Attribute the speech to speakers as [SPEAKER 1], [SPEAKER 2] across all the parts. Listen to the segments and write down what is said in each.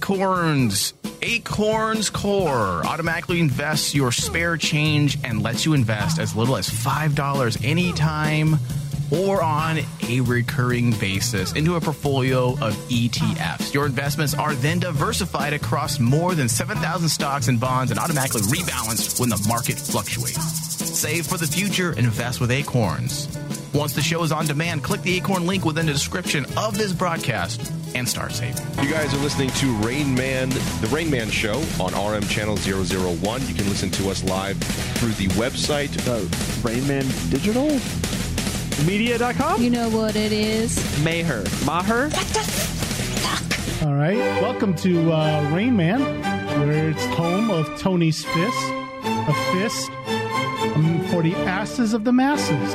[SPEAKER 1] Acorns. Acorns Core automatically invests your spare change and lets you invest as little as $5 anytime or on a recurring basis into a portfolio of ETFs. Your investments are then diversified across more than 7,000 stocks and bonds and automatically rebalanced when the market fluctuates. Save for the future and invest with Acorns. Once the show is on demand, click the Acorn link within the description of this broadcast and start saving.
[SPEAKER 2] You guys are listening to Rain Man, the Rain Man Show on RM Channel 001. You can listen to us live through the website.
[SPEAKER 3] Uh, Rain Man Digital? Media.com?
[SPEAKER 4] You know what it is.
[SPEAKER 5] Maher. Maher?
[SPEAKER 6] All right. Welcome to uh, Rain Man, where it's home of Tony's fist, a fist um, for the asses of the masses.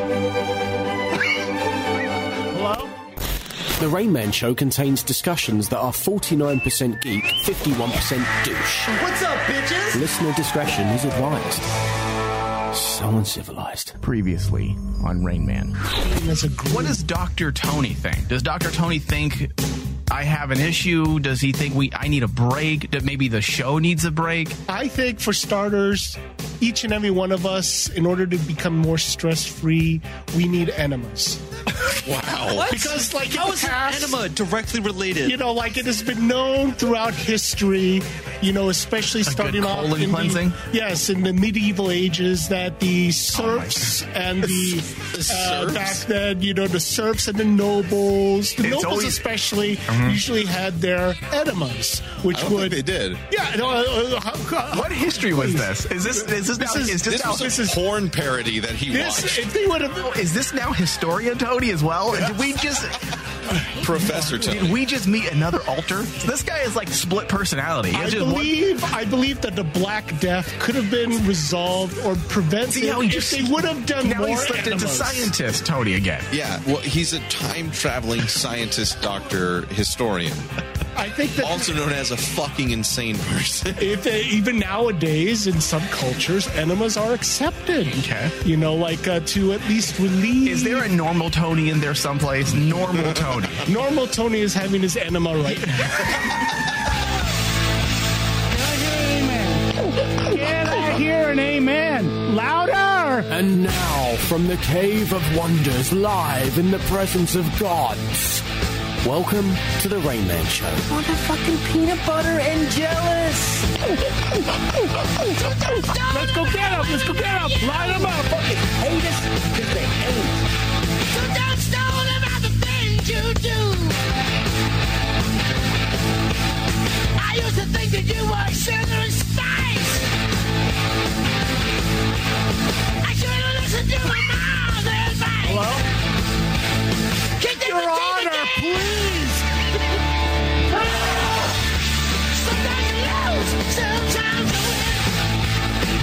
[SPEAKER 6] Hello?
[SPEAKER 7] The Rain Man Show contains discussions that are 49% geek, 51% douche.
[SPEAKER 8] What's up, bitches?
[SPEAKER 7] Listener discretion is advised. So uncivilized.
[SPEAKER 1] Previously on Rain Man. What does Dr. Tony think? Does Dr. Tony think I have an issue? Does he think we I need a break? That maybe the show needs a break?
[SPEAKER 9] I think for starters, each and every one of us, in order to become more stress free, we need enemas.
[SPEAKER 2] Wow.
[SPEAKER 8] What?
[SPEAKER 9] Because like in
[SPEAKER 5] How
[SPEAKER 9] the
[SPEAKER 5] is
[SPEAKER 9] past,
[SPEAKER 5] enema directly related?
[SPEAKER 9] you know, like it has been known throughout history, you know, especially starting off
[SPEAKER 1] colon
[SPEAKER 9] in
[SPEAKER 1] cleansing? Oh
[SPEAKER 9] The, yes, in the medieval ages, that the serfs and the, uh,
[SPEAKER 2] serfs?
[SPEAKER 9] back then, you know, the serfs and the nobles, the
[SPEAKER 1] It's
[SPEAKER 9] nobles
[SPEAKER 1] always- Mm-hmm.
[SPEAKER 9] especially, usually had their enemas, which
[SPEAKER 2] I don't
[SPEAKER 9] would
[SPEAKER 2] think they did.
[SPEAKER 9] yeah. No, uh, uh, how-
[SPEAKER 1] What history was this? Is this is this, now,
[SPEAKER 9] is-
[SPEAKER 1] is this,
[SPEAKER 2] This
[SPEAKER 1] now,
[SPEAKER 2] was a porn parody that he
[SPEAKER 9] This,
[SPEAKER 2] watched.
[SPEAKER 9] if they would have
[SPEAKER 1] is this now Historia Tony as well? Did we just
[SPEAKER 2] Professor Tony.
[SPEAKER 1] did we just meet another alter? This guy is like split personality. It's
[SPEAKER 9] I
[SPEAKER 1] just one-
[SPEAKER 9] believe I believe that the Black Death could have been resolved or prevented
[SPEAKER 1] See how he just-
[SPEAKER 9] if they would have done
[SPEAKER 1] now
[SPEAKER 9] more.
[SPEAKER 1] he slipped into
[SPEAKER 9] enemas.
[SPEAKER 1] scientist Tony again.
[SPEAKER 2] Yeah, well, he's a time traveling scientist, doctor, historian,
[SPEAKER 9] I think that
[SPEAKER 2] also known as a fucking insane person.
[SPEAKER 9] if they, even nowadays in some cultures, enemas are accepted.
[SPEAKER 1] Okay.
[SPEAKER 9] you know, like uh, to at least relieve.
[SPEAKER 1] Is there a normal Tony in there someplace? Normal Tony.
[SPEAKER 9] normal? Tony is having his enema right
[SPEAKER 6] Can
[SPEAKER 9] now.
[SPEAKER 6] I hear an amen? Can I hear an amen? Louder!
[SPEAKER 7] And now, from the Cave of Wonders, live in the presence of gods, welcome to The Rain Man Show.
[SPEAKER 8] want a fucking peanut butter and jealous.
[SPEAKER 6] Let's go get him! Let's go get him! Line him up!
[SPEAKER 8] Hate us because they hate. So don't stone about the things you do. I used to think that you were sugar and spice. I should have listened to my mom's advice. Hello? Your Honor, Sometimes you lose, sometimes you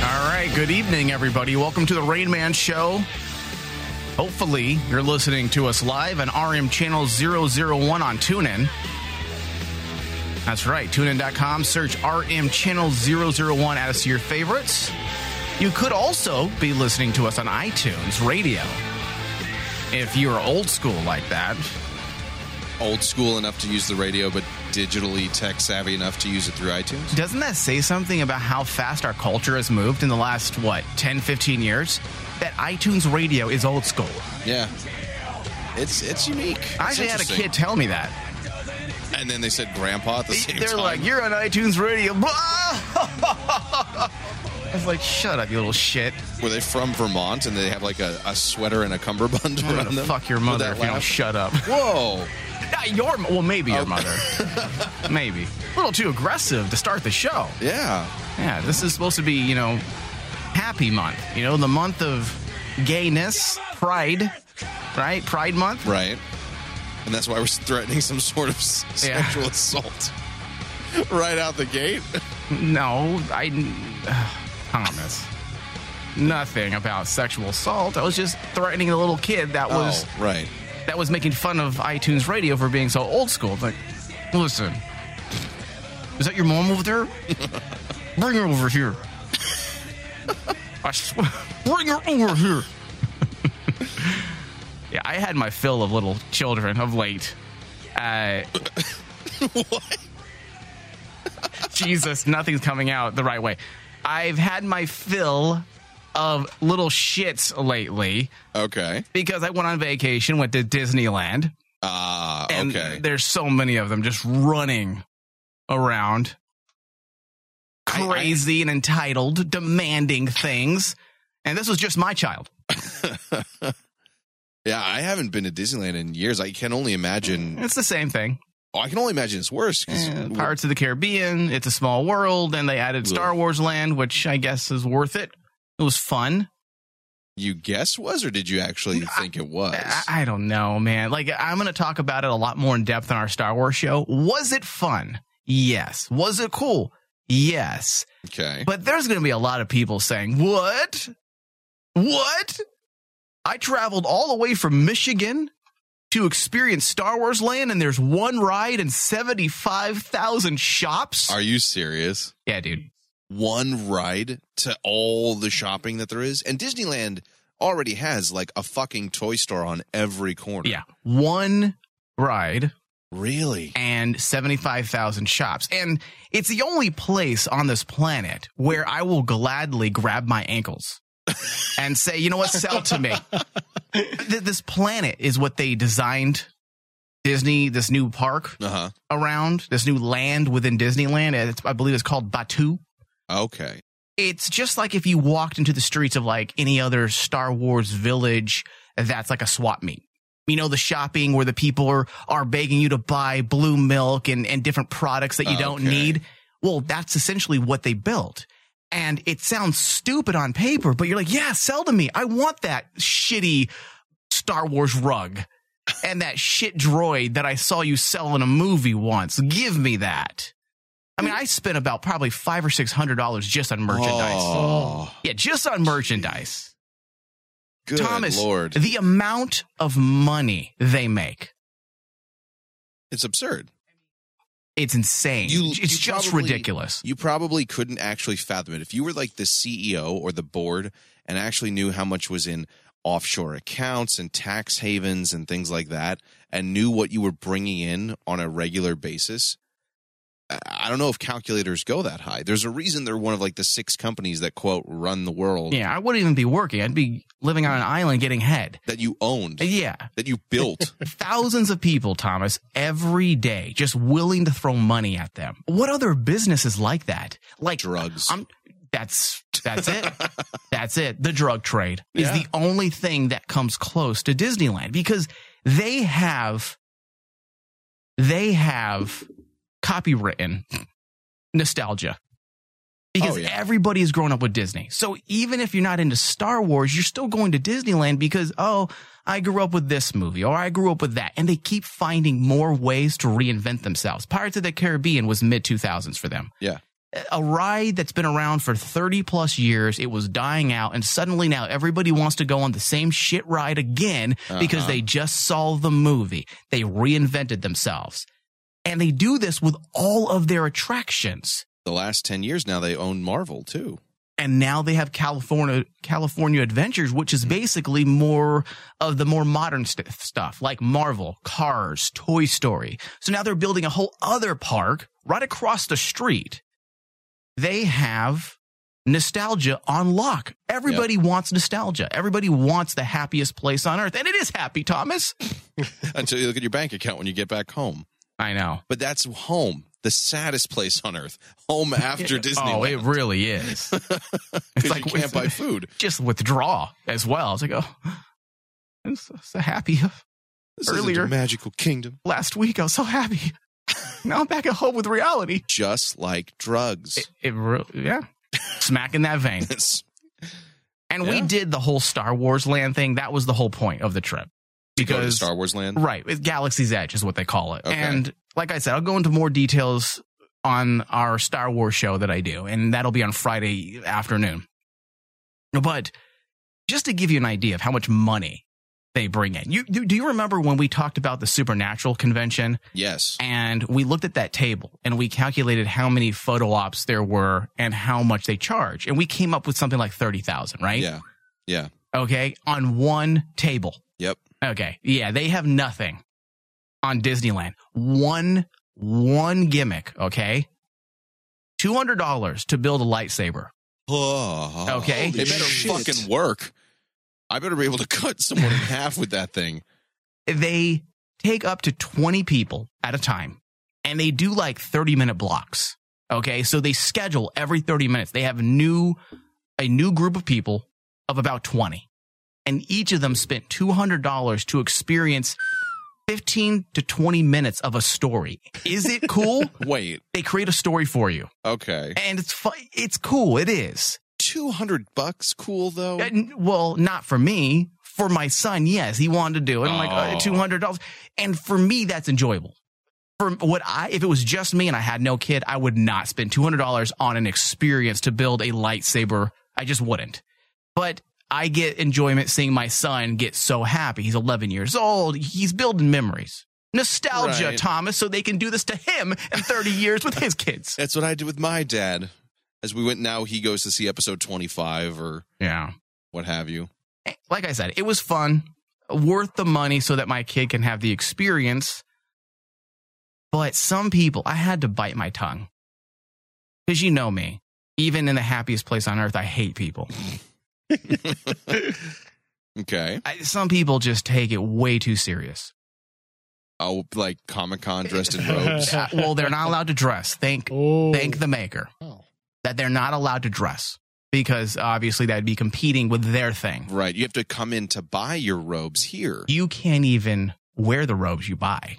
[SPEAKER 8] win.
[SPEAKER 1] All right, good evening, everybody. Welcome to the Rain Man Show. Hopefully, you're listening to us live on RM Channel 001 on TuneIn. That's right, tunein.com. Search RM Channel 001 as to your favorites. You could also be listening to us on iTunes Radio if you're old school like that.
[SPEAKER 2] Old school enough to use the radio, but digitally tech savvy enough to use it through iTunes.
[SPEAKER 1] Doesn't that say something about how fast our culture has moved in the last, what, 10, 15 years? That iTunes Radio is old school.
[SPEAKER 2] Yeah, it's it's unique. It's
[SPEAKER 1] I actually had a
[SPEAKER 2] interesting.
[SPEAKER 1] kid tell me that.
[SPEAKER 2] and then they said grandpa at the same
[SPEAKER 1] They're
[SPEAKER 2] time.
[SPEAKER 1] like, you're on iTunes Radio. Blah! I was like, shut up, you little shit.
[SPEAKER 2] Were they from Vermont and they have like a, a sweater and a cummerbund
[SPEAKER 1] I'm
[SPEAKER 2] around
[SPEAKER 1] gonna
[SPEAKER 2] them?
[SPEAKER 1] fuck your
[SPEAKER 2] With
[SPEAKER 1] mother
[SPEAKER 2] that
[SPEAKER 1] if you don't
[SPEAKER 2] laugh?
[SPEAKER 1] shut up.
[SPEAKER 2] Whoa!
[SPEAKER 1] Not your, well, maybe your mother. maybe. A little too aggressive to start the show.
[SPEAKER 2] Yeah.
[SPEAKER 1] Yeah, this is supposed to be, you know, happy month. You know, the month of gayness, pride, right? Pride month.
[SPEAKER 2] Right. And that's why we're threatening some sort of s-
[SPEAKER 1] Yeah.
[SPEAKER 2] sexual assault right out the gate.
[SPEAKER 1] No, I. Thomas. Nothing about sexual assault. I was just threatening the little kid that was
[SPEAKER 2] oh, right.
[SPEAKER 1] that was making fun of iTunes Radio for being so old school. But listen, is that your mom over there? Bring her over here. I swear, bring her over here. yeah, I had my fill of little children of late. Uh, Jesus, nothing's coming out the right way. I've had my fill of little shits lately
[SPEAKER 4] Okay.
[SPEAKER 1] because I went on vacation, went to Disneyland,
[SPEAKER 4] Ah,
[SPEAKER 1] and
[SPEAKER 4] okay.
[SPEAKER 1] there's so many of them just running around,
[SPEAKER 4] I- I-
[SPEAKER 1] crazy and entitled, demanding things. And this was just my child.
[SPEAKER 4] yeah, I haven't been to Disneyland in years. I can only imagine.
[SPEAKER 1] It's the same thing.
[SPEAKER 4] Oh, I can only imagine it's worse. 'cause-
[SPEAKER 1] Uh, Pirates of the Caribbean, It's a Small World, and they added Star Wars Land, which I guess is worth it. It was fun.
[SPEAKER 4] you guess was, or did you actually think it was?
[SPEAKER 1] I, I don't know, man. Like, I'm going to talk about it a lot more in depth on our Star Wars show. Was it fun? Yes. Was it cool? Yes.
[SPEAKER 4] okay.
[SPEAKER 1] But there's going to be a lot of people saying, What? What? I traveled all the way from Michigan to experience Star Wars Land, and there's one ride and 75,000 shops?
[SPEAKER 4] Are you serious?
[SPEAKER 1] yeah, dude.
[SPEAKER 4] One ride to all the shopping that there is, and Disneyland already has like a fucking toy store on every corner.
[SPEAKER 1] Yeah. One ride.
[SPEAKER 4] Really?
[SPEAKER 1] and 75,000 shops. And it's the only place on this planet where I will gladly grab my ankles and say, you know what, sell to me. Th- this planet is what they designed Disney, this new park
[SPEAKER 4] Uh
[SPEAKER 1] around, this new land within Disneyland. It's, I believe it's called Batu.
[SPEAKER 4] huh. Okay.
[SPEAKER 1] It's just like if you walked into the streets of like any other Star Wars village that's like a swap meet you know the shopping where the people are are begging you to buy blue milk and and different products that you don't
[SPEAKER 4] Okay.
[SPEAKER 1] need well that's essentially what they built and it sounds stupid on paper but you're like yeah sell to me i want that shitty star wars rug and that shit droid that i saw you sell in a movie once give me that i mean i spent about probably five or six hundred dollars just on merchandise
[SPEAKER 4] Oh,
[SPEAKER 1] yeah just on merchandise
[SPEAKER 4] good
[SPEAKER 1] Thomas,
[SPEAKER 4] lord,
[SPEAKER 1] the amount of money they make,
[SPEAKER 4] it's absurd.
[SPEAKER 1] it's insane.
[SPEAKER 4] You-
[SPEAKER 1] it's
[SPEAKER 4] you
[SPEAKER 1] just
[SPEAKER 4] probably-
[SPEAKER 1] ridiculous.
[SPEAKER 4] You probably couldn't actually fathom it if you were like the CEO or the board and actually knew how much was in offshore accounts and tax havens and things like that, and knew what you were bringing in on a regular basis. I- I don't know if calculators go that high. There's a reason they're one of like the six companies that quote run the world
[SPEAKER 1] Yeah, I wouldn't even be working. I'd be living on an island getting head.
[SPEAKER 4] that you owned,
[SPEAKER 1] Yeah,
[SPEAKER 4] that you built.
[SPEAKER 1] thousands of people, Thomas, every day, just willing to throw money at them. What other business is like that? Like
[SPEAKER 4] Drugs.
[SPEAKER 1] I'm, that's that's it. that's it. The drug trade is
[SPEAKER 4] Yeah.
[SPEAKER 1] the only thing that comes close to Disneyland because they have they have copywritten nostalgia. Because
[SPEAKER 4] Oh, yeah.
[SPEAKER 1] everybody has grown up with Disney. So even if you're not into Star Wars, you're still going to Disneyland because, oh, I grew up with this movie or I grew up with that. And they keep finding more ways to reinvent themselves. Pirates of the Caribbean was mid 2000s for them.
[SPEAKER 4] Yeah.
[SPEAKER 1] A ride that's been around for 30 plus years, it was dying out. And suddenly now everybody wants to go on the same shit ride again
[SPEAKER 4] Uh-huh.
[SPEAKER 1] because they just saw the movie. They reinvented themselves. And they do this with all of their attractions.
[SPEAKER 4] the last 10 years now, they own Marvel too.
[SPEAKER 1] And now they have California California Adventures, which
[SPEAKER 4] Hmm.
[SPEAKER 1] is basically more of the more modern st- stuff like Marvel, Cars, Toy Story. So now they're building a whole other park right across the street. They have nostalgia on lock. Everybody wants nostalgia. Everybody wants the happiest place on earth, and it is happy, Thomas.
[SPEAKER 4] Until you look at your bank account when you get back home.
[SPEAKER 1] I know.
[SPEAKER 4] But that's home, the saddest place on earth. Home after Disney.
[SPEAKER 1] Oh, it really is.
[SPEAKER 4] Because
[SPEAKER 1] like-
[SPEAKER 4] you can't buy food.
[SPEAKER 1] Just withdraw as well. It's like, oh, I'm so, so happy.
[SPEAKER 4] uh, This isn't
[SPEAKER 1] Earlier-
[SPEAKER 4] a magical kingdom.
[SPEAKER 1] Last week I was so happy. Now I'm back at home with reality.
[SPEAKER 4] Just like drugs.
[SPEAKER 1] It, it re- yeah, smack in that vein.
[SPEAKER 4] It's-
[SPEAKER 1] And we
[SPEAKER 4] Yeah.
[SPEAKER 1] did the whole Star Wars land thing. That was the whole point of the trip.
[SPEAKER 4] go to
[SPEAKER 1] Because
[SPEAKER 4] Star Wars land.
[SPEAKER 1] Right. It's Galaxy's Edge is what they call it.
[SPEAKER 4] Okay.
[SPEAKER 1] And like I said, I'll go into more details on our Star Wars show that I do, and that'll be on Friday afternoon. But just to give you an idea of how much money they bring in, you do, do you remember when we talked about the Supernatural convention
[SPEAKER 4] Yes.
[SPEAKER 1] and we looked at that table and we calculated how many photo ops there were and how much they charge, and we came up with something like thirty thousand, right?
[SPEAKER 4] Yeah.
[SPEAKER 1] Okay, on one table.
[SPEAKER 4] Yep.
[SPEAKER 1] Okay. Yeah, they have nothing on Disneyland. One one gimmick, okay? $200 to build a lightsaber.
[SPEAKER 4] Oh,
[SPEAKER 1] Okay.
[SPEAKER 4] It better
[SPEAKER 1] Shit.
[SPEAKER 4] fucking work. I better be able to cut someone in half with that thing.
[SPEAKER 1] They take up to 20 people at a time and they do like 30 minute blocks. Okay. So they schedule every 30 minutes. They have new, a new group of people of about 20 and each of them spent $200 to experience 15 to 20 minutes of a story. Is it cool?
[SPEAKER 4] Wait.
[SPEAKER 1] they create a story for you.
[SPEAKER 4] Okay.
[SPEAKER 1] and it's fun. It's cool. It is.
[SPEAKER 4] Two hundred bucks, cool though.
[SPEAKER 1] And- well, not for me. For my son, yes, he wanted to do it. I'm like uh,
[SPEAKER 4] Oh.
[SPEAKER 1] two hundred dollars, and for me, that's enjoyable. For what I, if it was just me and I had no kid, I would not spend two hundred dollars on an experience to build a lightsaber. I just wouldn't. But I get enjoyment seeing my son get so happy. He's eleven years old. He's building memories, nostalgia,
[SPEAKER 4] Right.
[SPEAKER 1] Thomas, so they can do this to him in thirty years with his kids.
[SPEAKER 4] That's what I did with my dad. As we went now, he goes to see episode twenty-five or
[SPEAKER 1] Yeah.
[SPEAKER 4] what have you.
[SPEAKER 1] like I said, it was fun, worth the money so that my kid can have the experience. But some people, I had to bite my tongue. Because you know me, even in the happiest place on earth, I hate people.
[SPEAKER 4] Okay.
[SPEAKER 1] I, some people just take it way too serious.
[SPEAKER 4] Oh, like Comic Con dressed in robes.
[SPEAKER 1] Uh, well, they're not allowed to dress. Thank,
[SPEAKER 9] Oh.
[SPEAKER 1] thank the maker
[SPEAKER 9] Oh.
[SPEAKER 1] that they're not allowed to dress because obviously that'd be competing with their thing.
[SPEAKER 4] right. You have to come in to buy your robes here.
[SPEAKER 1] You can't even wear the robes you buy.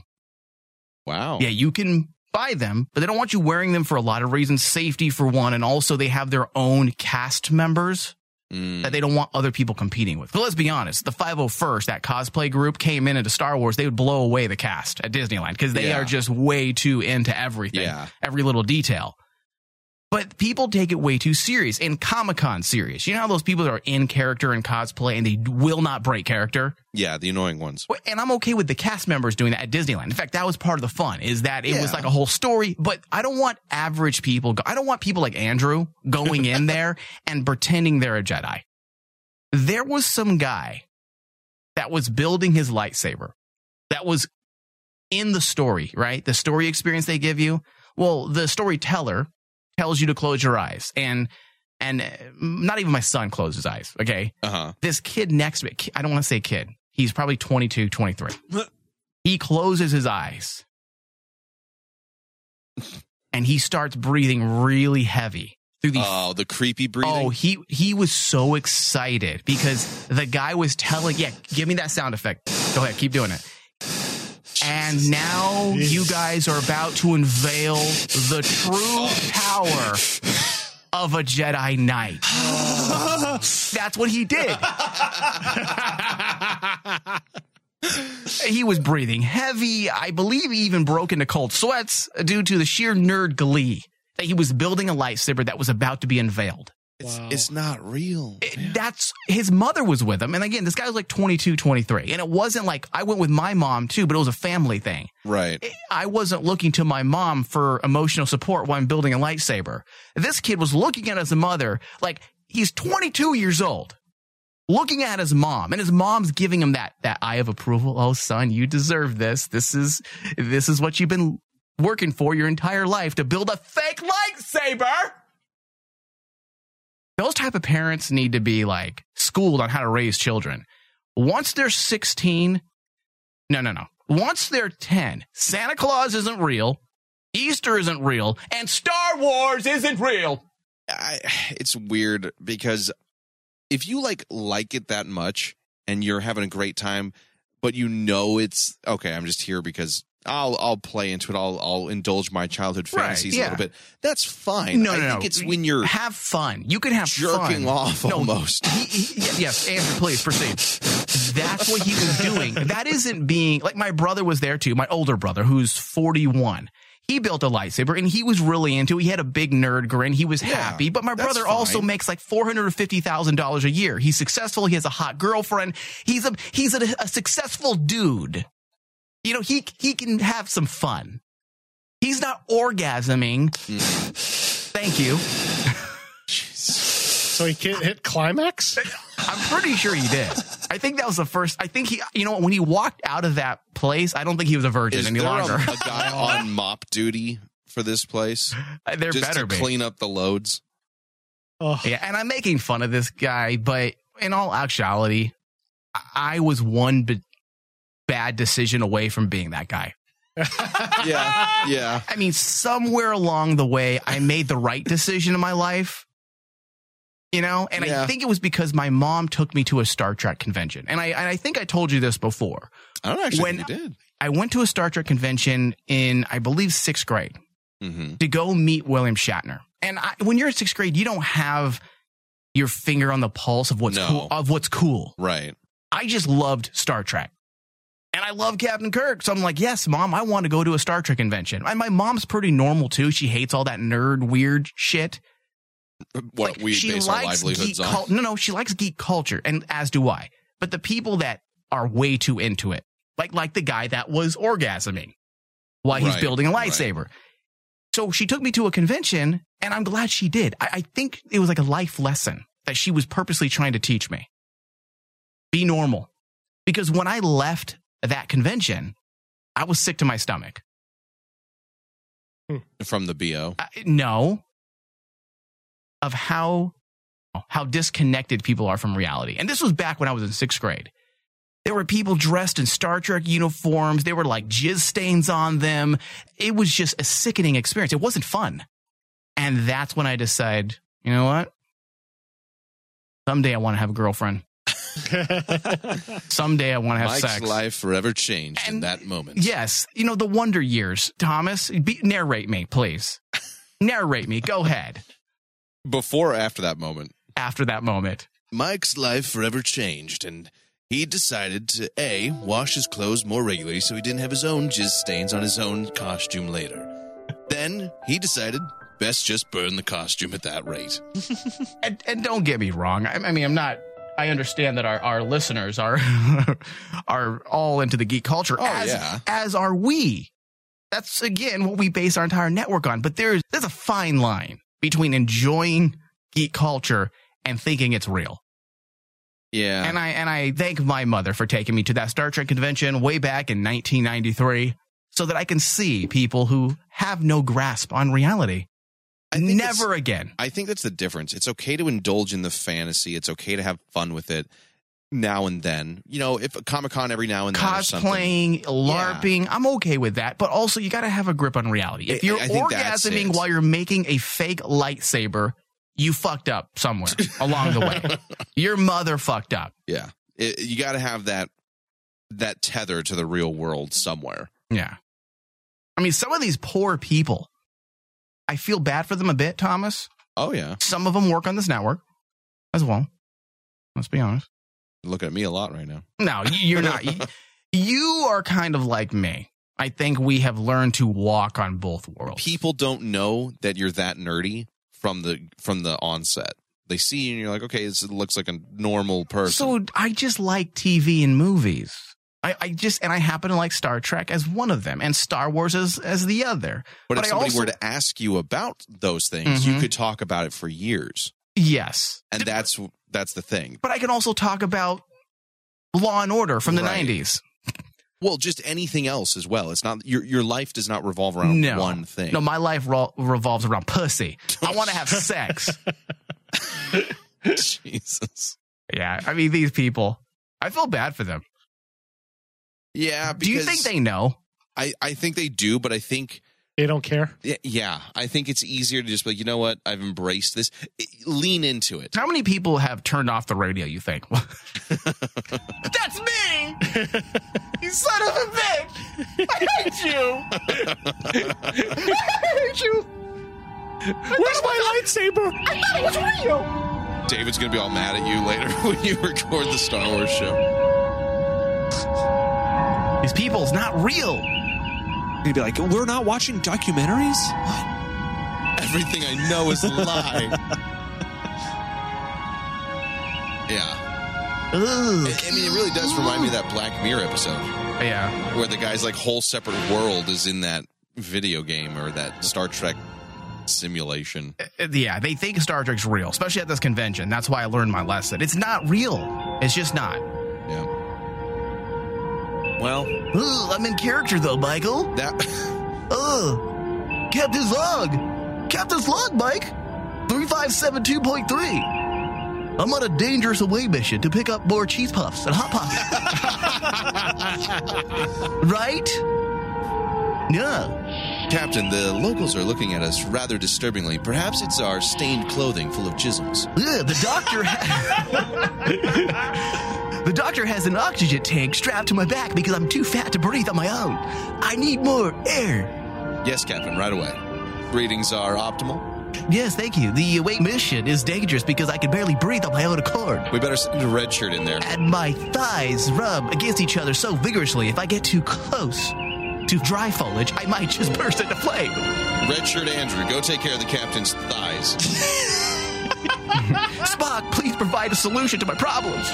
[SPEAKER 4] Wow.
[SPEAKER 1] Yeah, you can buy them, but they don't want you wearing them for a lot of reasons. Safety for one, and also they have their own cast members
[SPEAKER 4] Mm.
[SPEAKER 1] that they don't want other people competing with. But let's be honest, the 501st, that cosplay group came in into Star Wars, they would blow away the cast at Disneyland because they
[SPEAKER 4] Yeah.
[SPEAKER 1] are just way too into everything,
[SPEAKER 4] Yeah.
[SPEAKER 1] every little detail. But people take it way too serious and Comic Con serious. You know how those people that are in character and cosplay and they will not break character?
[SPEAKER 4] Yeah, the annoying ones.
[SPEAKER 1] Well, And I'm okay with the cast members doing that at Disneyland. In fact, that was part of the fun is that it
[SPEAKER 4] Yeah.
[SPEAKER 1] was like a whole story, but I don't want average people. Go- I don't want people like Andrew going in there and pretending they're a Jedi. There was some guy that was building his lightsaber that was in the story, right? The story experience they give you. Well, the storyteller tells you to close your eyes and and uh, not even my son closed his eyes, okay?
[SPEAKER 4] Uh huh.
[SPEAKER 1] this kid next to me, ki- I don't want to say kid. He's probably 22, 23. he closes his eyes and he starts breathing really heavy through the.
[SPEAKER 4] Oh, the creepy breathing.
[SPEAKER 1] Oh, he he was so excited because the guy was telling, yeah, give me that sound effect. Go ahead, keep doing it. And now you guys are about to unveil the true power of a Jedi Knight. That's what he did. he was breathing heavy. I believe he even broke into cold sweats due to the sheer nerd glee that he was building a lightsaber that was about to be unveiled.
[SPEAKER 4] it's, it's not real.
[SPEAKER 1] It- that's his mother was with him. And again, this guy was like 22, 23. And it wasn't like I went with my mom too, but it was a family thing.
[SPEAKER 4] right.
[SPEAKER 1] I wasn't looking to my mom for emotional support while I'm building a lightsaber. This kid was looking at his mother like he's 22 years old, looking at his mom, and his mom's giving him that that eye of approval. Oh, son, you deserve this. This is this is what you've been working for your entire life to build a fake lightsaber. Those type of parents need to be like schooled on how to raise children. Once they're 16, no, no, no. Once they're 10, Santa Claus isn't real, Easter isn't real, and Star Wars isn't real.
[SPEAKER 4] I, it's weird because if you like like it that much and you're having a great time, but you know it's okay. I'm just here because I'll I'll play into it. I'll I'll indulge my childhood
[SPEAKER 1] Right,
[SPEAKER 4] fantasies
[SPEAKER 1] yeah.
[SPEAKER 4] a little bit. That's fine.
[SPEAKER 1] No,
[SPEAKER 4] I
[SPEAKER 1] no,
[SPEAKER 4] think
[SPEAKER 1] no.
[SPEAKER 4] It's when you're
[SPEAKER 1] Have fun. You can have
[SPEAKER 4] jerking
[SPEAKER 1] fun.
[SPEAKER 4] off
[SPEAKER 1] No,
[SPEAKER 4] almost.
[SPEAKER 1] he- he- y- yes, Andrew, please proceed. That's what he was doing. That isn't being like my brother was there too, my older brother, who's 41. He built a lightsaber and he was really into it. He had a big nerd grin. He was
[SPEAKER 4] Yeah,
[SPEAKER 1] happy. But my
[SPEAKER 4] that's
[SPEAKER 1] brother also
[SPEAKER 4] fine.
[SPEAKER 1] makes like $450,000 a year. He's successful. He has a hot girlfriend. He's a, he's a, a successful dude. You know, he, he can have some fun. He's not orgasming.
[SPEAKER 4] Mm.
[SPEAKER 1] Thank you.
[SPEAKER 9] So he can't hit climax?
[SPEAKER 1] I'm pretty sure he did. I think that was the first. I think he, you know, what, when he walked out of that place. I don't think he was a virgin
[SPEAKER 4] Is
[SPEAKER 1] any
[SPEAKER 4] there a-
[SPEAKER 1] longer.
[SPEAKER 4] a guy on mop duty for this place?
[SPEAKER 1] They're
[SPEAKER 4] just
[SPEAKER 1] Uh, better,
[SPEAKER 4] to
[SPEAKER 1] be.
[SPEAKER 4] clean up the loads.
[SPEAKER 9] Oh,
[SPEAKER 1] Yeah, and I'm making fun of this guy, but in all actuality, I- I was one b- bad decision away from being that guy.
[SPEAKER 4] Yeah, yeah.
[SPEAKER 1] I mean, somewhere along the way, I made the right decision in my life. You know, and I
[SPEAKER 4] Yeah.
[SPEAKER 1] think it was because my mom took me to a Star Trek convention, and I and I think I told you this before.
[SPEAKER 4] I don't actually
[SPEAKER 1] When-
[SPEAKER 4] think you did.
[SPEAKER 1] I went to a Star Trek convention in I believe sixth grade
[SPEAKER 4] Mm-hmm.
[SPEAKER 1] to go meet William Shatner. And I, when you're in sixth grade, you don't have your finger on the pulse of what's
[SPEAKER 4] No.
[SPEAKER 1] cool, of what's cool.
[SPEAKER 4] Right.
[SPEAKER 1] I just loved Star Trek. And I love Captain Kirk. So I'm like, yes, mom, I want to go to a Star Trek convention. And my mom's pretty normal too. She hates all that nerd weird shit.
[SPEAKER 4] Uh, What
[SPEAKER 1] Like,
[SPEAKER 4] we base our livelihoods
[SPEAKER 1] geek
[SPEAKER 4] on.
[SPEAKER 1] cul- no, no, she likes geek culture, and as do I. But the people that are way too into it, like like the guy that was orgasming while he's
[SPEAKER 4] Right,
[SPEAKER 1] building a
[SPEAKER 4] right.
[SPEAKER 1] lightsaber. So she took me to a convention, and I'm glad she did. I, I think it was like a life lesson that she was purposely trying to teach me. Be normal. Because when I left that convention, I was sick to my stomach.
[SPEAKER 4] from the bo.
[SPEAKER 1] Uh, no of how how disconnected people are from reality and this was back when i was in sixth grade there were people dressed in star trek uniforms there were like jizz stains on them it was just a sickening experience it wasn't fun and that's when i decided you know what someday i want to have a girlfriend someday i want to have
[SPEAKER 4] Mike's
[SPEAKER 1] sex
[SPEAKER 4] life forever changed in
[SPEAKER 1] And-
[SPEAKER 4] that moment.
[SPEAKER 1] Yes, you know the Wonder Years. Thomas, be, narrate me, please. narrate me. Go ahead.
[SPEAKER 4] Before or after that moment,
[SPEAKER 1] After that moment,
[SPEAKER 4] Mike's life forever changed, and he decided to a wash his clothes more regularly so he didn't have his own jizz stains on his own costume later. then he decided best just burn the costume at that rate.
[SPEAKER 1] and, and don't get me wrong. I, I mean, I'm not. I understand that our, our listeners are are all into the geek culture,
[SPEAKER 4] Oh,
[SPEAKER 1] as
[SPEAKER 4] yeah.
[SPEAKER 1] as are we. That's again what we base our entire network on. But there's there's a fine line between enjoying geek culture and thinking it's real.
[SPEAKER 4] Yeah,
[SPEAKER 1] And I and I thank my mother for taking me to that Star Trek convention way back in 1993 so that I can see people who have no grasp on reality.
[SPEAKER 4] think
[SPEAKER 1] Never again.
[SPEAKER 4] I think that's the difference. It's okay to indulge in the fantasy. It's okay to have fun with it now and then. You know, if Comic Con every now and then or something.
[SPEAKER 1] Cosplaying, LARPing, I'm okay with that, but also you got to have a grip on reality. If
[SPEAKER 4] I-
[SPEAKER 1] you're
[SPEAKER 4] I think that's
[SPEAKER 1] orgasming
[SPEAKER 4] it.
[SPEAKER 1] while you're making a fake lightsaber, you fucked up somewhere along the way. Your mother fucked up.
[SPEAKER 4] Yeah, It- you got to have that that tether to the real world somewhere.
[SPEAKER 1] Yeah. I mean, some of these poor people, I feel bad for them a bit, Thomas.
[SPEAKER 4] Oh yeah,
[SPEAKER 1] Some of them work on this network as well. Let's be honest.
[SPEAKER 4] You look at me a lot right now.
[SPEAKER 1] No, y- you're not. Y- You are kind of like me. I think we have learned to walk on both worlds.
[SPEAKER 4] People don't know that you're that nerdy from the from the onset. They see you and you're like, okay, this looks like a normal person.
[SPEAKER 1] So I just like TV and movies. I, I just and I happen to like Star Trek as one of them, and Star Wars as as the other.
[SPEAKER 4] but,
[SPEAKER 1] but
[SPEAKER 4] if
[SPEAKER 1] I
[SPEAKER 4] somebody
[SPEAKER 1] also-
[SPEAKER 4] were to ask you about those things, you
[SPEAKER 1] Mhm.
[SPEAKER 4] could talk about it for years,
[SPEAKER 1] Yes,
[SPEAKER 4] and that's that's the thing.
[SPEAKER 1] but I can also talk about Law and Order from the
[SPEAKER 4] Right.
[SPEAKER 1] '90s.
[SPEAKER 4] Well, just anything else as well. It's not your your life does not revolve around
[SPEAKER 1] No.
[SPEAKER 4] one thing.
[SPEAKER 1] No, my life ro- revolves around pussy. I want to have sex.
[SPEAKER 4] Jesus.
[SPEAKER 1] Yeah, I mean these people. I feel bad for them.
[SPEAKER 4] Yeah.
[SPEAKER 1] Do you think
[SPEAKER 4] because
[SPEAKER 1] they know?
[SPEAKER 4] I I think they do, but I think
[SPEAKER 9] they don't care.
[SPEAKER 4] y- yeah, I think it's easier to just be like, you know what? I've embraced this. I- Lean into it.
[SPEAKER 1] How many people have turned off the radio, you think? That's me! you son of a bitch! I hate you! I hate you!
[SPEAKER 9] Where's my lightsaber?
[SPEAKER 1] I thought it was real!
[SPEAKER 4] David's gonna be all mad at you later when you record the Star Wars show.
[SPEAKER 1] These people's not real!
[SPEAKER 5] He'd be like, we're not watching documentaries?
[SPEAKER 4] Everything I know is a lie. yeah. I,
[SPEAKER 1] Ugh.
[SPEAKER 4] I mean, it really does remind me of that Black Mirror episode.
[SPEAKER 1] Yeah.
[SPEAKER 4] where the guy's like whole separate world is in that video game or that Star Trek simulation.
[SPEAKER 1] Uh, Yeah, they think Star Trek's real, especially at this convention. That's why I learned my lesson. It's not real. It's just not.
[SPEAKER 4] Yeah. Well,
[SPEAKER 1] Ugh, I'm in character though, Michael.
[SPEAKER 4] that
[SPEAKER 1] Ugh. Captain's log. Captain's log, Mike. 3572.3. I'm on a dangerous away mission to pick up more cheese puffs and hot pockets. right? Yeah.
[SPEAKER 4] Captain, the locals are looking at us rather disturbingly. Perhaps it's our stained clothing full of jisms.
[SPEAKER 1] Ugh, the doctor. ha- the doctor has an oxygen tank strapped to my back because I'm too fat to breathe on my own. I need more air.
[SPEAKER 4] Yes, Captain, right away. Readings are optimal.
[SPEAKER 1] Yes, thank you. The awake mission is dangerous because I can barely breathe on my own accord.
[SPEAKER 4] We better send a red shirt in there.
[SPEAKER 1] And my thighs rub against each other so vigorously, if I get too close to dry foliage, I might just burst into flame.
[SPEAKER 4] Red shirt Andrew, go take care of the captain's thighs.
[SPEAKER 1] Spock, please provide a solution to my problems.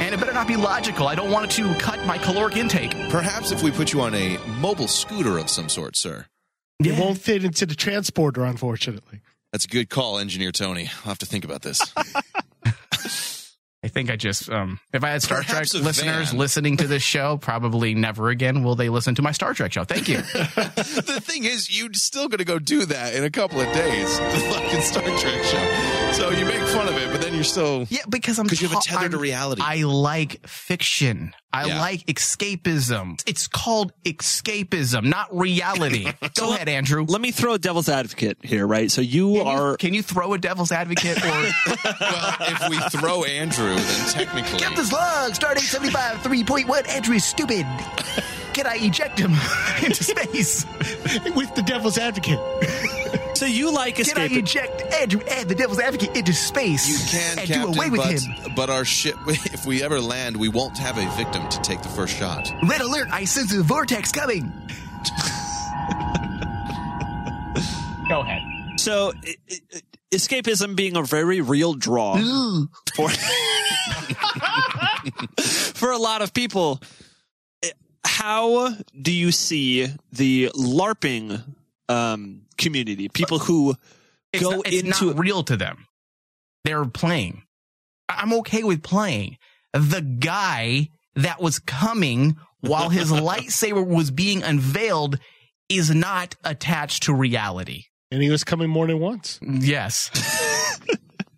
[SPEAKER 1] And it better not be logical. I don't want it to cut my caloric intake.
[SPEAKER 4] Perhaps if we put you on a mobile scooter of some sort, sir.
[SPEAKER 9] It won't fit into the transporter, unfortunately.
[SPEAKER 4] That's a good call, Engineer Tony. I'll have to think about this.
[SPEAKER 1] I think I just, um, if I had Star
[SPEAKER 4] Perhaps
[SPEAKER 1] Trek
[SPEAKER 4] a
[SPEAKER 1] listeners
[SPEAKER 4] van.
[SPEAKER 1] listening to this show, probably never again will they listen to my Star Trek show. Thank you.
[SPEAKER 4] the thing is, you're still going to go do that in a couple of days. The fucking Star Trek show. So you make fun of it, but then you're still.
[SPEAKER 1] Yeah, because I'm
[SPEAKER 4] 'Cause you have a
[SPEAKER 1] ta-
[SPEAKER 4] tether to
[SPEAKER 1] I'm-
[SPEAKER 4] reality.
[SPEAKER 1] I like fiction. I
[SPEAKER 4] Yeah.
[SPEAKER 1] like escapism. It's called escapism, not reality. Go ahead, Andrew.
[SPEAKER 5] Let me throw a devil's advocate here, right? So you
[SPEAKER 1] Can you-
[SPEAKER 5] are
[SPEAKER 1] Can you throw a devil's advocate or
[SPEAKER 4] Well, if we throw Andrew, then technically.
[SPEAKER 1] Captain's log starting seventy five three point one? Andrew is stupid. Can I eject him into space?
[SPEAKER 9] With the devil's advocate.
[SPEAKER 5] so you like
[SPEAKER 1] Can I
[SPEAKER 5] escape.
[SPEAKER 1] eject Andrew and the devil's advocate into space
[SPEAKER 4] You can,
[SPEAKER 1] and
[SPEAKER 4] Captain,
[SPEAKER 1] do away with
[SPEAKER 4] but,
[SPEAKER 1] him?
[SPEAKER 4] but our ship, if we ever land, we won't have a victim to take the first shot.
[SPEAKER 1] Red alert! I sense a vortex coming. Go ahead.
[SPEAKER 5] So i- i- i- escapism being a very real draw for for a lot of people. i- How do you see the LARPing um, community? People who
[SPEAKER 1] it's
[SPEAKER 5] go
[SPEAKER 1] not, it's
[SPEAKER 5] into
[SPEAKER 1] not real to them. They're playing. I- I'm okay with playing. The guy that was coming while his lightsaber was being unveiled is not attached to reality.
[SPEAKER 9] And he was coming more than once.
[SPEAKER 1] Yes.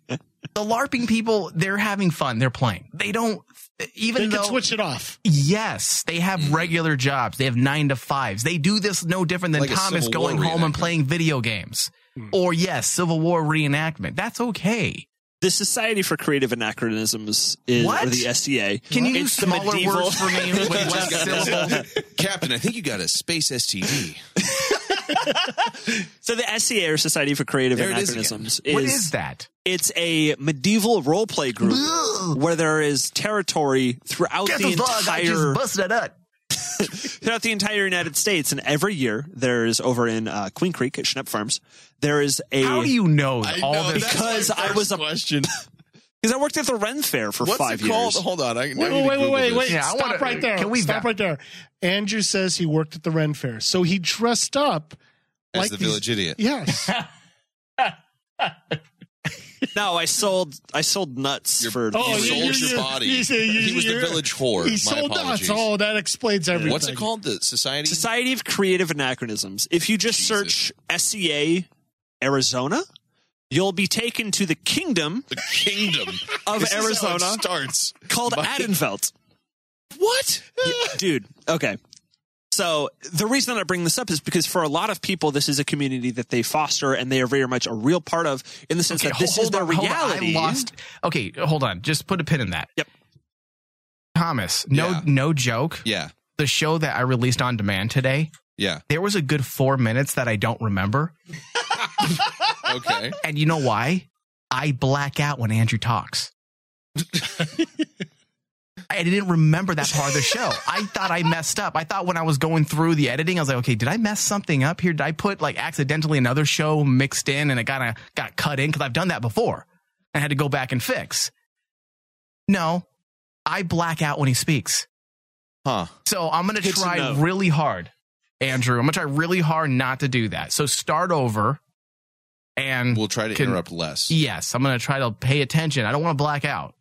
[SPEAKER 1] the LARPing people, they're having fun. They're playing. They don't, Uh, even
[SPEAKER 9] They
[SPEAKER 1] though.
[SPEAKER 9] can switch it off.
[SPEAKER 1] Yes, they have
[SPEAKER 4] Mm.
[SPEAKER 1] regular jobs. They have nine to fives. They do this no different than
[SPEAKER 4] Like a
[SPEAKER 1] Thomas
[SPEAKER 4] Civil War
[SPEAKER 1] going home and
[SPEAKER 4] reenactment. Mm.
[SPEAKER 1] playing video games. Or yes, Civil War reenactment. That's okay.
[SPEAKER 5] the Society for Creative Anachronisms is
[SPEAKER 1] What?
[SPEAKER 5] or the SCA.
[SPEAKER 1] Can you
[SPEAKER 5] it's
[SPEAKER 1] use smaller words for me with less syllables?
[SPEAKER 4] Captain, I think you got a space STD.
[SPEAKER 5] so the SCA or Society for Creative
[SPEAKER 4] There it is again.
[SPEAKER 5] Anachronisms
[SPEAKER 1] What is that?
[SPEAKER 5] It's a medieval role play group
[SPEAKER 1] Ugh.
[SPEAKER 5] where there is territory throughout
[SPEAKER 1] Get
[SPEAKER 5] the
[SPEAKER 1] the vlog. I just
[SPEAKER 5] entire
[SPEAKER 1] busted it up.
[SPEAKER 5] throughout the entire United States, and every year there is over in uh, Queen Creek at Schnepp Farms. There is a
[SPEAKER 1] How do you know all
[SPEAKER 4] know,
[SPEAKER 1] this?
[SPEAKER 4] that's
[SPEAKER 5] because
[SPEAKER 4] my
[SPEAKER 5] I
[SPEAKER 4] first
[SPEAKER 5] was a-
[SPEAKER 4] question.
[SPEAKER 5] because I worked at the Ren Fair for
[SPEAKER 4] What's
[SPEAKER 5] five
[SPEAKER 4] it called?
[SPEAKER 5] years.
[SPEAKER 4] Hold on. I,
[SPEAKER 9] Wait, wait, wait, wait, wait, wait.
[SPEAKER 1] Yeah, I
[SPEAKER 9] Stop
[SPEAKER 1] wanna-
[SPEAKER 9] right there.
[SPEAKER 1] can we
[SPEAKER 9] Stop
[SPEAKER 1] back-
[SPEAKER 9] right there. Andrew says he worked at the Ren Fair. So he dressed up
[SPEAKER 4] As
[SPEAKER 9] like
[SPEAKER 4] the
[SPEAKER 9] these-
[SPEAKER 4] village idiot.
[SPEAKER 9] Yes.
[SPEAKER 5] No, I sold I sold nuts
[SPEAKER 4] Your-
[SPEAKER 5] for.
[SPEAKER 4] Oh,
[SPEAKER 5] years.
[SPEAKER 4] you- sold your body. He was the village whore. My
[SPEAKER 9] He sold
[SPEAKER 4] apologies.
[SPEAKER 9] us. Oh, that explains everything.
[SPEAKER 4] What's it called? The Society?
[SPEAKER 5] Society of Creative Anachronisms. If you just
[SPEAKER 4] Jesus.
[SPEAKER 5] search SCA Arizona, you'll be taken to the kingdom
[SPEAKER 4] The Kingdom
[SPEAKER 5] of
[SPEAKER 4] This is how it
[SPEAKER 5] Arizona
[SPEAKER 4] starts.
[SPEAKER 5] called
[SPEAKER 4] My-
[SPEAKER 5] Adenfeld.
[SPEAKER 4] What?
[SPEAKER 5] dude okay so the reason that i bring this up is because for a lot of people this is a community that they foster and they are very much a real part of in the sense
[SPEAKER 1] Okay,
[SPEAKER 5] that this
[SPEAKER 1] hold
[SPEAKER 5] is their
[SPEAKER 1] on, hold on.
[SPEAKER 5] reality
[SPEAKER 1] I lost. Okay, hold on. Just put a pin in that.
[SPEAKER 5] Yep.
[SPEAKER 1] Thomas, no,
[SPEAKER 4] Yeah.
[SPEAKER 1] no joke.
[SPEAKER 4] Yeah,
[SPEAKER 1] The show that I released on demand today,
[SPEAKER 4] yeah.
[SPEAKER 1] there was a good four minutes that I don't remember,
[SPEAKER 4] Okay.
[SPEAKER 1] and you know why? I black out when Andrew talks. I didn't remember that part of the show. I thought I messed up. I thought when I was going through the editing, I was like, okay, did I mess something up here? Did I put like accidentally another show mixed in and it kind of got cut in? Because I've done that before and had to go back and fix. No, I black out when he speaks.
[SPEAKER 4] Huh.
[SPEAKER 1] So I'm going to
[SPEAKER 5] Good to
[SPEAKER 1] try
[SPEAKER 5] know.
[SPEAKER 1] really hard, Andrew. I'm going to try really hard not to do that. So start over and
[SPEAKER 4] We'll try to
[SPEAKER 1] Can-
[SPEAKER 4] interrupt less.
[SPEAKER 1] Yes, I'm going to try to pay attention. I don't want to black out.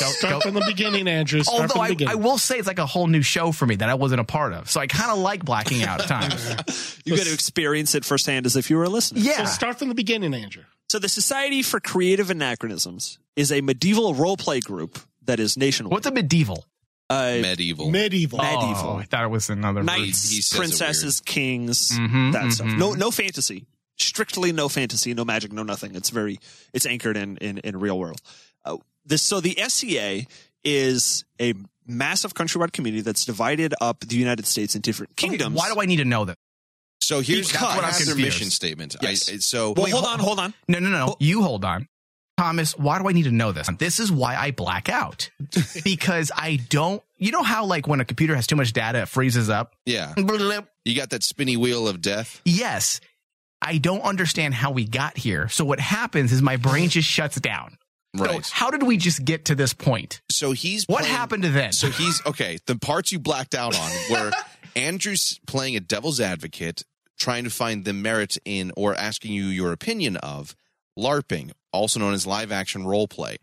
[SPEAKER 1] Don't,
[SPEAKER 9] Start
[SPEAKER 1] don't-
[SPEAKER 9] from the beginning, Andrew. Start
[SPEAKER 1] Although
[SPEAKER 9] from the
[SPEAKER 1] I,
[SPEAKER 9] beginning.
[SPEAKER 1] I will say it's like a whole new show for me that I wasn't a part of. So I kind of like blacking out at times.
[SPEAKER 5] You got to experience it firsthand as if you were a listener.
[SPEAKER 1] Yeah.
[SPEAKER 9] So start from the beginning, Andrew.
[SPEAKER 5] So the Society for Creative Anachronisms is a medieval roleplay group that is nationwide.
[SPEAKER 1] What's a medieval?
[SPEAKER 5] Uh,
[SPEAKER 4] Medieval.
[SPEAKER 9] Medieval.
[SPEAKER 5] Medieval.
[SPEAKER 1] Oh, I thought it was another word.
[SPEAKER 5] knights,
[SPEAKER 4] He- he says it
[SPEAKER 5] princesses, kings,
[SPEAKER 1] Mhm,
[SPEAKER 5] that stuff.
[SPEAKER 1] mhm.
[SPEAKER 5] No, no fantasy. Strictly no fantasy, no magic, no nothing. It's very, it's anchored in in, in real world. Uh, this so the SCA is a massive countrywide community that's divided up the United States in different
[SPEAKER 1] Okay,
[SPEAKER 5] kingdoms.
[SPEAKER 1] Why do I need to know that?
[SPEAKER 4] So here's
[SPEAKER 1] Because-
[SPEAKER 4] I
[SPEAKER 1] That's what I'm
[SPEAKER 4] have their
[SPEAKER 1] confused.
[SPEAKER 4] mission statement.
[SPEAKER 5] Yes.
[SPEAKER 4] I, so
[SPEAKER 5] Well,
[SPEAKER 1] Wait,
[SPEAKER 5] hold
[SPEAKER 1] hol-
[SPEAKER 5] on, hold on.
[SPEAKER 1] No, no, no. You hold on. Thomas, why do I need to know this? This is why I black out. Because I don't, you know how, like, when a computer has too much data, it freezes up?
[SPEAKER 4] yeah, you got that spinny wheel of death.
[SPEAKER 1] Yes. I don't understand how we got here. So what happens is my brain just shuts down.
[SPEAKER 4] Right.
[SPEAKER 1] So how did we just get to this point?
[SPEAKER 4] So he's
[SPEAKER 1] What
[SPEAKER 4] playing-
[SPEAKER 1] happened to then?
[SPEAKER 4] So he's okay. The parts you blacked out on were Andrew's playing a devil's advocate, trying to find the merit in or asking you your opinion of LARPing, also known as live action role play,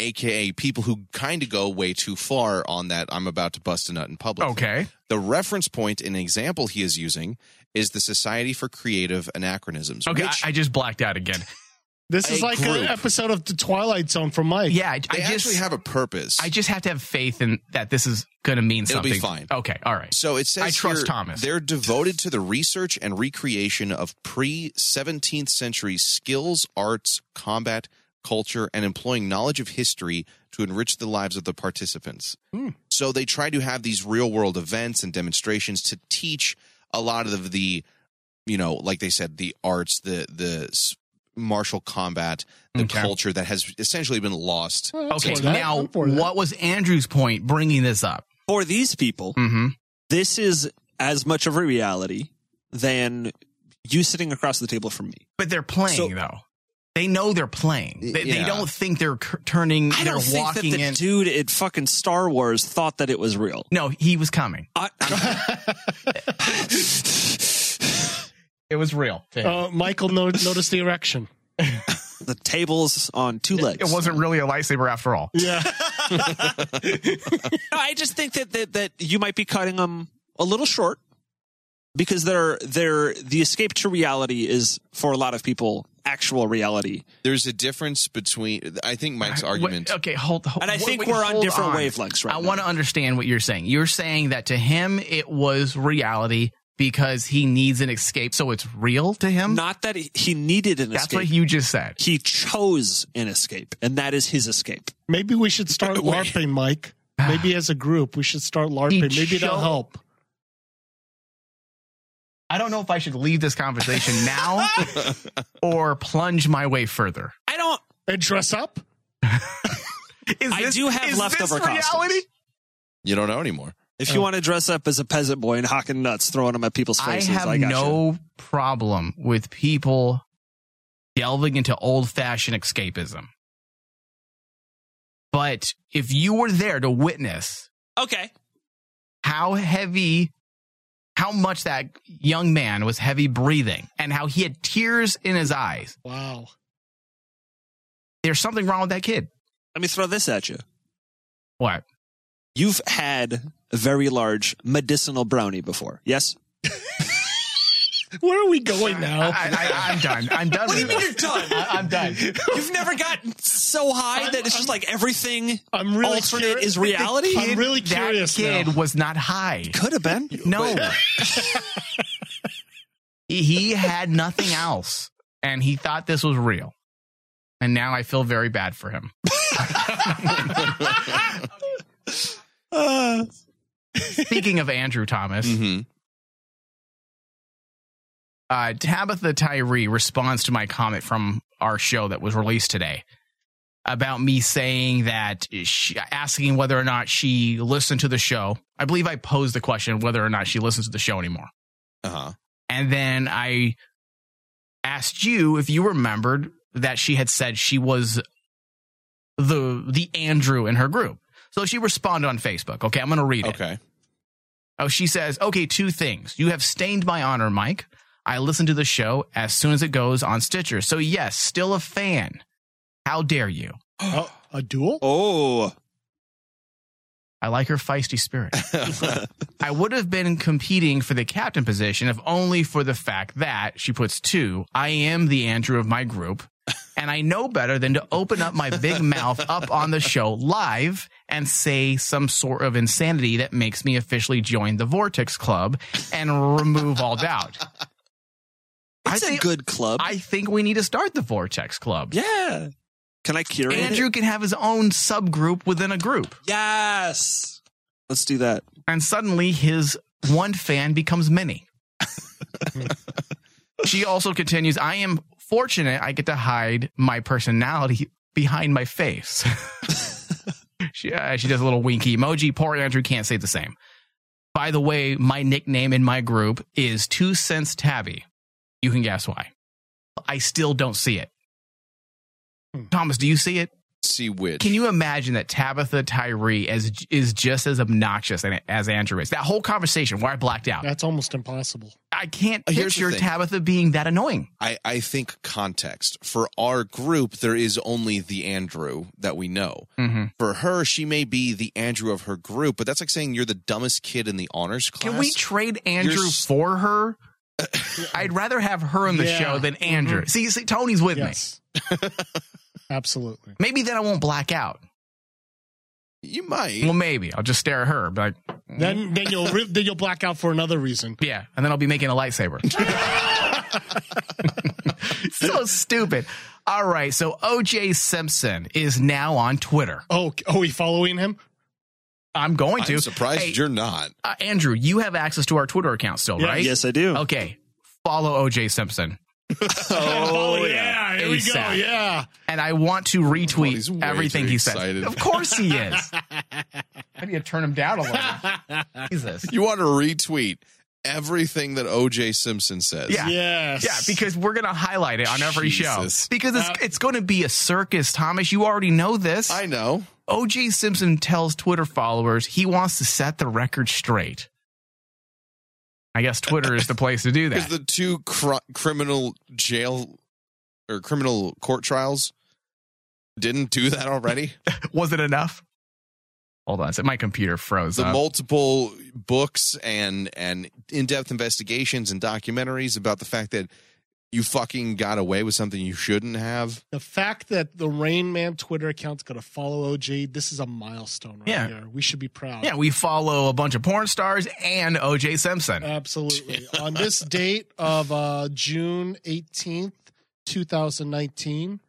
[SPEAKER 4] aka people who kind of go way too far on that. I'm about to bust a nut in public.
[SPEAKER 1] okay.
[SPEAKER 4] The reference point and example he is using is the Society for Creative Anachronisms.
[SPEAKER 1] Okay.
[SPEAKER 4] which
[SPEAKER 1] I, I just blacked out again.
[SPEAKER 9] This is
[SPEAKER 4] A
[SPEAKER 9] like an
[SPEAKER 4] group.
[SPEAKER 9] episode of The Twilight Zone from Mike.
[SPEAKER 1] Yeah. I, I
[SPEAKER 4] they
[SPEAKER 1] just,
[SPEAKER 4] actually have a purpose.
[SPEAKER 1] I just have to have faith in that this is going to mean
[SPEAKER 4] It'll
[SPEAKER 1] something.
[SPEAKER 4] be fine.
[SPEAKER 1] Okay. All right.
[SPEAKER 4] So it says
[SPEAKER 1] I trust
[SPEAKER 4] here
[SPEAKER 1] Thomas.
[SPEAKER 4] They're devoted to the research and recreation of pre 17th century skills, arts, combat, culture, and employing knowledge of history to enrich the lives of the participants.
[SPEAKER 1] Hmm.
[SPEAKER 4] So they try to have these real world events and demonstrations to teach a lot of the, you know, like they said, the arts, the the s- martial combat, the
[SPEAKER 1] Okay.
[SPEAKER 4] culture that has essentially been lost.
[SPEAKER 1] Okay.
[SPEAKER 9] for that.
[SPEAKER 1] Now,
[SPEAKER 9] I'm for that.
[SPEAKER 1] what was Andrew's point bringing this up?
[SPEAKER 5] For these people,
[SPEAKER 1] Mm-hmm.
[SPEAKER 5] this is as much of a reality than you sitting across the table from me.
[SPEAKER 1] But they're playing
[SPEAKER 5] So-
[SPEAKER 1] though. They know they're playing. They, they
[SPEAKER 4] Yeah.
[SPEAKER 1] don't think they're cur- turning.
[SPEAKER 5] I
[SPEAKER 1] they're
[SPEAKER 5] don't think that
[SPEAKER 1] walking
[SPEAKER 5] the
[SPEAKER 1] in.
[SPEAKER 5] dude at fucking Star Wars thought that it was real.
[SPEAKER 1] no, he was coming.
[SPEAKER 5] I,
[SPEAKER 1] It was real. to him.
[SPEAKER 9] Uh, Michael no- noticed the erection.
[SPEAKER 5] the tables on two legs.
[SPEAKER 1] it wasn't really a lightsaber after all.
[SPEAKER 9] Yeah.
[SPEAKER 5] No, I just think that, that that you might be cutting them a little short because they're they're the escape to reality is for a lot of people actual reality,
[SPEAKER 4] There's a difference between, I think Mike's argument.
[SPEAKER 1] Wait, okay, hold. hold
[SPEAKER 5] and I
[SPEAKER 1] wait,
[SPEAKER 5] think
[SPEAKER 1] wait,
[SPEAKER 5] we're on
[SPEAKER 1] hold
[SPEAKER 5] different wavelengths right
[SPEAKER 1] I
[SPEAKER 5] now.
[SPEAKER 1] want to understand what you're saying. You're saying that to him it was reality because he needs an escape, so it's real to him.
[SPEAKER 5] not that he- he needed an
[SPEAKER 1] That's
[SPEAKER 5] escape.
[SPEAKER 1] what you just said.
[SPEAKER 5] he chose an escape, and that is his escape.
[SPEAKER 9] Maybe we should start
[SPEAKER 4] Wait.
[SPEAKER 9] LARPing, Mike.
[SPEAKER 1] Ah.
[SPEAKER 9] Maybe as a group, we should start LARPing. Maybe
[SPEAKER 1] cho-
[SPEAKER 9] that'll help.
[SPEAKER 1] I don't know if I should leave this conversation now or plunge my way further.
[SPEAKER 5] I don't.
[SPEAKER 9] And dress up?
[SPEAKER 1] Is
[SPEAKER 5] I do have
[SPEAKER 1] is
[SPEAKER 5] leftover
[SPEAKER 1] this reality?
[SPEAKER 5] costumes.
[SPEAKER 4] you don't know anymore.
[SPEAKER 5] If you want to dress up as a peasant boy and hocking nuts, throwing them at people's
[SPEAKER 1] Uh, I
[SPEAKER 5] faces, I,
[SPEAKER 1] have
[SPEAKER 5] got you.
[SPEAKER 1] no problem with people delving into old fashioned escapism. But if you were there to witness
[SPEAKER 5] Okay,
[SPEAKER 1] how heavy, how much that young man was heavy breathing and how he had tears in his eyes,
[SPEAKER 9] Wow.
[SPEAKER 1] there's something wrong with that kid.
[SPEAKER 5] let me throw this at you.
[SPEAKER 1] What?
[SPEAKER 5] You've had a very large medicinal brownie before, yes?
[SPEAKER 9] Where are we going now?
[SPEAKER 1] I, I, I'm done. I'm done. with this.
[SPEAKER 5] done?
[SPEAKER 1] I, I'm done.
[SPEAKER 5] You've never gotten so high that it's just like everything
[SPEAKER 9] I'm really
[SPEAKER 5] alternate
[SPEAKER 9] curi-
[SPEAKER 5] is reality?
[SPEAKER 9] I'm really curious
[SPEAKER 1] That kid
[SPEAKER 9] now.
[SPEAKER 1] was not high.
[SPEAKER 5] Could have been.
[SPEAKER 1] No. he he had nothing else and he thought this was real. And now I feel very bad for him.
[SPEAKER 5] Uh,
[SPEAKER 1] Speaking of Andrew Thomas,
[SPEAKER 4] hmm
[SPEAKER 1] uh, Tabitha Tyree responds to my comment from our show that was released today about me saying that she, asking whether or not she listened to the show. I believe I posed the question whether or not she listens to the show anymore.
[SPEAKER 4] Uh huh.
[SPEAKER 1] And then I asked you if you remembered that she had said she was the the Andrew in her group. So she responded on Facebook. Okay, I'm going to read it.
[SPEAKER 4] Okay.
[SPEAKER 1] Oh, she says, "Okay, two things. You have stained my honor, Mike. I listen to the show as soon as it goes on Stitcher. So yes, still a fan. How dare you?"
[SPEAKER 9] Oh, a duel?
[SPEAKER 5] oh,
[SPEAKER 1] I like her feisty spirit. I would have been competing for the captain position if only for the fact that she puts two. I am the Andrew of my group, and I know better than to open up my big mouth up on the show live and say some sort of insanity that makes me officially join the Vortex Club and remove all doubt.
[SPEAKER 5] It's a
[SPEAKER 1] think-
[SPEAKER 5] good club.
[SPEAKER 1] I think we need to start the Vortex Club.
[SPEAKER 5] yeah. Can I curate it?
[SPEAKER 1] Andrew can have his own subgroup within a group.
[SPEAKER 5] Yes. Let's do that.
[SPEAKER 1] and suddenly his one fan becomes many. she also continues, I am fortunate I get to hide my personality behind my face. she, uh, she does a little winky emoji. Poor Andrew can't say the same. By the way, my nickname in my group is Two Cents Tabby. You can guess why. I still don't see it.
[SPEAKER 9] Hmm.
[SPEAKER 1] Thomas, do you see it?
[SPEAKER 4] See which.
[SPEAKER 1] Can you imagine that Tabitha Tyree as is just as obnoxious and- as Andrew is? That whole conversation where I blacked out.
[SPEAKER 9] That's almost impossible.
[SPEAKER 1] I can't
[SPEAKER 4] Uh, here's the
[SPEAKER 1] picture
[SPEAKER 4] thing.
[SPEAKER 1] Tabitha being that annoying.
[SPEAKER 4] I, I think context. For our group, there is only the Andrew that we know.
[SPEAKER 1] Mm-hmm.
[SPEAKER 4] For her, she may be the Andrew of her group, but that's like saying you're the dumbest kid in the honors class.
[SPEAKER 1] Can we trade Andrew
[SPEAKER 4] s-
[SPEAKER 1] for her? I'd rather have her on the
[SPEAKER 9] Yeah. Mm-hmm.
[SPEAKER 1] show than Andrew. See, see, Tony's with
[SPEAKER 9] Yes. Absolutely.
[SPEAKER 1] me. Maybe then I won't black out.
[SPEAKER 4] you might.
[SPEAKER 1] Well, maybe I'll just stare at her, but
[SPEAKER 9] Then then you'll re- then you'll black out for another reason.
[SPEAKER 1] yeah, and then I'll be making a lightsaber. so stupid. All right, so OJ Simpson is now on Twitter.
[SPEAKER 9] Oh, oh, we following him?
[SPEAKER 1] I'm going to.
[SPEAKER 4] I'm surprised
[SPEAKER 1] Hey,
[SPEAKER 4] you're not.
[SPEAKER 1] uh, Andrew, you have access to our Twitter account still, right?
[SPEAKER 5] Yes, I do.
[SPEAKER 1] Okay. Follow OJ Simpson.
[SPEAKER 9] Oh, yeah. Here we go.
[SPEAKER 1] ASAP.
[SPEAKER 9] Yeah.
[SPEAKER 1] And I want to
[SPEAKER 4] Oh, he's
[SPEAKER 1] retweet
[SPEAKER 4] way
[SPEAKER 1] everything
[SPEAKER 4] too
[SPEAKER 1] he says.
[SPEAKER 4] excited.
[SPEAKER 1] Of course he is. I need to turn him down a little. Jesus.
[SPEAKER 4] You want to retweet everything that OJ Simpson says.
[SPEAKER 1] Yeah.
[SPEAKER 9] Yes.
[SPEAKER 1] Yeah, because we're gonna highlight it on every
[SPEAKER 4] Jesus. Uh,
[SPEAKER 1] show. Because it's it's gonna be a circus, Thomas. You already know this.
[SPEAKER 4] I know.
[SPEAKER 1] OJ Simpson tells Twitter followers he wants to set the record straight. I guess Twitter is the place to do that.
[SPEAKER 4] Because the two cr- criminal jail or criminal court trials didn't do that already.
[SPEAKER 1] was it enough? Hold on, a sec. my computer froze.
[SPEAKER 4] the
[SPEAKER 1] up.
[SPEAKER 4] multiple books and and in-depth investigations and documentaries about the fact that you fucking got away with something you shouldn't have.
[SPEAKER 9] the fact that the Rain Man Twitter account's going to follow OJ, this is a milestone right
[SPEAKER 1] Yeah.
[SPEAKER 9] here. We should be proud.
[SPEAKER 1] yeah, we follow a bunch of porn stars and OJ Simpson.
[SPEAKER 9] Absolutely. On this date of uh, June 18th, 2019,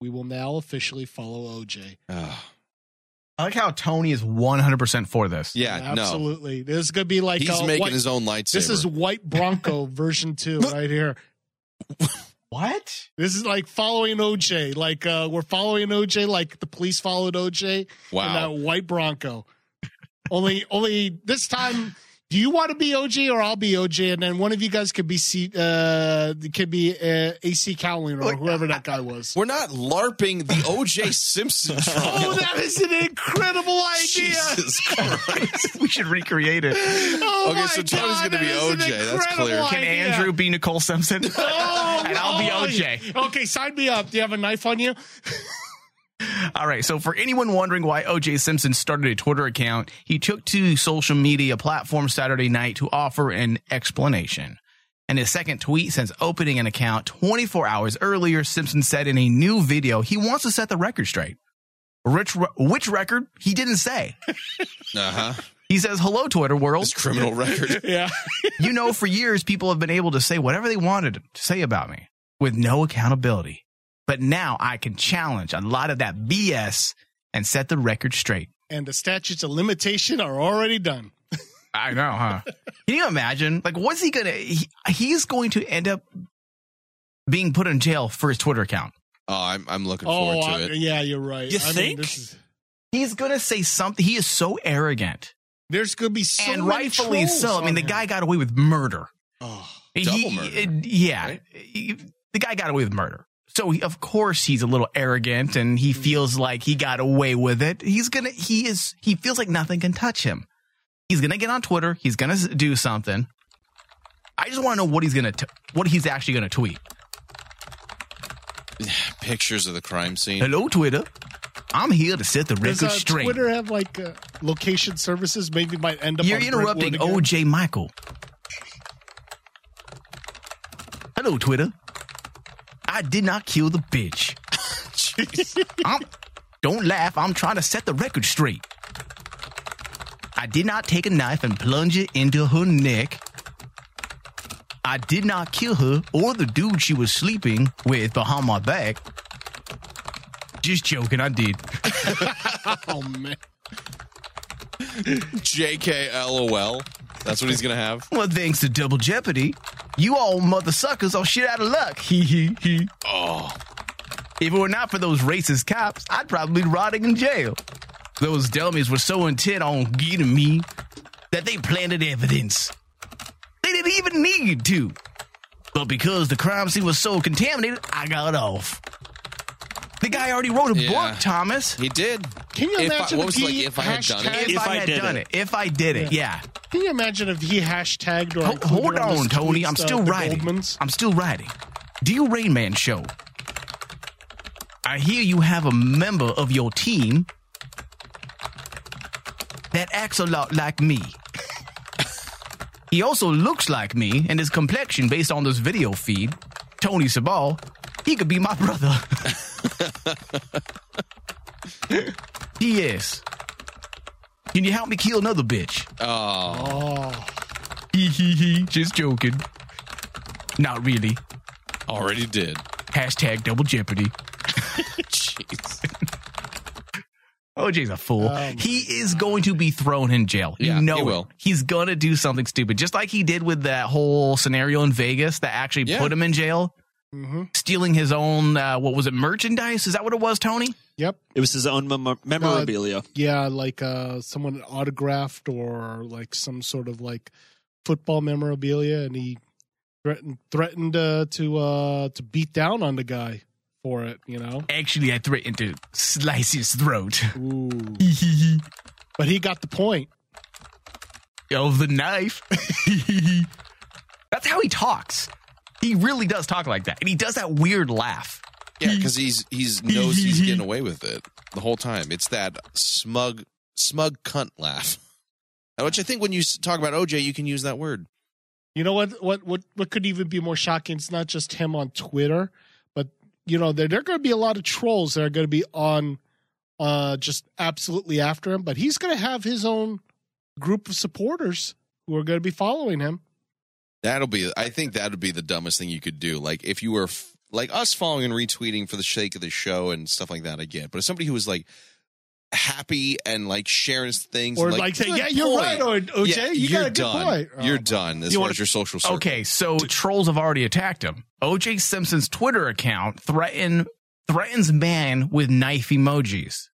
[SPEAKER 9] we will now officially follow OJ.
[SPEAKER 4] Ugh.
[SPEAKER 1] I like how Tony is 100% for this.
[SPEAKER 4] yeah, no.
[SPEAKER 9] Absolutely. This is going to be like
[SPEAKER 4] He's
[SPEAKER 9] uh,
[SPEAKER 4] making
[SPEAKER 9] white,
[SPEAKER 4] his own lightsaber.
[SPEAKER 9] This is White Bronco version 2 right here.
[SPEAKER 1] What?
[SPEAKER 9] This is like following OJ. Like uh, we're following OJ like the police followed OJ and
[SPEAKER 4] wow.
[SPEAKER 9] that white Bronco. only, only this time. Do you want to be OJ or I'll be OJ, and then one of you guys could be C, uh, could be uh, AC Cowling or whoever that guy was.
[SPEAKER 4] We're not larping the OJ Simpson trial.
[SPEAKER 9] Oh, that is an incredible idea!
[SPEAKER 4] Jesus Christ.
[SPEAKER 1] we should recreate it.
[SPEAKER 9] Oh
[SPEAKER 4] Okay,
[SPEAKER 9] my
[SPEAKER 4] so Tony's
[SPEAKER 9] God,
[SPEAKER 4] gonna be
[SPEAKER 9] that is an
[SPEAKER 4] OJ. That's
[SPEAKER 9] incredible
[SPEAKER 4] clear.
[SPEAKER 1] Can
[SPEAKER 9] idea.
[SPEAKER 1] Andrew be Nicole Simpson?
[SPEAKER 9] Oh,
[SPEAKER 1] And I'll be
[SPEAKER 9] oh,
[SPEAKER 1] OJ.
[SPEAKER 9] Okay, sign me up. Do you have a knife on you?
[SPEAKER 1] All right. So, for anyone wondering why OJ Simpson started a Twitter account, he took to social media platforms Saturday night to offer an explanation. In his second tweet since opening an account 24 hours earlier, Simpson said in a new video he wants to set the record straight. Rich, which record? He didn't say.
[SPEAKER 4] Uh-huh.
[SPEAKER 1] He says, Hello, Twitter world.
[SPEAKER 4] His criminal record.
[SPEAKER 9] Yeah.
[SPEAKER 1] you know, for years, people have been able to say whatever they wanted to say about me with no accountability. But now I can challenge a lot of that BS and set the record straight.
[SPEAKER 9] And the statutes of limitation are already done.
[SPEAKER 1] I know, Oh, huh? Can you imagine? Like, what's he gonna? He, he's going to end up being put in jail for his Twitter account.
[SPEAKER 4] Oh, I'm I'm looking
[SPEAKER 9] Oh,
[SPEAKER 4] forward to
[SPEAKER 9] I-
[SPEAKER 4] it.
[SPEAKER 9] yeah, you're right.
[SPEAKER 5] You
[SPEAKER 9] I mean,
[SPEAKER 5] think?
[SPEAKER 9] this is-
[SPEAKER 1] He's gonna say something. He is so arrogant,
[SPEAKER 9] there's going to be so
[SPEAKER 1] and
[SPEAKER 9] many
[SPEAKER 1] rightfully
[SPEAKER 9] trolls
[SPEAKER 1] so. I mean,
[SPEAKER 9] on
[SPEAKER 1] the
[SPEAKER 9] him.
[SPEAKER 1] guy got away with murder.
[SPEAKER 9] Oh.
[SPEAKER 4] Double
[SPEAKER 1] He-
[SPEAKER 4] murder,
[SPEAKER 1] it- yeah,
[SPEAKER 4] right?
[SPEAKER 1] He- the guy got away with murder. So he, of course he's a little arrogant, and he
[SPEAKER 4] Mm-hmm.
[SPEAKER 1] feels like he got away with it. He's gonna. He is. He feels like nothing can touch him. He's gonna get on Twitter. He's gonna s- do something. I just want to know what he's gonna. T- what he's actually gonna tweet.
[SPEAKER 4] Pictures of the crime scene.
[SPEAKER 1] Hello, Twitter. I'm here to set the record
[SPEAKER 9] Does uh,
[SPEAKER 1] straight.
[SPEAKER 9] Twitter have like a, location services maybe might end up.
[SPEAKER 1] You're
[SPEAKER 9] on
[SPEAKER 1] interrupting
[SPEAKER 9] Brentwood again.
[SPEAKER 1] OJ Michael. Hello, Twitter. I did not kill the bitch. I'm- don't laugh. I'm trying to set the record straight. I did not take a knife and plunge it into her neck. I did not kill her or the dude she was sleeping with behind my back. Just joking, I did.
[SPEAKER 9] Oh man,
[SPEAKER 4] JKLOL. That's what he's gonna have.
[SPEAKER 1] Well, thanks to Double Jeopardy, you all mother suckers are shit out of luck. Hee hee hee. Oh. If it were not for those racist cops, I'd probably be rotting in jail. Those dummies were so intent on getting me that they planted evidence. They didn't even need to. But because the crime scene was so contaminated, I got off. The guy already wrote a
[SPEAKER 4] Yeah.
[SPEAKER 1] book, Thomas.
[SPEAKER 4] He did.
[SPEAKER 9] can you
[SPEAKER 4] If I-
[SPEAKER 9] imagine
[SPEAKER 4] what
[SPEAKER 9] if,
[SPEAKER 4] was
[SPEAKER 9] he
[SPEAKER 4] like, if I had done it?
[SPEAKER 9] hashtag-
[SPEAKER 1] If, I,
[SPEAKER 5] I
[SPEAKER 1] had
[SPEAKER 5] did
[SPEAKER 1] done
[SPEAKER 5] it.
[SPEAKER 1] it. if I did it, yeah.
[SPEAKER 9] Can you imagine if he hashtagged or
[SPEAKER 1] Ho-
[SPEAKER 9] included
[SPEAKER 1] hold
[SPEAKER 9] his
[SPEAKER 1] on, Tony.
[SPEAKER 9] tweets,
[SPEAKER 1] I'm
[SPEAKER 9] uh,
[SPEAKER 1] still
[SPEAKER 9] the
[SPEAKER 1] writing.
[SPEAKER 9] Goldmans?
[SPEAKER 1] I'm still writing. Dear Rain Man Show, I hear you have a member of your team that acts a lot like me. he also looks like me, and his complexion, based on this video feed, Tony Sabal, he could be my brother. he is. Can you help me kill another bitch?
[SPEAKER 4] Oh,
[SPEAKER 1] Hee hee hee. Just joking. Not really.
[SPEAKER 4] already did.
[SPEAKER 1] Hashtag double jeopardy.
[SPEAKER 4] Jeez.
[SPEAKER 1] OJ's a fool.
[SPEAKER 9] Um,
[SPEAKER 1] he is going to be thrown in jail. You
[SPEAKER 4] Yeah,
[SPEAKER 1] know
[SPEAKER 4] he
[SPEAKER 1] it.
[SPEAKER 4] will.
[SPEAKER 1] He's gonna do something stupid, just like he did with that whole scenario in Vegas that actually
[SPEAKER 4] Yeah.
[SPEAKER 1] put him in jail,
[SPEAKER 9] Mhm.
[SPEAKER 1] stealing his own uh, what was it merchandise? Is that what it was, Tony?
[SPEAKER 9] Yep.
[SPEAKER 5] It was his own mem- memorabilia.
[SPEAKER 9] Yeah, like uh, someone autographed or like some sort of like football memorabilia, and he threatened threatened uh, to uh, to beat down on the guy for it. You know,
[SPEAKER 1] Actually, I threatened to slice his throat
[SPEAKER 9] Ooh. but he got the point.
[SPEAKER 1] of the knife. That's how he talks. He really does talk like that, and he does that weird laugh.
[SPEAKER 4] Yeah, because he's he's knows he's getting away with it the whole time. It's that smug smug cunt laugh. Which I think when you s- talk about OJ, you can use that word.
[SPEAKER 9] You know what? What what what could even be more shocking? It's not just him on Twitter, but you know there there are going to be a lot of trolls that are going to be on, uh, just absolutely after him. But he's going to have his own group of supporters who are going to be following him.
[SPEAKER 4] That'll be. I think that would be the dumbest thing you could do. Like if you were f- like us following and retweeting for the sake of the show and stuff like that. I get. But if somebody who was like happy and like sharing things,
[SPEAKER 9] or
[SPEAKER 4] and,
[SPEAKER 9] like, say,
[SPEAKER 4] "Good
[SPEAKER 9] yeah, you're
[SPEAKER 4] point."
[SPEAKER 9] right, or OJ,
[SPEAKER 4] Yeah,
[SPEAKER 9] you
[SPEAKER 4] you're
[SPEAKER 9] got a good
[SPEAKER 4] done.
[SPEAKER 9] point. Oh,
[SPEAKER 4] You're done as
[SPEAKER 5] You
[SPEAKER 4] far
[SPEAKER 5] wanna-
[SPEAKER 4] as your social circle.
[SPEAKER 1] Okay, so trolls have already attacked him. OJ Simpson's Twitter account threaten threatens man with knife emojis.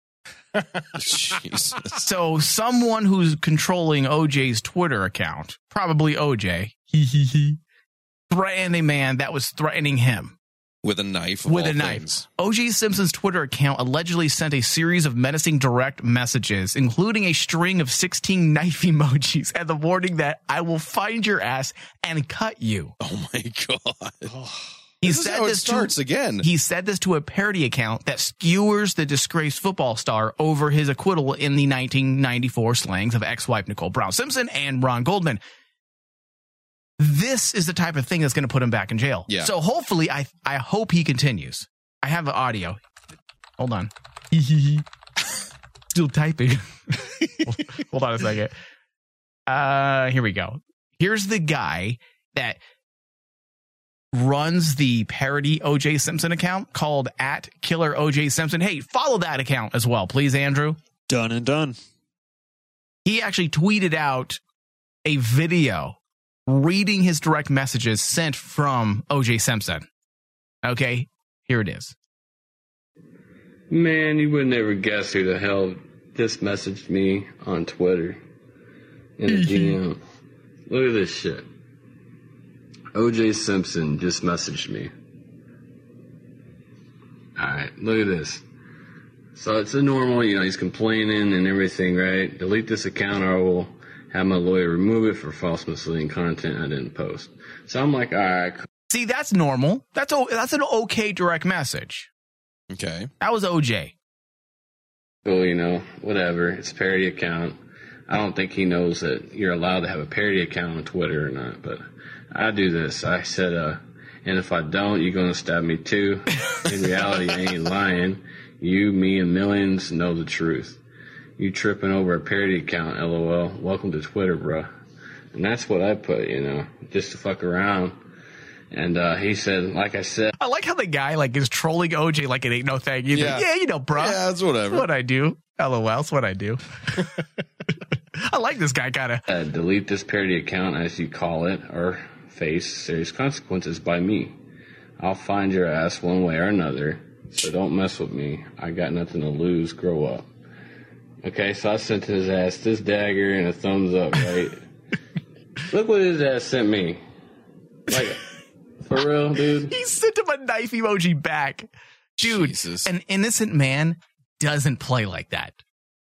[SPEAKER 4] Jesus.
[SPEAKER 1] So someone who's controlling OJ's Twitter account, probably OJ, hee hee hee, threatened a man that was threatening him.
[SPEAKER 4] with a knife. of
[SPEAKER 1] With
[SPEAKER 4] all
[SPEAKER 1] a knife.
[SPEAKER 4] things.
[SPEAKER 1] OJ Simpson's Twitter account allegedly sent a series of menacing direct messages, including a string of 16 knife emojis and the warning that I will find your ass and cut you.
[SPEAKER 4] Oh my god!
[SPEAKER 1] He
[SPEAKER 4] This is how it starts
[SPEAKER 1] to,
[SPEAKER 4] again.
[SPEAKER 1] He said this to a parody account that skewers the disgraced football star over his acquittal in the 1994 slangs of ex-wife Nicole Brown Simpson and Ron Goldman. This is the type of thing that's going to put him back in jail.
[SPEAKER 4] Yeah.
[SPEAKER 1] So hopefully, I I hope he continues. I have the audio. Hold on. Still typing. Hold on a second. Uh, here we go. Here's the guy that runs the parody OJ Simpson account called at Killer OJ Simpson. Hey, follow that account as well, please, Andrew.
[SPEAKER 5] Done and done.
[SPEAKER 1] He actually tweeted out a video reading his direct messages sent from OJ Simpson. Okay, here it is.
[SPEAKER 10] Man, you would never guess who the hell just messaged me on Twitter in a DM. Look at this shit. OJ Simpson just messaged me. Alright, look at this. So it's a normal, you know, he's complaining and everything, right? Delete this account or I will have my lawyer remove it for false misleading content I didn't post. So I'm like, alright,
[SPEAKER 1] See, that's normal. That's o- that's an okay direct message.
[SPEAKER 4] Okay.
[SPEAKER 1] That was OJ.
[SPEAKER 10] Well, you know, whatever. It's a parody account. I don't think he knows that you're allowed to have a parody account on Twitter or not, but I do this. I said, uh, and if I don't, you're going to stab me too. In reality, I ain't lying. You, me, and millions know the truth. You tripping over a parody account, lol. Welcome to Twitter, bruh. And that's what I put, you know, just to fuck around. And uh, he said, like I said,
[SPEAKER 1] I like how the guy like is trolling OJ like it ain't no thing. He's
[SPEAKER 4] Yeah.
[SPEAKER 1] like, yeah, you know, bruh.
[SPEAKER 4] Yeah, it's whatever.
[SPEAKER 1] That's what I do. LOL, that's what I do. I like this guy kind of.
[SPEAKER 10] uh, delete this parody account, as you call it, or face serious consequences by me. I'll find your ass one way or another, so don't mess with me. I got nothing to lose. Grow up. Okay, so I sent his ass this dagger and a thumbs up, right? Look what his ass sent me. Like, for real, dude?
[SPEAKER 1] He sent him a knife emoji back. Dude,
[SPEAKER 4] Jesus.
[SPEAKER 1] an innocent man doesn't play like that.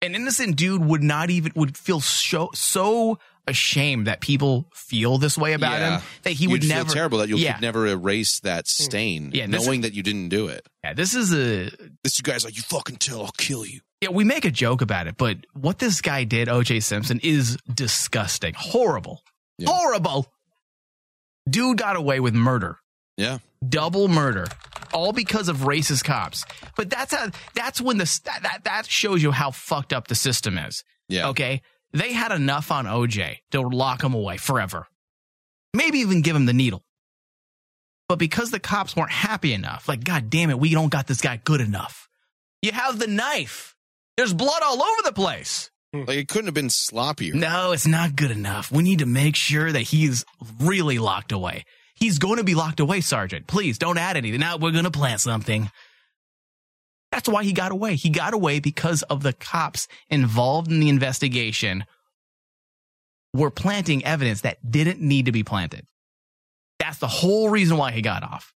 [SPEAKER 1] An innocent dude would not even would feel so so ashamed that people feel this way about
[SPEAKER 4] Yeah.
[SPEAKER 1] him that he would
[SPEAKER 4] You'd
[SPEAKER 1] never
[SPEAKER 4] feel terrible that you
[SPEAKER 1] yeah, Hmm.
[SPEAKER 4] could never erase that stain,
[SPEAKER 1] Yeah, this-
[SPEAKER 4] knowing that you didn't do it.
[SPEAKER 1] yeah, this is a
[SPEAKER 4] This guy's like, you fucking tell, I'll kill you.
[SPEAKER 1] yeah, we make a joke about it, but what this guy did, OJ Simpson, is disgusting. Horrible.
[SPEAKER 4] Yeah.
[SPEAKER 1] Horrible. Dude got away with murder.
[SPEAKER 4] Yeah.
[SPEAKER 1] double murder all because of racist cops but that's how that's when the that that, that shows you how fucked up the system is
[SPEAKER 4] Yeah.
[SPEAKER 1] okay they had enough on oj to lock him away forever maybe even give him the needle but because the cops weren't happy enough like god damn it we don't got this guy good enough you have the knife there's blood all over the place
[SPEAKER 4] Like, it couldn't have been sloppier.
[SPEAKER 1] no, it's not good enough. We need to make sure that he's really locked away. He's going to be locked away, Sergeant. Please don't add anything. Now we're going to plan something. That's why he got away. He got away because of the cops involved in the investigation were planting evidence that didn't need to be planted. That's the whole reason why he got off.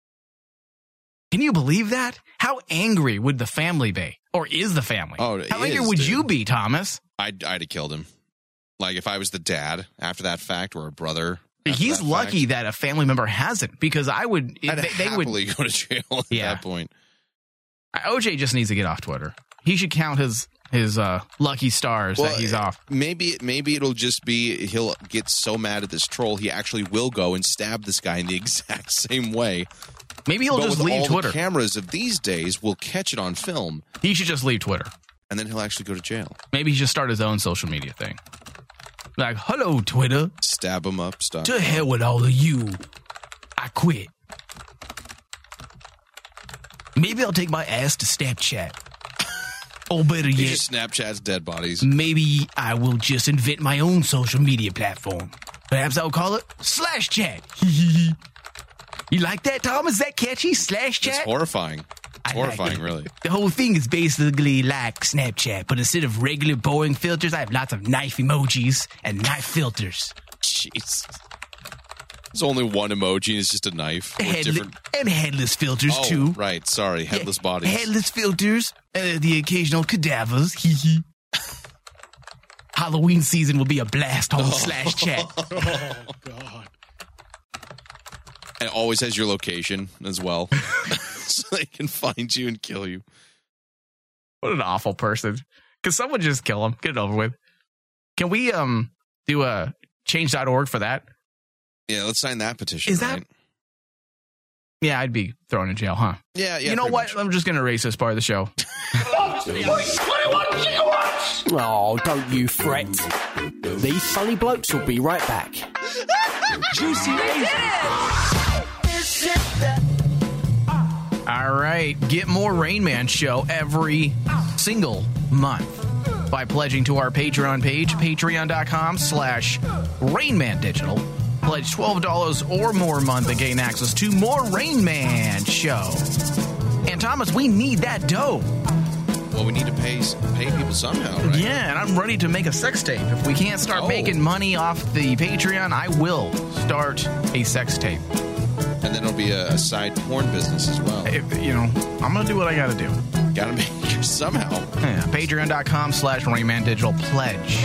[SPEAKER 1] Can you believe that? How angry would the family be? Or is the family?
[SPEAKER 4] Oh, it
[SPEAKER 1] How angry
[SPEAKER 4] is,
[SPEAKER 1] would
[SPEAKER 4] dude.
[SPEAKER 1] you be, Thomas?
[SPEAKER 4] I'd, I'd have killed him. Like, if I was the dad after that fact or a brother. after
[SPEAKER 1] He's
[SPEAKER 4] that
[SPEAKER 1] lucky
[SPEAKER 4] fact,
[SPEAKER 1] that a family member hasn't because I would.
[SPEAKER 4] I'd
[SPEAKER 1] they, they would.
[SPEAKER 4] happily go to jail at
[SPEAKER 1] Yeah.
[SPEAKER 4] that point.
[SPEAKER 1] OJ just needs to get off Twitter. He should count his his uh, lucky stars
[SPEAKER 4] Well,
[SPEAKER 1] that he's off.
[SPEAKER 4] Maybe maybe it'll just be he'll get so mad at this troll he actually will go and stab this guy in the exact same way.
[SPEAKER 1] Maybe he'll
[SPEAKER 4] but
[SPEAKER 1] just
[SPEAKER 4] with
[SPEAKER 1] leave
[SPEAKER 4] all
[SPEAKER 1] Twitter.
[SPEAKER 4] the cameras of these days, will catch it on film,
[SPEAKER 1] he should just leave Twitter.
[SPEAKER 4] and then he'll actually go to jail.
[SPEAKER 1] Maybe he should start his own social media thing. Like, hello, Twitter.
[SPEAKER 4] Stab him up, stop.
[SPEAKER 1] To hell with all of you. I quit. Maybe I'll take my ass to Snapchat. or better
[SPEAKER 4] He
[SPEAKER 1] yet,
[SPEAKER 4] just Snapchats dead bodies.
[SPEAKER 1] Maybe I will just invent my own social media platform. Perhaps I'll call it Slash Chat. you like that, Tom? Is that catchy? Slash
[SPEAKER 4] It's
[SPEAKER 1] Chat?
[SPEAKER 4] horrifying. It's
[SPEAKER 1] I like
[SPEAKER 4] horrifying,
[SPEAKER 1] it.
[SPEAKER 4] really.
[SPEAKER 1] The whole thing is basically like Snapchat, but instead of regular boring filters, I have lots of knife emojis and knife filters.
[SPEAKER 4] Jeez. There's only one emoji, and it's just a knife. With
[SPEAKER 1] Headle-
[SPEAKER 4] different.
[SPEAKER 1] and headless filters,
[SPEAKER 4] Oh,
[SPEAKER 1] too.
[SPEAKER 4] right. Sorry, headless bodies.
[SPEAKER 1] Headless filters, uh, the occasional cadavers. Hee hee. Halloween season will be a blast
[SPEAKER 4] Oh.
[SPEAKER 1] on Slash Chat.
[SPEAKER 4] and it always has your location as well, so they can find you and kill you.
[SPEAKER 1] What an awful person. Could someone just kill him? Get it over with. Can we um do a change.org for that?
[SPEAKER 4] Yeah, let's sign that petition.
[SPEAKER 1] Is that-
[SPEAKER 4] right?
[SPEAKER 1] Yeah, I'd be thrown in jail, huh?
[SPEAKER 4] Yeah, yeah.
[SPEAKER 1] you know
[SPEAKER 4] pretty
[SPEAKER 1] what?
[SPEAKER 4] much.
[SPEAKER 1] I'm just going to erase this part of the show.
[SPEAKER 7] Oh, don't you fret. These funny blokes will be right back.
[SPEAKER 1] All right. Get more Rain Man show every single month by pledging to our Patreon page, patreon.com slash Rain Man Digital. Pledge $12 or more a month and gain access to more Rain Man show. And Thomas, we need that dough.
[SPEAKER 4] Well, we need to pay pay people somehow, right?
[SPEAKER 1] Yeah, and I'm ready to make a sex tape. If we can't start
[SPEAKER 4] Oh.
[SPEAKER 1] making money off the Patreon, I will start a sex tape.
[SPEAKER 4] And then it'll be a, a side porn business as well.
[SPEAKER 1] If, you know, I'm gonna do what I gotta do.
[SPEAKER 4] Gotta make it somehow.
[SPEAKER 1] Yeah, Patreon.com slash Rainman Digital Pledge.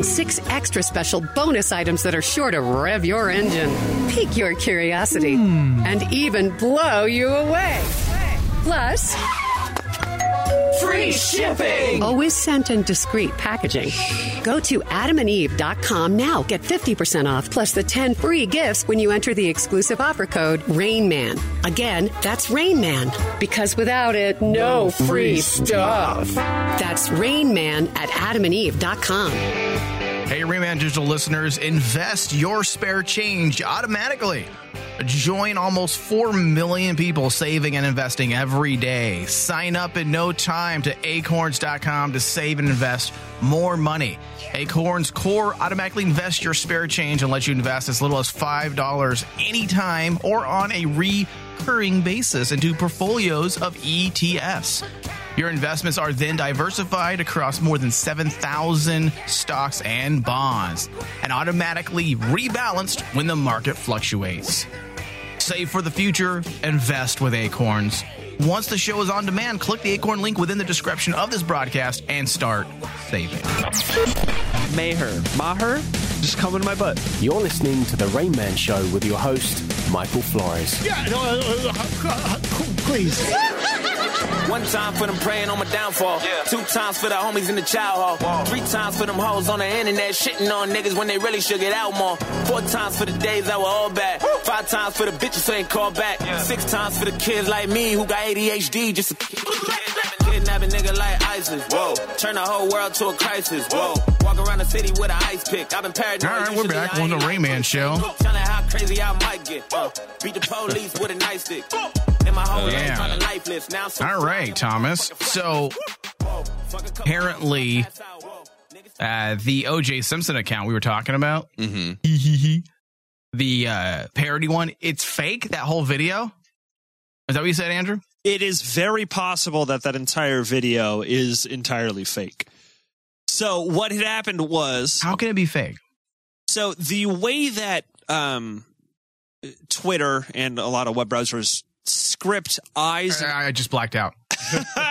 [SPEAKER 11] six extra special bonus items that are sure to rev your engine, pique your curiosity, and even blow you away. Plus,
[SPEAKER 8] Free shipping.
[SPEAKER 11] Always sent in discreet packaging. Go to adamandeve.com now. Get 50% off plus the 10 free gifts when you enter the exclusive offer code RAINMAN. Again, that's RAINMAN. Because without it, no free stuff. That's RAINMAN at adamandeve.com.
[SPEAKER 1] Hey, Rayman Digital listeners, invest your spare change automatically. Join almost 4 million people saving and investing every day. Sign up in no time to acorns.com to save and invest more money. Acorns Core automatically invests your spare change and lets you invest as little as $5 anytime or on a recurring basis into portfolios of E ETFs. Your investments are then diversified across more than 7,000 stocks and bonds and automatically rebalanced when the market fluctuates. Save for the future, invest with Acorns. Once the show is on demand, click the Acorn link within the description of this broadcast and start saving.
[SPEAKER 5] Maher. Maher? Just come in my butt.
[SPEAKER 7] You're listening to The Rain Man Show with your host, Michael Flores.
[SPEAKER 6] Yeah, no, uh, uh, uh, please.
[SPEAKER 12] One time for them praying on my downfall. Two times for the homies in the child hall. Three times for them hoes on the internet shitting on niggas when they really should get out more. Four times for the days I were all bad. Five times for the bitches who ain't called back. Six times for the kids like me who got ADHD just to Kidnap a nigga like ISIS, whoa. Turn the whole world to a crisis, whoa. Walk around the city with an ice pick. I've been paranoid.
[SPEAKER 1] All right, we're
[SPEAKER 12] usually
[SPEAKER 1] back
[SPEAKER 12] I
[SPEAKER 1] on The
[SPEAKER 12] ain't
[SPEAKER 1] Rayman Show.
[SPEAKER 12] Tell her how crazy I might get. uh. beat the police with a nice stick. And my whole life
[SPEAKER 1] Yeah.
[SPEAKER 12] on the lifeless. Now I'm so
[SPEAKER 1] All right, Thomas. So apparently, uh, the OJ Simpson account we were talking about, mm-hmm. the uh, parody one, it's fake. That whole video. Is that what you said, Andrew?
[SPEAKER 5] It is very possible that that entire video is entirely fake. So what had happened was
[SPEAKER 1] how can it be fake?
[SPEAKER 5] So the way that um, Twitter and a lot of web browsers script eyes.
[SPEAKER 1] I, just blacked out.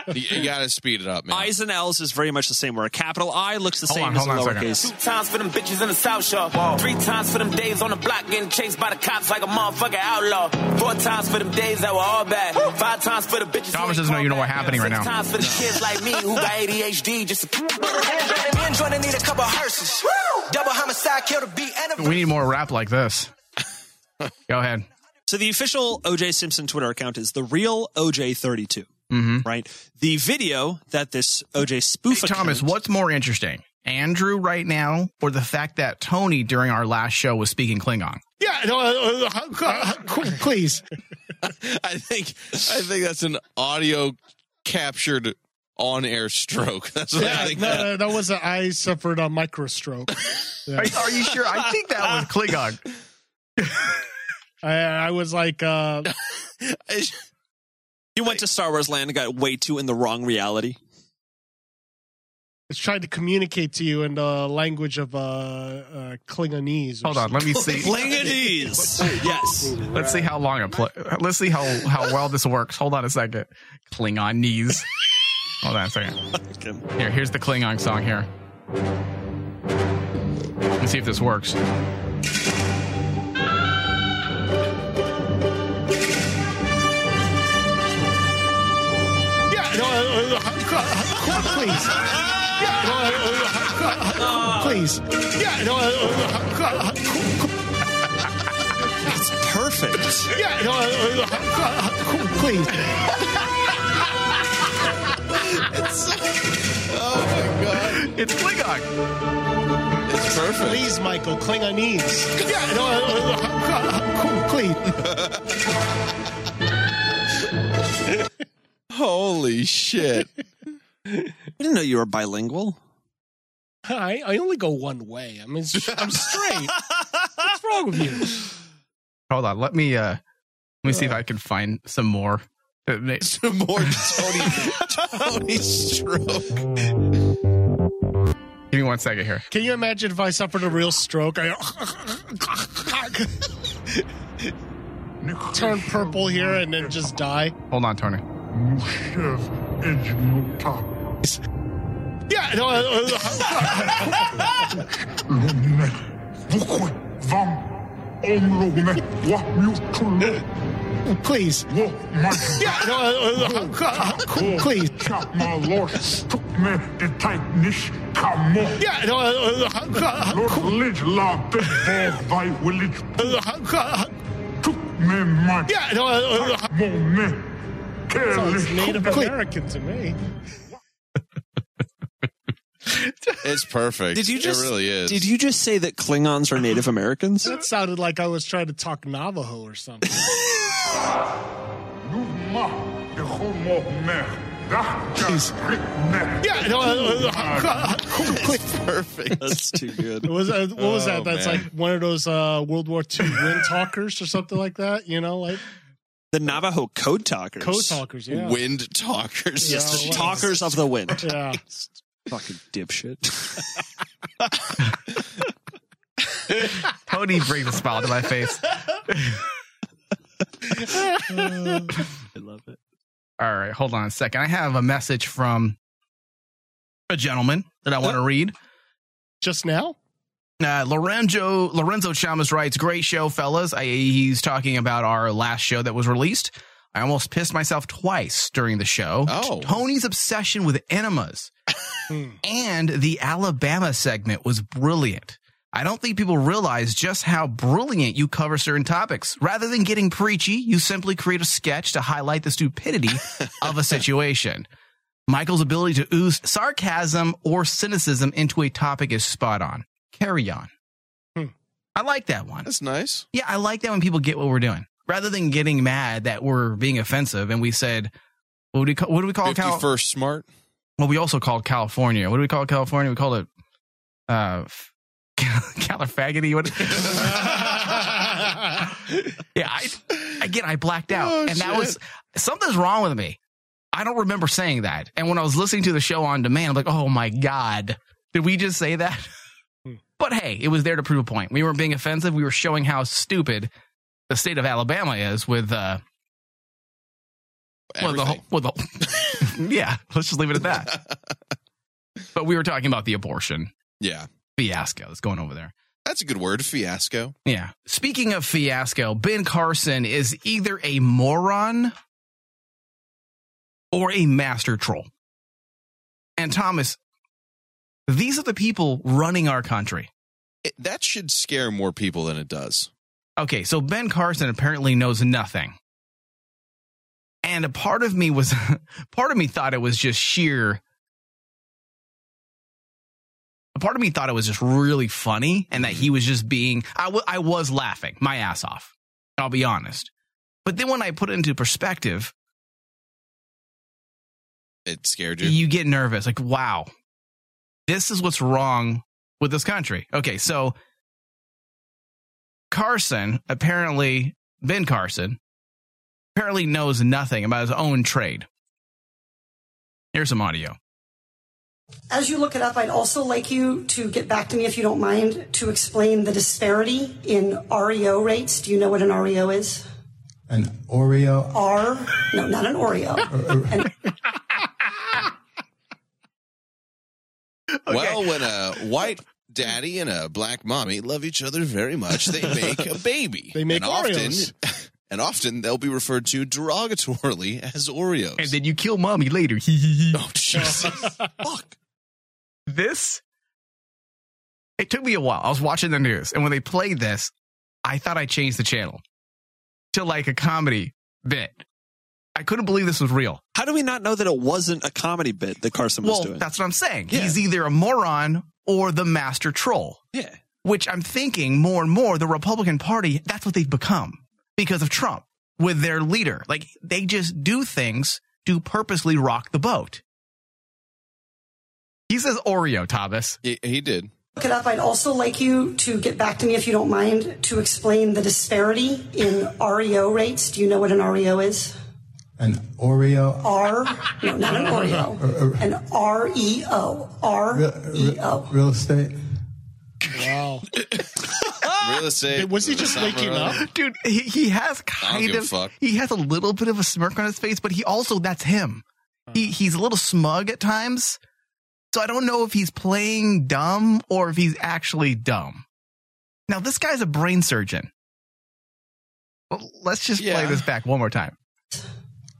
[SPEAKER 5] you
[SPEAKER 4] gotta speed it up, man.
[SPEAKER 5] Eyes and L's is very much the same. Where a capital I looks the
[SPEAKER 12] Hold
[SPEAKER 5] same
[SPEAKER 12] on,
[SPEAKER 5] as
[SPEAKER 12] hold
[SPEAKER 5] a
[SPEAKER 12] on a
[SPEAKER 5] lowercase.
[SPEAKER 12] Two times for them bitches in the South Shore. Three times for them days on the block getting chased by the cops like a motherfucking outlaw. Four times for them days that were all bad. Five times for the bitches.
[SPEAKER 1] Thomas doesn't know you know what's happening right
[SPEAKER 12] Six
[SPEAKER 1] now.
[SPEAKER 12] times for the kids like me who got ADHD. Just to... me and Jordan need a couple hearses. Double homicide, kill the beat, and
[SPEAKER 1] We need more rap like this. Go ahead.
[SPEAKER 5] So the official OJ Simpson Twitter account is the real OJ32.
[SPEAKER 1] Mhm.
[SPEAKER 5] Right. The video that this OJ spoof account
[SPEAKER 1] Thomas, what's more interesting, Andrew right now, or the fact that Tony during our last show was speaking Klingon?
[SPEAKER 9] Yeah, no, uh, uh, uh, please.
[SPEAKER 4] I think I think that's an audio captured on air stroke. That's what I
[SPEAKER 9] Yeah,
[SPEAKER 4] think.
[SPEAKER 9] no,
[SPEAKER 4] that-
[SPEAKER 9] no, that was a, I suffered a microstroke. Yeah.
[SPEAKER 1] Are, are you sure? I think that was Klingon.
[SPEAKER 9] I, I was like, uh,
[SPEAKER 5] You went to Star Wars Land and got way too in the wrong reality.
[SPEAKER 9] it's trying to communicate to you in the language of uh, uh, Klingonese. or
[SPEAKER 1] Hold on, let me see.
[SPEAKER 5] Klingonese. yes.
[SPEAKER 1] Let's see how long it play. Let's see how how well this works. Hold on a second. Klingon knees. Hold on a second. Here, here's the Klingon song. Here. Let's see if this works.
[SPEAKER 9] Yeah, no, uh, uh, uh, please. Yeah, no, uh, uh, uh, please. Yeah, no, uh, uh, uh,
[SPEAKER 5] It's perfect.
[SPEAKER 9] yeah, no, uh, uh, uh, please.
[SPEAKER 4] oh my god,
[SPEAKER 1] it's Klingon.
[SPEAKER 4] It's perfect.
[SPEAKER 9] Please, Michael, Klingonese. Yeah, no, uh, uh, uh, please.
[SPEAKER 4] Holy shit!
[SPEAKER 5] I didn't know you were bilingual.
[SPEAKER 9] I, I only go one way. I mean, it's- I'm straight. What's wrong with you?
[SPEAKER 1] Hold on, let me uh let me see if I can find some more. Some
[SPEAKER 4] more Tony Tony stroke.
[SPEAKER 1] Give me one second here.
[SPEAKER 9] Can you imagine if I suffered a real stroke? I turn purple here and then just die.
[SPEAKER 1] Hold on, Tony.
[SPEAKER 9] Yeah. No, Oh, Please. Yeah, uh, no, please. Yeah, uh, Uh, Yeah, no, uh,
[SPEAKER 8] eh?
[SPEAKER 9] Sounds Native American to me.
[SPEAKER 4] It's perfect.
[SPEAKER 5] Did you just
[SPEAKER 4] It really is.
[SPEAKER 5] Did you just say that Klingons are Native Americans?
[SPEAKER 9] That sounded like I was trying to talk Navajo or something. Yeah, no, uh,
[SPEAKER 4] perfect.
[SPEAKER 5] That's too good.
[SPEAKER 9] What was that? What was that? That's like one of those uh, World War II wind talkers or something like that. You know, like
[SPEAKER 5] the Navajo code talkers.
[SPEAKER 9] Code talkers, yeah.
[SPEAKER 4] Wind talkers.
[SPEAKER 5] Just
[SPEAKER 9] Yeah,
[SPEAKER 5] talkers of the wind.
[SPEAKER 9] yeah.
[SPEAKER 5] Fucking dipshit.
[SPEAKER 1] Tony brings a smile to my face.
[SPEAKER 5] I love it.
[SPEAKER 1] All right, hold on a second. I have a message from a gentleman that I want to read.
[SPEAKER 9] Just now?
[SPEAKER 1] Uh, Lorenzo Lorenzo Chalmers writes, "Great show, fellas." I, he's talking about our last show that was released. I almost pissed myself twice during the show.
[SPEAKER 4] Oh.
[SPEAKER 1] Tony's obsession with enemas and the Alabama segment was brilliant. I don't think people realize just how brilliant you cover certain topics. Rather than getting preachy, you simply create a sketch to highlight the stupidity of a situation. Michael's ability to ooze sarcasm or cynicism into a topic is spot on. Carry on. I like that one.
[SPEAKER 4] Hmm. That's nice.
[SPEAKER 1] Yeah, I like that when people get what we're doing. Rather than getting mad that we're being offensive and we said, what do we call, what do we call Cal-
[SPEAKER 4] 51st smart.
[SPEAKER 1] Well, we also called California. What do we call California? We called it uh, f- Califaggoty. What? yeah, I, again, I blacked out.
[SPEAKER 4] Oh,
[SPEAKER 1] and that was something's wrong with me. I don't remember saying that. And when I was listening to the show on demand, I'm like, oh my God, did we just say that? But hey, it was there to prove a point. We weren't being offensive. We were showing how stupid the state of Alabama is with uh, well, the whole, well, the, yeah, let's just leave it at that. but we were talking about the abortion
[SPEAKER 4] Yeah.
[SPEAKER 1] fiasco that's going over there.
[SPEAKER 4] That's a good word, fiasco.
[SPEAKER 1] Yeah. Speaking of fiasco, Ben Carson is either a moron or a master troll. And Thomas, these are the people running our country.
[SPEAKER 4] It, that should scare more people than it does.
[SPEAKER 1] Okay, so Ben Carson apparently knows nothing. And a part of me was part of me thought it was just sheer a part of me thought it was just really funny and that he was just being I wa- I was laughing my ass off. I'll be honest. But then when I put it into perspective,
[SPEAKER 4] It scared you.
[SPEAKER 1] you get nervous. Like, wow, this is what's wrong with this country. Okay, so Carson apparently, Ben Carson, apparently knows nothing about his own trade. Here's some audio.
[SPEAKER 13] As you look it up, I'd also like you to get back to me, if you don't mind, to explain the disparity in REO rates. Do you know what an REO is?
[SPEAKER 14] An Oreo.
[SPEAKER 13] R? No, not an Oreo. An-
[SPEAKER 4] Well, when a white daddy and a black mommy love each other very much, they make a baby.
[SPEAKER 9] They make
[SPEAKER 4] and
[SPEAKER 9] Oreos.
[SPEAKER 4] Often, and often they'll be referred to derogatorily as Oreos.
[SPEAKER 1] And then you kill mommy later. oh,
[SPEAKER 4] Jesus. Fuck.
[SPEAKER 1] This, it took me a while. I was watching the news, and when they played this, I thought I changed the channel to like a comedy bit. I couldn't believe this was real.
[SPEAKER 5] How do we not know that it wasn't a comedy bit that Carson was
[SPEAKER 1] well,
[SPEAKER 5] doing?
[SPEAKER 1] that's what I'm saying. He's either a moron or the master troll.
[SPEAKER 5] Yeah.
[SPEAKER 1] Which I'm thinking more and more the Republican Party, that's what they've become because of Trump with their leader. Like they just do things to purposely rock the boat. He says Oreo, Thomas.
[SPEAKER 4] He, he did.
[SPEAKER 13] Look it up. I'd also like you to get back to me if you don't mind to explain the disparity in REO rates. Do you know what an REO is?
[SPEAKER 14] An Oreo.
[SPEAKER 13] R, no, not an Oreo,
[SPEAKER 14] Or- or-
[SPEAKER 13] an E REO.
[SPEAKER 14] real,
[SPEAKER 13] REO.
[SPEAKER 14] real- real estate.
[SPEAKER 9] Wow.
[SPEAKER 4] Real estate.
[SPEAKER 9] Was he just
[SPEAKER 4] Summer.
[SPEAKER 9] waking up?
[SPEAKER 1] Dude, he, he has
[SPEAKER 4] I don't
[SPEAKER 1] kind
[SPEAKER 4] give a
[SPEAKER 1] of
[SPEAKER 4] fuck.
[SPEAKER 1] he has a little bit of a smirk on his face, but he also that's him. He he's a little smug at times. So I don't know if he's playing dumb or if he's actually dumb. Now this guy's a brain surgeon. Well, let's just play this back one more time.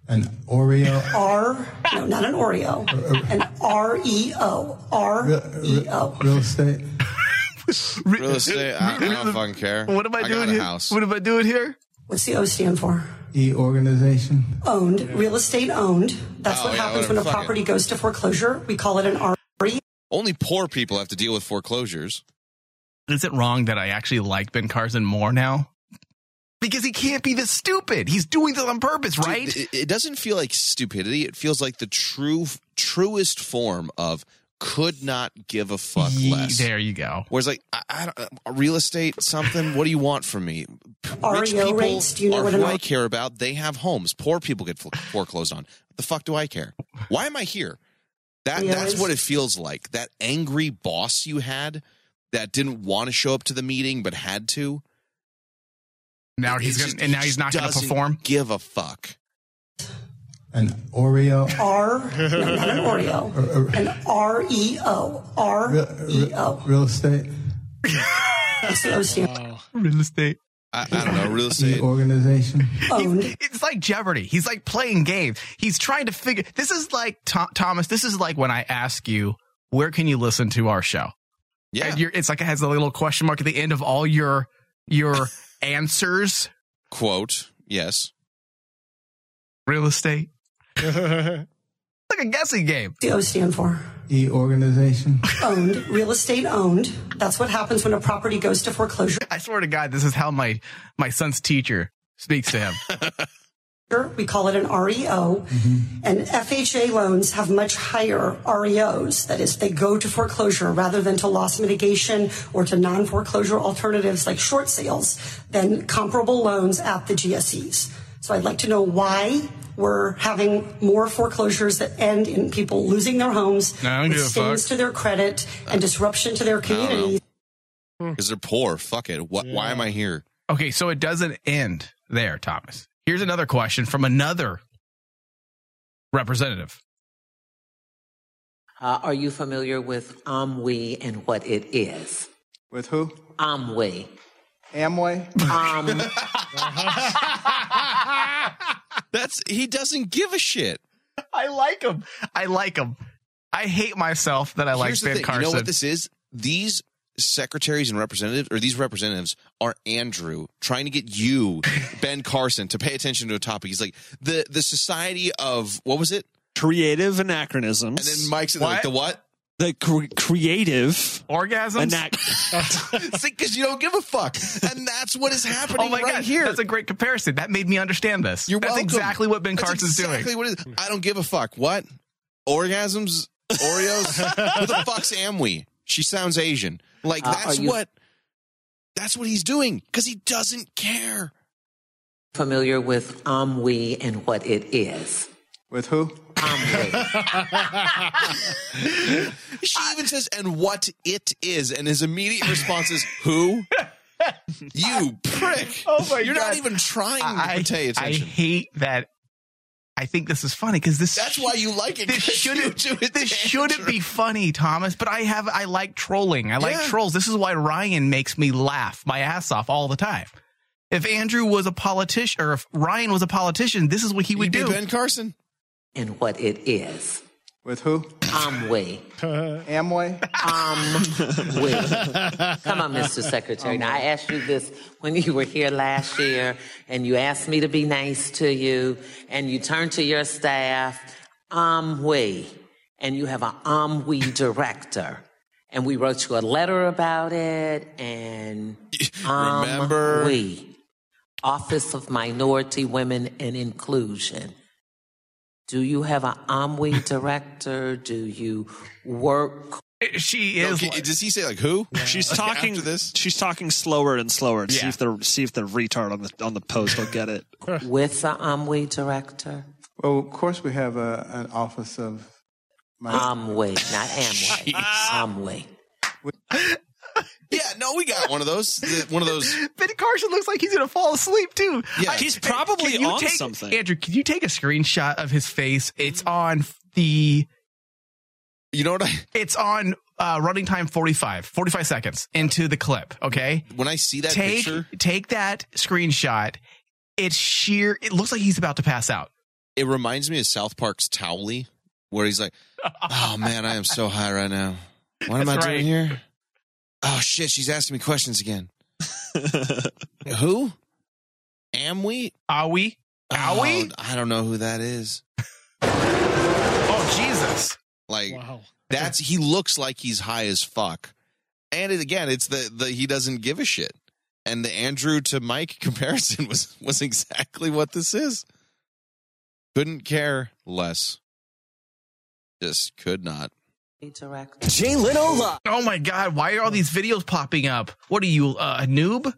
[SPEAKER 14] An Oreo.
[SPEAKER 13] R, no, not an Oreo, an E REO.
[SPEAKER 14] real,
[SPEAKER 13] E
[SPEAKER 14] real, real estate.
[SPEAKER 4] Real estate. I, I don't fucking care.
[SPEAKER 14] What am I
[SPEAKER 4] got
[SPEAKER 14] doing
[SPEAKER 4] a
[SPEAKER 14] here?
[SPEAKER 4] House.
[SPEAKER 1] What am I doing here?
[SPEAKER 13] What's the O stand for?
[SPEAKER 14] E organization.
[SPEAKER 13] Owned, real estate owned. That's
[SPEAKER 4] Oh,
[SPEAKER 13] what
[SPEAKER 4] yeah,
[SPEAKER 13] happens
[SPEAKER 4] whatever,
[SPEAKER 13] when a
[SPEAKER 4] fuck it.
[SPEAKER 13] property goes to foreclosure. We call it an REO.
[SPEAKER 4] Only poor people have to deal with foreclosures.
[SPEAKER 1] Is it wrong that I actually like Ben Carson more now? Because he can't be this stupid. He's doing this on purpose, right?
[SPEAKER 4] It, it doesn't feel like stupidity. It feels like the true, truest form of could not give a fuck
[SPEAKER 1] Ye-
[SPEAKER 4] less.
[SPEAKER 1] There you go.
[SPEAKER 4] Whereas, like, I, I don't, uh, real estate, something. What do you want from me? P- Rich
[SPEAKER 13] REO
[SPEAKER 4] people
[SPEAKER 13] E rates, do you know
[SPEAKER 4] are
[SPEAKER 13] what
[SPEAKER 4] who
[SPEAKER 13] an
[SPEAKER 4] I
[SPEAKER 13] R-
[SPEAKER 4] care about. They have homes. Poor people get fo- foreclosed on. What the fuck do I care? Why am I here? That
[SPEAKER 13] Yeah,
[SPEAKER 4] that's
[SPEAKER 13] it's-
[SPEAKER 4] what it feels like. That angry boss you had that didn't want to show up to the meeting but had to.
[SPEAKER 1] Now
[SPEAKER 4] It-
[SPEAKER 1] he's
[SPEAKER 4] it's
[SPEAKER 1] gonna-
[SPEAKER 4] just-
[SPEAKER 1] and now
[SPEAKER 4] he
[SPEAKER 1] he's not gonna
[SPEAKER 4] doesn't
[SPEAKER 1] perform?
[SPEAKER 4] Give a fuck.
[SPEAKER 14] An Oreo. uh,
[SPEAKER 13] R, no, not an Oreo,
[SPEAKER 14] Or- or-
[SPEAKER 13] an E REO.
[SPEAKER 14] real,
[SPEAKER 13] REO.
[SPEAKER 14] real, real estate.
[SPEAKER 13] That's the O stand.
[SPEAKER 1] Real estate.
[SPEAKER 4] I, I don't know. Real
[SPEAKER 14] E
[SPEAKER 4] estate.
[SPEAKER 14] organization.
[SPEAKER 1] He's- it's like Jeopardy. He's like playing games. He's trying to figure. This is like Tho- Thomas. This is like when I ask you, where can you listen to our show?
[SPEAKER 4] Yeah,
[SPEAKER 1] and you're, it's like it has a little question mark at the end of all your your answers.
[SPEAKER 4] Quote. Yes.
[SPEAKER 1] Real estate. It's like a guessing game.
[SPEAKER 13] The O stand for?
[SPEAKER 14] E organization.
[SPEAKER 13] Owned, real estate owned. That's what happens when a property goes to foreclosure.
[SPEAKER 1] I swear to God, this is how my my son's teacher speaks to him.
[SPEAKER 13] We call it an REO. And FHA loans have much higher REOs. That is, they go to foreclosure rather than to loss mitigation or to non foreclosure alternatives like short sales than comparable loans at the GSEs. So I'd like to know why we're having more foreclosures that end in people losing their homes,
[SPEAKER 4] I don't
[SPEAKER 13] with
[SPEAKER 4] give a
[SPEAKER 13] stings
[SPEAKER 4] fuck.
[SPEAKER 13] to their credit, and disruption to their communities.
[SPEAKER 4] Because they're poor. Fuck it. What, Why am I here?
[SPEAKER 1] Okay, so it doesn't end there, Thomas. Here's another question from another representative.
[SPEAKER 15] Uh, are you familiar with Amway and what it is?
[SPEAKER 16] With who?
[SPEAKER 15] Amway.
[SPEAKER 16] Amway?
[SPEAKER 15] Um,
[SPEAKER 4] That's he doesn't give a shit.
[SPEAKER 1] I like him. I like him. I hate myself that I like
[SPEAKER 4] Here's the
[SPEAKER 1] Ben
[SPEAKER 4] thing.
[SPEAKER 1] Carson.
[SPEAKER 4] You know what this is? These secretaries and representatives, or these representatives, are Andrew trying to get you, Ben Carson, to pay attention to a topic. He's like the the Society of what was it?
[SPEAKER 5] Creative anachronisms.
[SPEAKER 4] And then Mike's like the what?
[SPEAKER 5] The cre- creative
[SPEAKER 1] orgasms.
[SPEAKER 4] Because you don't give a fuck, and that's what is happening
[SPEAKER 1] Oh my
[SPEAKER 4] right
[SPEAKER 1] God,
[SPEAKER 4] here.
[SPEAKER 1] that's a great comparison. That made me understand this.
[SPEAKER 4] You're
[SPEAKER 1] that's
[SPEAKER 4] welcome.
[SPEAKER 1] exactly what Ben
[SPEAKER 4] That's
[SPEAKER 1] Carson's
[SPEAKER 4] exactly
[SPEAKER 1] doing.
[SPEAKER 4] What it is. I don't give a fuck. What orgasms? Oreos? Who the fuck's Amway? She sounds Asian. Like
[SPEAKER 15] Uh,
[SPEAKER 4] that's
[SPEAKER 15] are you-
[SPEAKER 4] what. That's what he's doing because he doesn't care.
[SPEAKER 15] familiar with Amway and what it is?
[SPEAKER 16] With who?
[SPEAKER 4] She even says, "And what it is," and his immediate response is, "Who? you prick!
[SPEAKER 1] Oh my
[SPEAKER 4] You're
[SPEAKER 1] God.
[SPEAKER 4] not even trying
[SPEAKER 1] I,
[SPEAKER 4] to pay
[SPEAKER 1] I
[SPEAKER 4] attention.
[SPEAKER 1] hate that. I think this is funny because this.
[SPEAKER 4] That's why you like it.
[SPEAKER 1] This
[SPEAKER 4] 'cause you
[SPEAKER 1] shouldn't.
[SPEAKER 4] do it to
[SPEAKER 1] This shouldn't be funny, Thomas. But I have. I like trolling. I like
[SPEAKER 4] Yeah.
[SPEAKER 1] trolls. This is why Ryan makes me laugh my ass off all the time. If Andrew was a politician, or if Ryan was a politician, this is what he would
[SPEAKER 4] be
[SPEAKER 1] do.
[SPEAKER 4] Ben Carson.
[SPEAKER 15] And what it is?
[SPEAKER 16] With who?
[SPEAKER 15] Amway.
[SPEAKER 16] Amway?
[SPEAKER 15] Um, Amway. Come on, Mr. Secretary. Now, I asked you this when you were here last year, and you asked me to be nice to you, and you turned to your staff, Amway, and you have an Amway director. And we wrote you a letter about it, and um,
[SPEAKER 4] Remember?
[SPEAKER 15] Amway, Office of Minority Women and Inclusion. Do you have an Amway director? Do you work?
[SPEAKER 1] She
[SPEAKER 4] is. does he say like who?
[SPEAKER 5] She's
[SPEAKER 4] Like,
[SPEAKER 5] talking.
[SPEAKER 4] after this.
[SPEAKER 5] She's talking slower and slower. To See
[SPEAKER 15] Yeah.
[SPEAKER 5] if the see if the retard on the on the post will get it.
[SPEAKER 15] With the Amway director?
[SPEAKER 16] Well, of course, we have a, an office of.
[SPEAKER 15] Amway, not Amway. Amway.
[SPEAKER 4] Yeah, no, we got one of those. The- One of those.
[SPEAKER 1] Ben Carson looks like he's gonna fall asleep too.
[SPEAKER 4] Yeah. He's
[SPEAKER 1] can
[SPEAKER 4] probably
[SPEAKER 1] you
[SPEAKER 4] on
[SPEAKER 1] take-
[SPEAKER 4] something.
[SPEAKER 1] Andrew, can you take a screenshot of his face? It's on the.
[SPEAKER 4] Mm-hmm. You know what I?
[SPEAKER 1] It's on uh, running time 45, 45 seconds into the clip. Okay.
[SPEAKER 4] When I see that
[SPEAKER 1] take,
[SPEAKER 4] picture-
[SPEAKER 1] take that screenshot. It's sheer. It looks like he's about to pass out.
[SPEAKER 4] It reminds me of South Park's Towley, where he's like, "Oh man, I am so high right now. What am
[SPEAKER 8] That's
[SPEAKER 4] I
[SPEAKER 8] right.
[SPEAKER 4] doing here? Oh shit, she's asking me questions again. who? Am we?
[SPEAKER 1] Are we?
[SPEAKER 4] Are we? I don't know who that is.
[SPEAKER 1] oh Jesus!
[SPEAKER 4] Like that's he looks like he's high as fuck. And it, again, it's the the he doesn't give a shit. And the Andrew to Mike comparison was was exactly what this is. Couldn't care less. Just could not.
[SPEAKER 15] Director.
[SPEAKER 1] Jay Leno. Oh my God! Why are all these videos popping up? What are you, uh, a noob?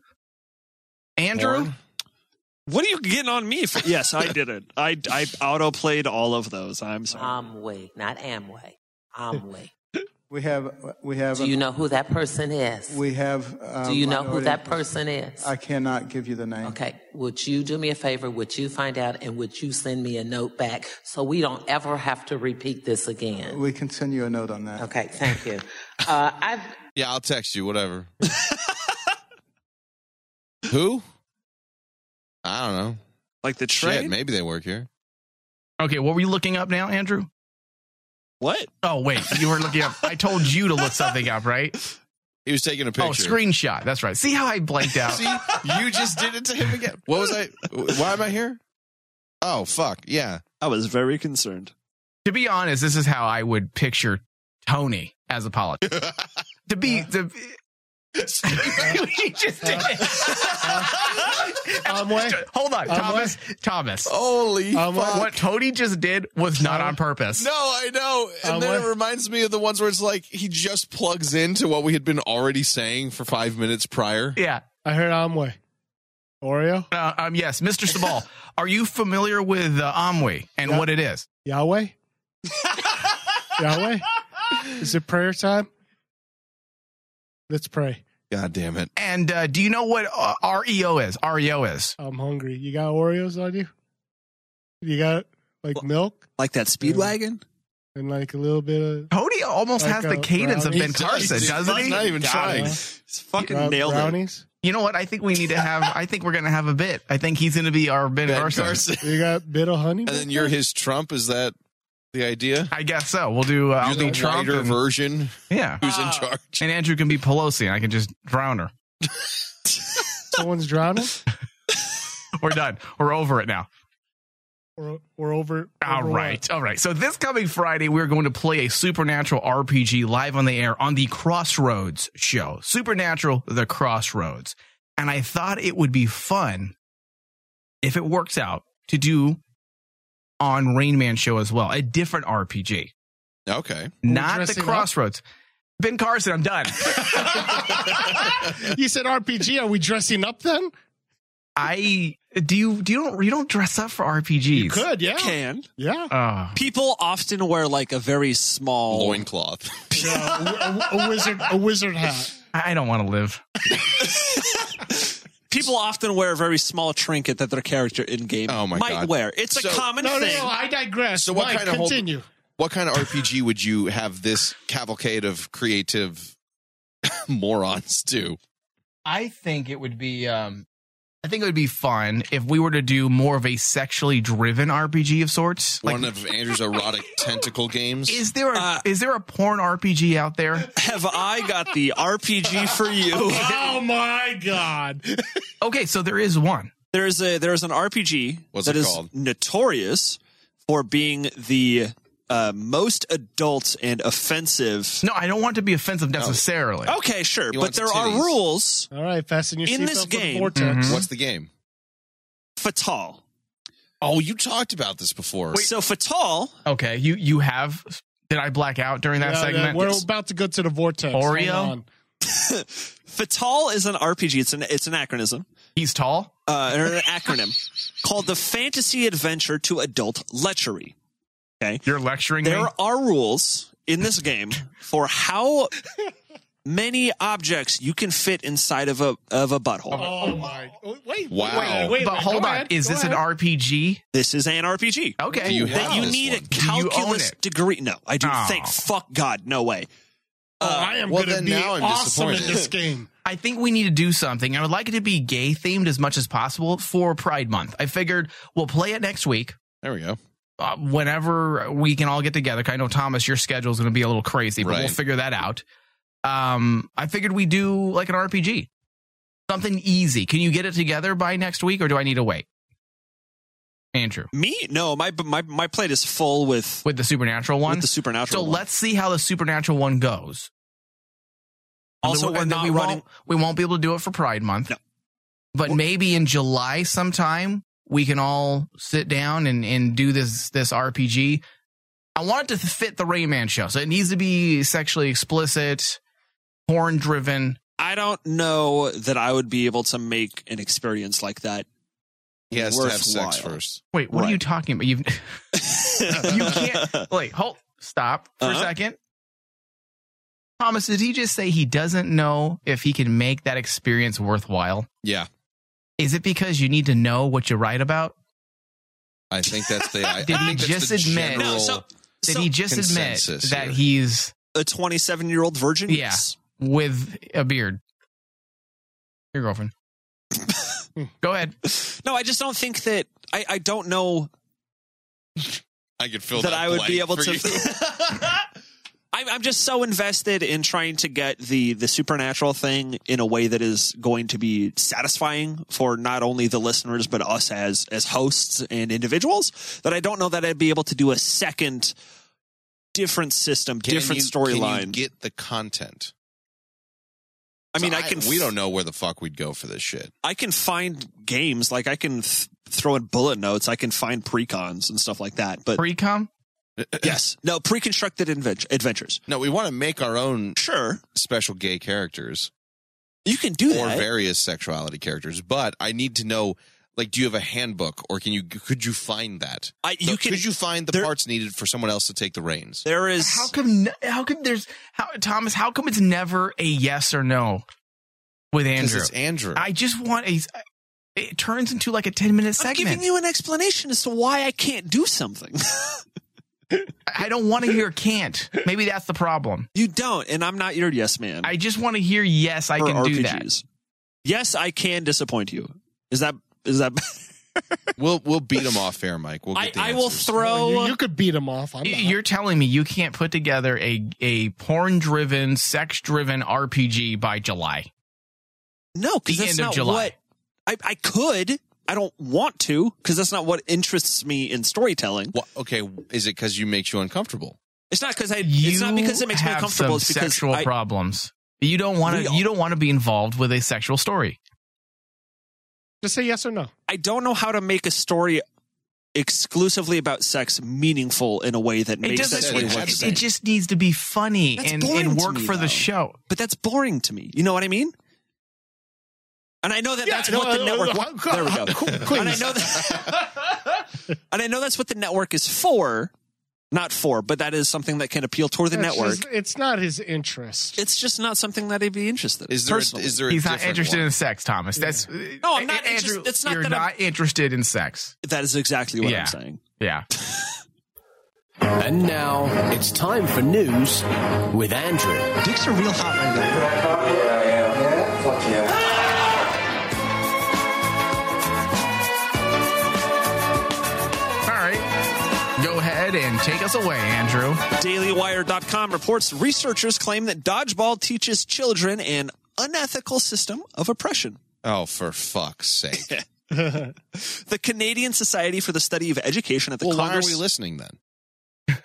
[SPEAKER 1] Andrew.
[SPEAKER 5] What are you getting on me for? Yes, I did it. I I auto played all of those. I'm sorry.
[SPEAKER 15] Amway, not Amway. Amway.
[SPEAKER 16] We have. We have.
[SPEAKER 15] Do you know who that person is?
[SPEAKER 16] We have. Um,
[SPEAKER 15] Do you know who
[SPEAKER 16] minority-
[SPEAKER 15] that person is?
[SPEAKER 16] I cannot give you the name.
[SPEAKER 15] Okay. Would you do me a favor? Would you find out and would you send me a note back so we don't ever have to repeat this again?
[SPEAKER 16] We can send you a note on that.
[SPEAKER 15] Okay. Thank you. Uh, I've
[SPEAKER 4] Yeah, I'll text you, whatever. Who? I don't know.
[SPEAKER 5] Like the
[SPEAKER 1] trade?
[SPEAKER 4] Shit, maybe they work here.
[SPEAKER 1] Okay, what were you looking up now, Andrew?
[SPEAKER 5] What?
[SPEAKER 1] Oh wait, you were looking up. I told you to look something up, right?
[SPEAKER 4] He was taking a
[SPEAKER 1] Oh,
[SPEAKER 4] picture.
[SPEAKER 1] screenshot. That's right. See how I blanked out.
[SPEAKER 4] See, you just did it to him again. What was I? Why am I here? Oh fuck, yeah.
[SPEAKER 5] I was very concerned.
[SPEAKER 1] to be honest, this is how I would picture Tony as a Uh, politician. to be to be- he just did it. Hold on,
[SPEAKER 8] Amway?
[SPEAKER 1] Thomas. Thomas.
[SPEAKER 4] Holy
[SPEAKER 8] fuck.
[SPEAKER 1] What Tony just did was not on purpose.
[SPEAKER 4] No, I know. And
[SPEAKER 1] Um,
[SPEAKER 4] then
[SPEAKER 1] what-
[SPEAKER 4] it reminds me of the ones where it's like he just plugs into what we had been already saying for five minutes prior.
[SPEAKER 1] Yeah.
[SPEAKER 9] I heard Amway. Oreo?
[SPEAKER 1] Uh, um, yes, Mr. Sabal, are you familiar with uh, Amway and what it is?
[SPEAKER 9] Yahweh? Yahweh? Is it prayer time? Let's pray.
[SPEAKER 4] God damn it.
[SPEAKER 1] And uh, do you know what uh, REO is? REO is.
[SPEAKER 9] I'm hungry. You got Oreos on you? You got like milk?
[SPEAKER 5] Like that speed wagon?
[SPEAKER 9] And like a little bit of.
[SPEAKER 1] Tony almost
[SPEAKER 9] Like
[SPEAKER 1] has
[SPEAKER 9] a
[SPEAKER 1] the cadence of
[SPEAKER 9] brownie?
[SPEAKER 1] Ben
[SPEAKER 9] He does.
[SPEAKER 1] Carson,
[SPEAKER 9] He's
[SPEAKER 1] doesn't
[SPEAKER 9] not-
[SPEAKER 1] he?
[SPEAKER 9] not even
[SPEAKER 1] God.
[SPEAKER 9] trying.
[SPEAKER 5] He's fucking
[SPEAKER 9] Brown-
[SPEAKER 1] nailed it.
[SPEAKER 9] brownies?
[SPEAKER 1] You know what? I think we need to have. I think we're gonna have a bit. I think he's gonna be our Ben, Carson.
[SPEAKER 9] You got bit of honey?
[SPEAKER 4] And then you're his Trump. Is that the idea?
[SPEAKER 1] I guess so. We'll do. Uh, I'll
[SPEAKER 4] You're the
[SPEAKER 1] be Trump
[SPEAKER 4] lighter
[SPEAKER 1] and-
[SPEAKER 4] version.
[SPEAKER 1] Yeah,
[SPEAKER 4] Who's
[SPEAKER 9] Ah.
[SPEAKER 4] in charge?
[SPEAKER 1] and Andrew can be Pelosi, and I can just drown her.
[SPEAKER 9] Someone's drowning?
[SPEAKER 1] We're done. We're over it now.
[SPEAKER 9] We're, we're over.
[SPEAKER 1] All
[SPEAKER 9] over what?
[SPEAKER 1] right. All right. So this coming Friday, we're going to play a Supernatural RPG live on the air on the Crossroads show. Supernatural The Crossroads. And I thought it would be fun if it works out to do on Rain Man show as well, a different RPG.
[SPEAKER 4] Okay.
[SPEAKER 1] Not the
[SPEAKER 9] dressing up?
[SPEAKER 1] Crossroads. Ben Carson, I'm done.
[SPEAKER 9] You said RPG. Are we dressing up then?
[SPEAKER 1] I do you do you don't you don't dress up for RPGs. You
[SPEAKER 9] could, yeah.
[SPEAKER 5] Can.
[SPEAKER 9] Yeah.
[SPEAKER 1] Ah.
[SPEAKER 5] People often wear like a very small
[SPEAKER 4] loincloth.
[SPEAKER 9] Yeah, a, a- a wizard, a wizard hat.
[SPEAKER 1] I don't want to live.
[SPEAKER 5] People often wear a very small trinket that their character in game oh
[SPEAKER 4] my
[SPEAKER 5] might
[SPEAKER 4] God.
[SPEAKER 5] wear. It's
[SPEAKER 4] So-
[SPEAKER 5] a common
[SPEAKER 9] No, no,
[SPEAKER 5] thing.
[SPEAKER 9] no. I digress.
[SPEAKER 4] So what
[SPEAKER 9] Mike,
[SPEAKER 4] kind of whole-
[SPEAKER 9] continue?
[SPEAKER 4] What kind of RPG would you have this cavalcade of creative morons do?
[SPEAKER 1] I think it would be um I think it would be fun if we were to do more of a sexually driven RPG of sorts. Like
[SPEAKER 4] One of uh, Andrew's erotic tentacle games.
[SPEAKER 1] is there a is there a porn RPG out there?
[SPEAKER 5] Have I got the RPG for you?
[SPEAKER 9] oh my god.
[SPEAKER 1] okay, so there is one.
[SPEAKER 5] There's a there's an RPG
[SPEAKER 4] What's
[SPEAKER 5] that
[SPEAKER 4] it
[SPEAKER 5] is
[SPEAKER 4] called?
[SPEAKER 5] notorious for being the uh, most adult and offensive.
[SPEAKER 1] No, I don't want to be offensive necessarily.
[SPEAKER 5] Okay, sure,
[SPEAKER 1] You
[SPEAKER 5] but
[SPEAKER 1] want
[SPEAKER 5] there
[SPEAKER 1] titties.
[SPEAKER 5] are rules
[SPEAKER 9] All right, fasten your
[SPEAKER 5] in
[SPEAKER 4] Mm-hmm.
[SPEAKER 9] seatbelt
[SPEAKER 5] this
[SPEAKER 9] for the
[SPEAKER 5] game.
[SPEAKER 9] vortex.
[SPEAKER 4] What's the game?
[SPEAKER 5] Fatal.
[SPEAKER 4] Oh, you talked about this before.
[SPEAKER 5] So Fatal.
[SPEAKER 1] Okay, you you have. Did I black out during that
[SPEAKER 9] Yeah, yeah,
[SPEAKER 1] segment?
[SPEAKER 9] we're about to go to the vortex. Hold
[SPEAKER 1] Oreo?
[SPEAKER 9] on.
[SPEAKER 5] Fatal is an RPG. It's an it's an acronym.
[SPEAKER 1] He's tall.
[SPEAKER 5] Uh, or an acronym called the Fantasy Adventure to Adult Lechery. Okay,
[SPEAKER 1] you're lecturing.
[SPEAKER 5] There are rules in this game for how many objects you can fit inside of a of a butthole.
[SPEAKER 9] Oh my! Wait, wait,
[SPEAKER 5] Wow.
[SPEAKER 9] wait, wait,
[SPEAKER 1] but
[SPEAKER 9] wait,
[SPEAKER 1] hold
[SPEAKER 9] go
[SPEAKER 1] on,
[SPEAKER 9] ahead,
[SPEAKER 1] is
[SPEAKER 9] go
[SPEAKER 1] this
[SPEAKER 9] ahead.
[SPEAKER 1] an RPG?
[SPEAKER 5] This is an RPG.
[SPEAKER 1] Okay,
[SPEAKER 5] That you, need a calculus degree. No, I do.
[SPEAKER 1] Oh.
[SPEAKER 5] Thank fuck God. No way.
[SPEAKER 9] I am
[SPEAKER 1] Well,
[SPEAKER 9] going to
[SPEAKER 1] then
[SPEAKER 9] be
[SPEAKER 1] now I'm
[SPEAKER 9] awesome in
[SPEAKER 1] disappointed.
[SPEAKER 9] this game.
[SPEAKER 1] I think we need to do something. I would like it to be gay themed as much as possible for Pride Month. I figured we'll play it next week.
[SPEAKER 4] There we go.
[SPEAKER 1] Uh, whenever we can all get together. 'cause I know Thomas, your schedule's going to be a little crazy, but we'll
[SPEAKER 4] Right.
[SPEAKER 1] figure that out. Um, I figured we do like an RPG, something easy. Can you get it together by next week, or do I need to wait? Andrew,
[SPEAKER 5] Me? No, my my my plate is full with
[SPEAKER 1] with the supernatural one.
[SPEAKER 5] With the supernatural.
[SPEAKER 1] so let's see how the supernatural one goes.
[SPEAKER 5] Also,
[SPEAKER 1] And then
[SPEAKER 5] we're
[SPEAKER 1] and then
[SPEAKER 5] not
[SPEAKER 1] we
[SPEAKER 5] running-
[SPEAKER 1] won't e- we won't be able to do it for Pride Month, but maybe in July sometime we can all sit down and, and do this this RPG. I want it to fit the Rayman show, so it needs to be sexually explicit, porn driven.
[SPEAKER 5] I don't know that I would be able to make an experience like that.
[SPEAKER 4] He has to have sex
[SPEAKER 5] worthwhile.
[SPEAKER 4] first.
[SPEAKER 1] Wait, what are you talking about? You've, you can't. Wait, hold. Stop for
[SPEAKER 5] Uh-huh.
[SPEAKER 1] a second. Thomas, did he just say he doesn't know if he can make that experience worthwhile?
[SPEAKER 4] Yeah.
[SPEAKER 1] Is it because you need to know what you write about?
[SPEAKER 4] I think that's the. I, I
[SPEAKER 1] Did he
[SPEAKER 4] think that's
[SPEAKER 1] just
[SPEAKER 4] the
[SPEAKER 1] admit?
[SPEAKER 4] general-
[SPEAKER 1] did he just admit
[SPEAKER 4] consensus
[SPEAKER 1] that
[SPEAKER 4] here.
[SPEAKER 1] he's
[SPEAKER 5] a 27 year old virgin?
[SPEAKER 1] Yeah,
[SPEAKER 5] Yes.
[SPEAKER 1] with a beard. Your girlfriend. Go ahead.
[SPEAKER 5] No, I just don't think that I, I don't know
[SPEAKER 4] I could fill
[SPEAKER 5] that,
[SPEAKER 4] that,
[SPEAKER 5] I would be
[SPEAKER 4] blank
[SPEAKER 5] able
[SPEAKER 4] for you.
[SPEAKER 5] to. I'm, I'm just so invested in trying to get the the supernatural thing in a way that is going to be satisfying for not only the listeners but us as as hosts and individuals that I don't know that I'd be able to do a second different system,
[SPEAKER 4] Can
[SPEAKER 5] different
[SPEAKER 4] you- can you
[SPEAKER 5] storyline.
[SPEAKER 4] Get the content.
[SPEAKER 5] I mean,
[SPEAKER 4] So
[SPEAKER 5] I can
[SPEAKER 4] We
[SPEAKER 5] f-
[SPEAKER 4] don't know where the fuck we'd go for this shit.
[SPEAKER 5] I can find games like I can th- throw in bullet notes. I can find precons and stuff like that. But
[SPEAKER 1] precon,
[SPEAKER 5] yes, no pre-constructed inven- adventures.
[SPEAKER 4] No, we want to make our own
[SPEAKER 5] sure
[SPEAKER 4] special gay characters.
[SPEAKER 5] You can do
[SPEAKER 4] or
[SPEAKER 5] that.
[SPEAKER 4] various sexuality characters, but I need to know. Like, do you have a handbook, or can you could you find that?
[SPEAKER 5] I, you
[SPEAKER 4] can, could you find the parts needed for someone else to take the reins?
[SPEAKER 5] There is
[SPEAKER 1] How come? n- How come there's? How Thomas? How come it's never a yes or no with Andrew?
[SPEAKER 4] it's Andrew.
[SPEAKER 1] I just want a. It turns into like a ten minute
[SPEAKER 5] I'm
[SPEAKER 1] segment.
[SPEAKER 5] giving you an explanation as to why I can't do something.
[SPEAKER 1] I don't want to hear can't. Maybe that's the problem.
[SPEAKER 5] You don't, and I'm not your yes man.
[SPEAKER 1] I just want to hear yes. I
[SPEAKER 5] for
[SPEAKER 1] can do that.
[SPEAKER 5] RPGs. Yes, I can disappoint you. Is that is that?
[SPEAKER 4] we'll we'll beat him off air, Mike. We'll get the
[SPEAKER 5] I will
[SPEAKER 4] answers.
[SPEAKER 5] throw.
[SPEAKER 9] You, you could beat him off. I'm
[SPEAKER 1] Y-
[SPEAKER 9] not.
[SPEAKER 1] You're telling me you can't put together a a porn driven, sex driven RPG by July.
[SPEAKER 5] No,
[SPEAKER 1] The
[SPEAKER 5] because that's
[SPEAKER 1] end of
[SPEAKER 5] not
[SPEAKER 1] July.
[SPEAKER 5] what I, I could. I don't want to because that's not what interests me in storytelling.
[SPEAKER 4] Wha- okay, is it because you makes you uncomfortable?
[SPEAKER 5] It's not because I.
[SPEAKER 1] You
[SPEAKER 5] it's not because it makes me
[SPEAKER 1] have
[SPEAKER 5] uncomfortable. It's
[SPEAKER 1] Some
[SPEAKER 5] because
[SPEAKER 1] sexual
[SPEAKER 5] I,
[SPEAKER 1] problems. You don't want
[SPEAKER 5] We
[SPEAKER 1] to.
[SPEAKER 5] all-
[SPEAKER 1] You don't want to be involved with a sexual story.
[SPEAKER 9] Just say yes or no.
[SPEAKER 5] I don't know how to make a story exclusively about sex meaningful in a way that
[SPEAKER 1] It
[SPEAKER 5] makes
[SPEAKER 1] doesn't.
[SPEAKER 5] sense.
[SPEAKER 1] It, it, it just needs to be funny
[SPEAKER 5] That's
[SPEAKER 1] and,
[SPEAKER 5] boring
[SPEAKER 1] and
[SPEAKER 5] to
[SPEAKER 1] work
[SPEAKER 5] me,
[SPEAKER 1] for
[SPEAKER 5] though.
[SPEAKER 1] the show.
[SPEAKER 5] but that's boring to me. You know what I mean? And I know that
[SPEAKER 9] Yeah,
[SPEAKER 5] that's
[SPEAKER 9] no,
[SPEAKER 5] what the
[SPEAKER 9] uh,
[SPEAKER 5] network.
[SPEAKER 9] uh,
[SPEAKER 5] wa-
[SPEAKER 9] uh,
[SPEAKER 5] there we go.
[SPEAKER 9] please.
[SPEAKER 5] And I know that. and I know that's what the network is for, not for, but that is something that can appeal toward the
[SPEAKER 9] That's
[SPEAKER 5] network.
[SPEAKER 9] just- it's not his interest.
[SPEAKER 5] it's just not something that I'd be interested. in,
[SPEAKER 4] Is there a-
[SPEAKER 5] personally.
[SPEAKER 4] is there a
[SPEAKER 1] He's not
[SPEAKER 4] different
[SPEAKER 1] interested
[SPEAKER 4] one?
[SPEAKER 1] in sex, Thomas. That's
[SPEAKER 5] No, I'm not
[SPEAKER 1] A- Andrew,
[SPEAKER 5] interested- it's not
[SPEAKER 1] you're
[SPEAKER 5] that I'm-
[SPEAKER 1] not interested in sex.
[SPEAKER 5] That is exactly what
[SPEAKER 1] Yeah.
[SPEAKER 5] I'm saying.
[SPEAKER 1] Yeah.
[SPEAKER 7] And now it's time for news with Andrew.
[SPEAKER 5] Dicks are real hot right now.
[SPEAKER 1] All right. Go ahead and take us away, Andrew.
[SPEAKER 5] DailyWire.com reports researchers claim that dodgeball teaches children an unethical system of oppression.
[SPEAKER 4] Oh, for fuck's sake!
[SPEAKER 5] The Canadian Society for the Study of Education at the
[SPEAKER 4] well, why are
[SPEAKER 5] Congress.
[SPEAKER 4] we listening then?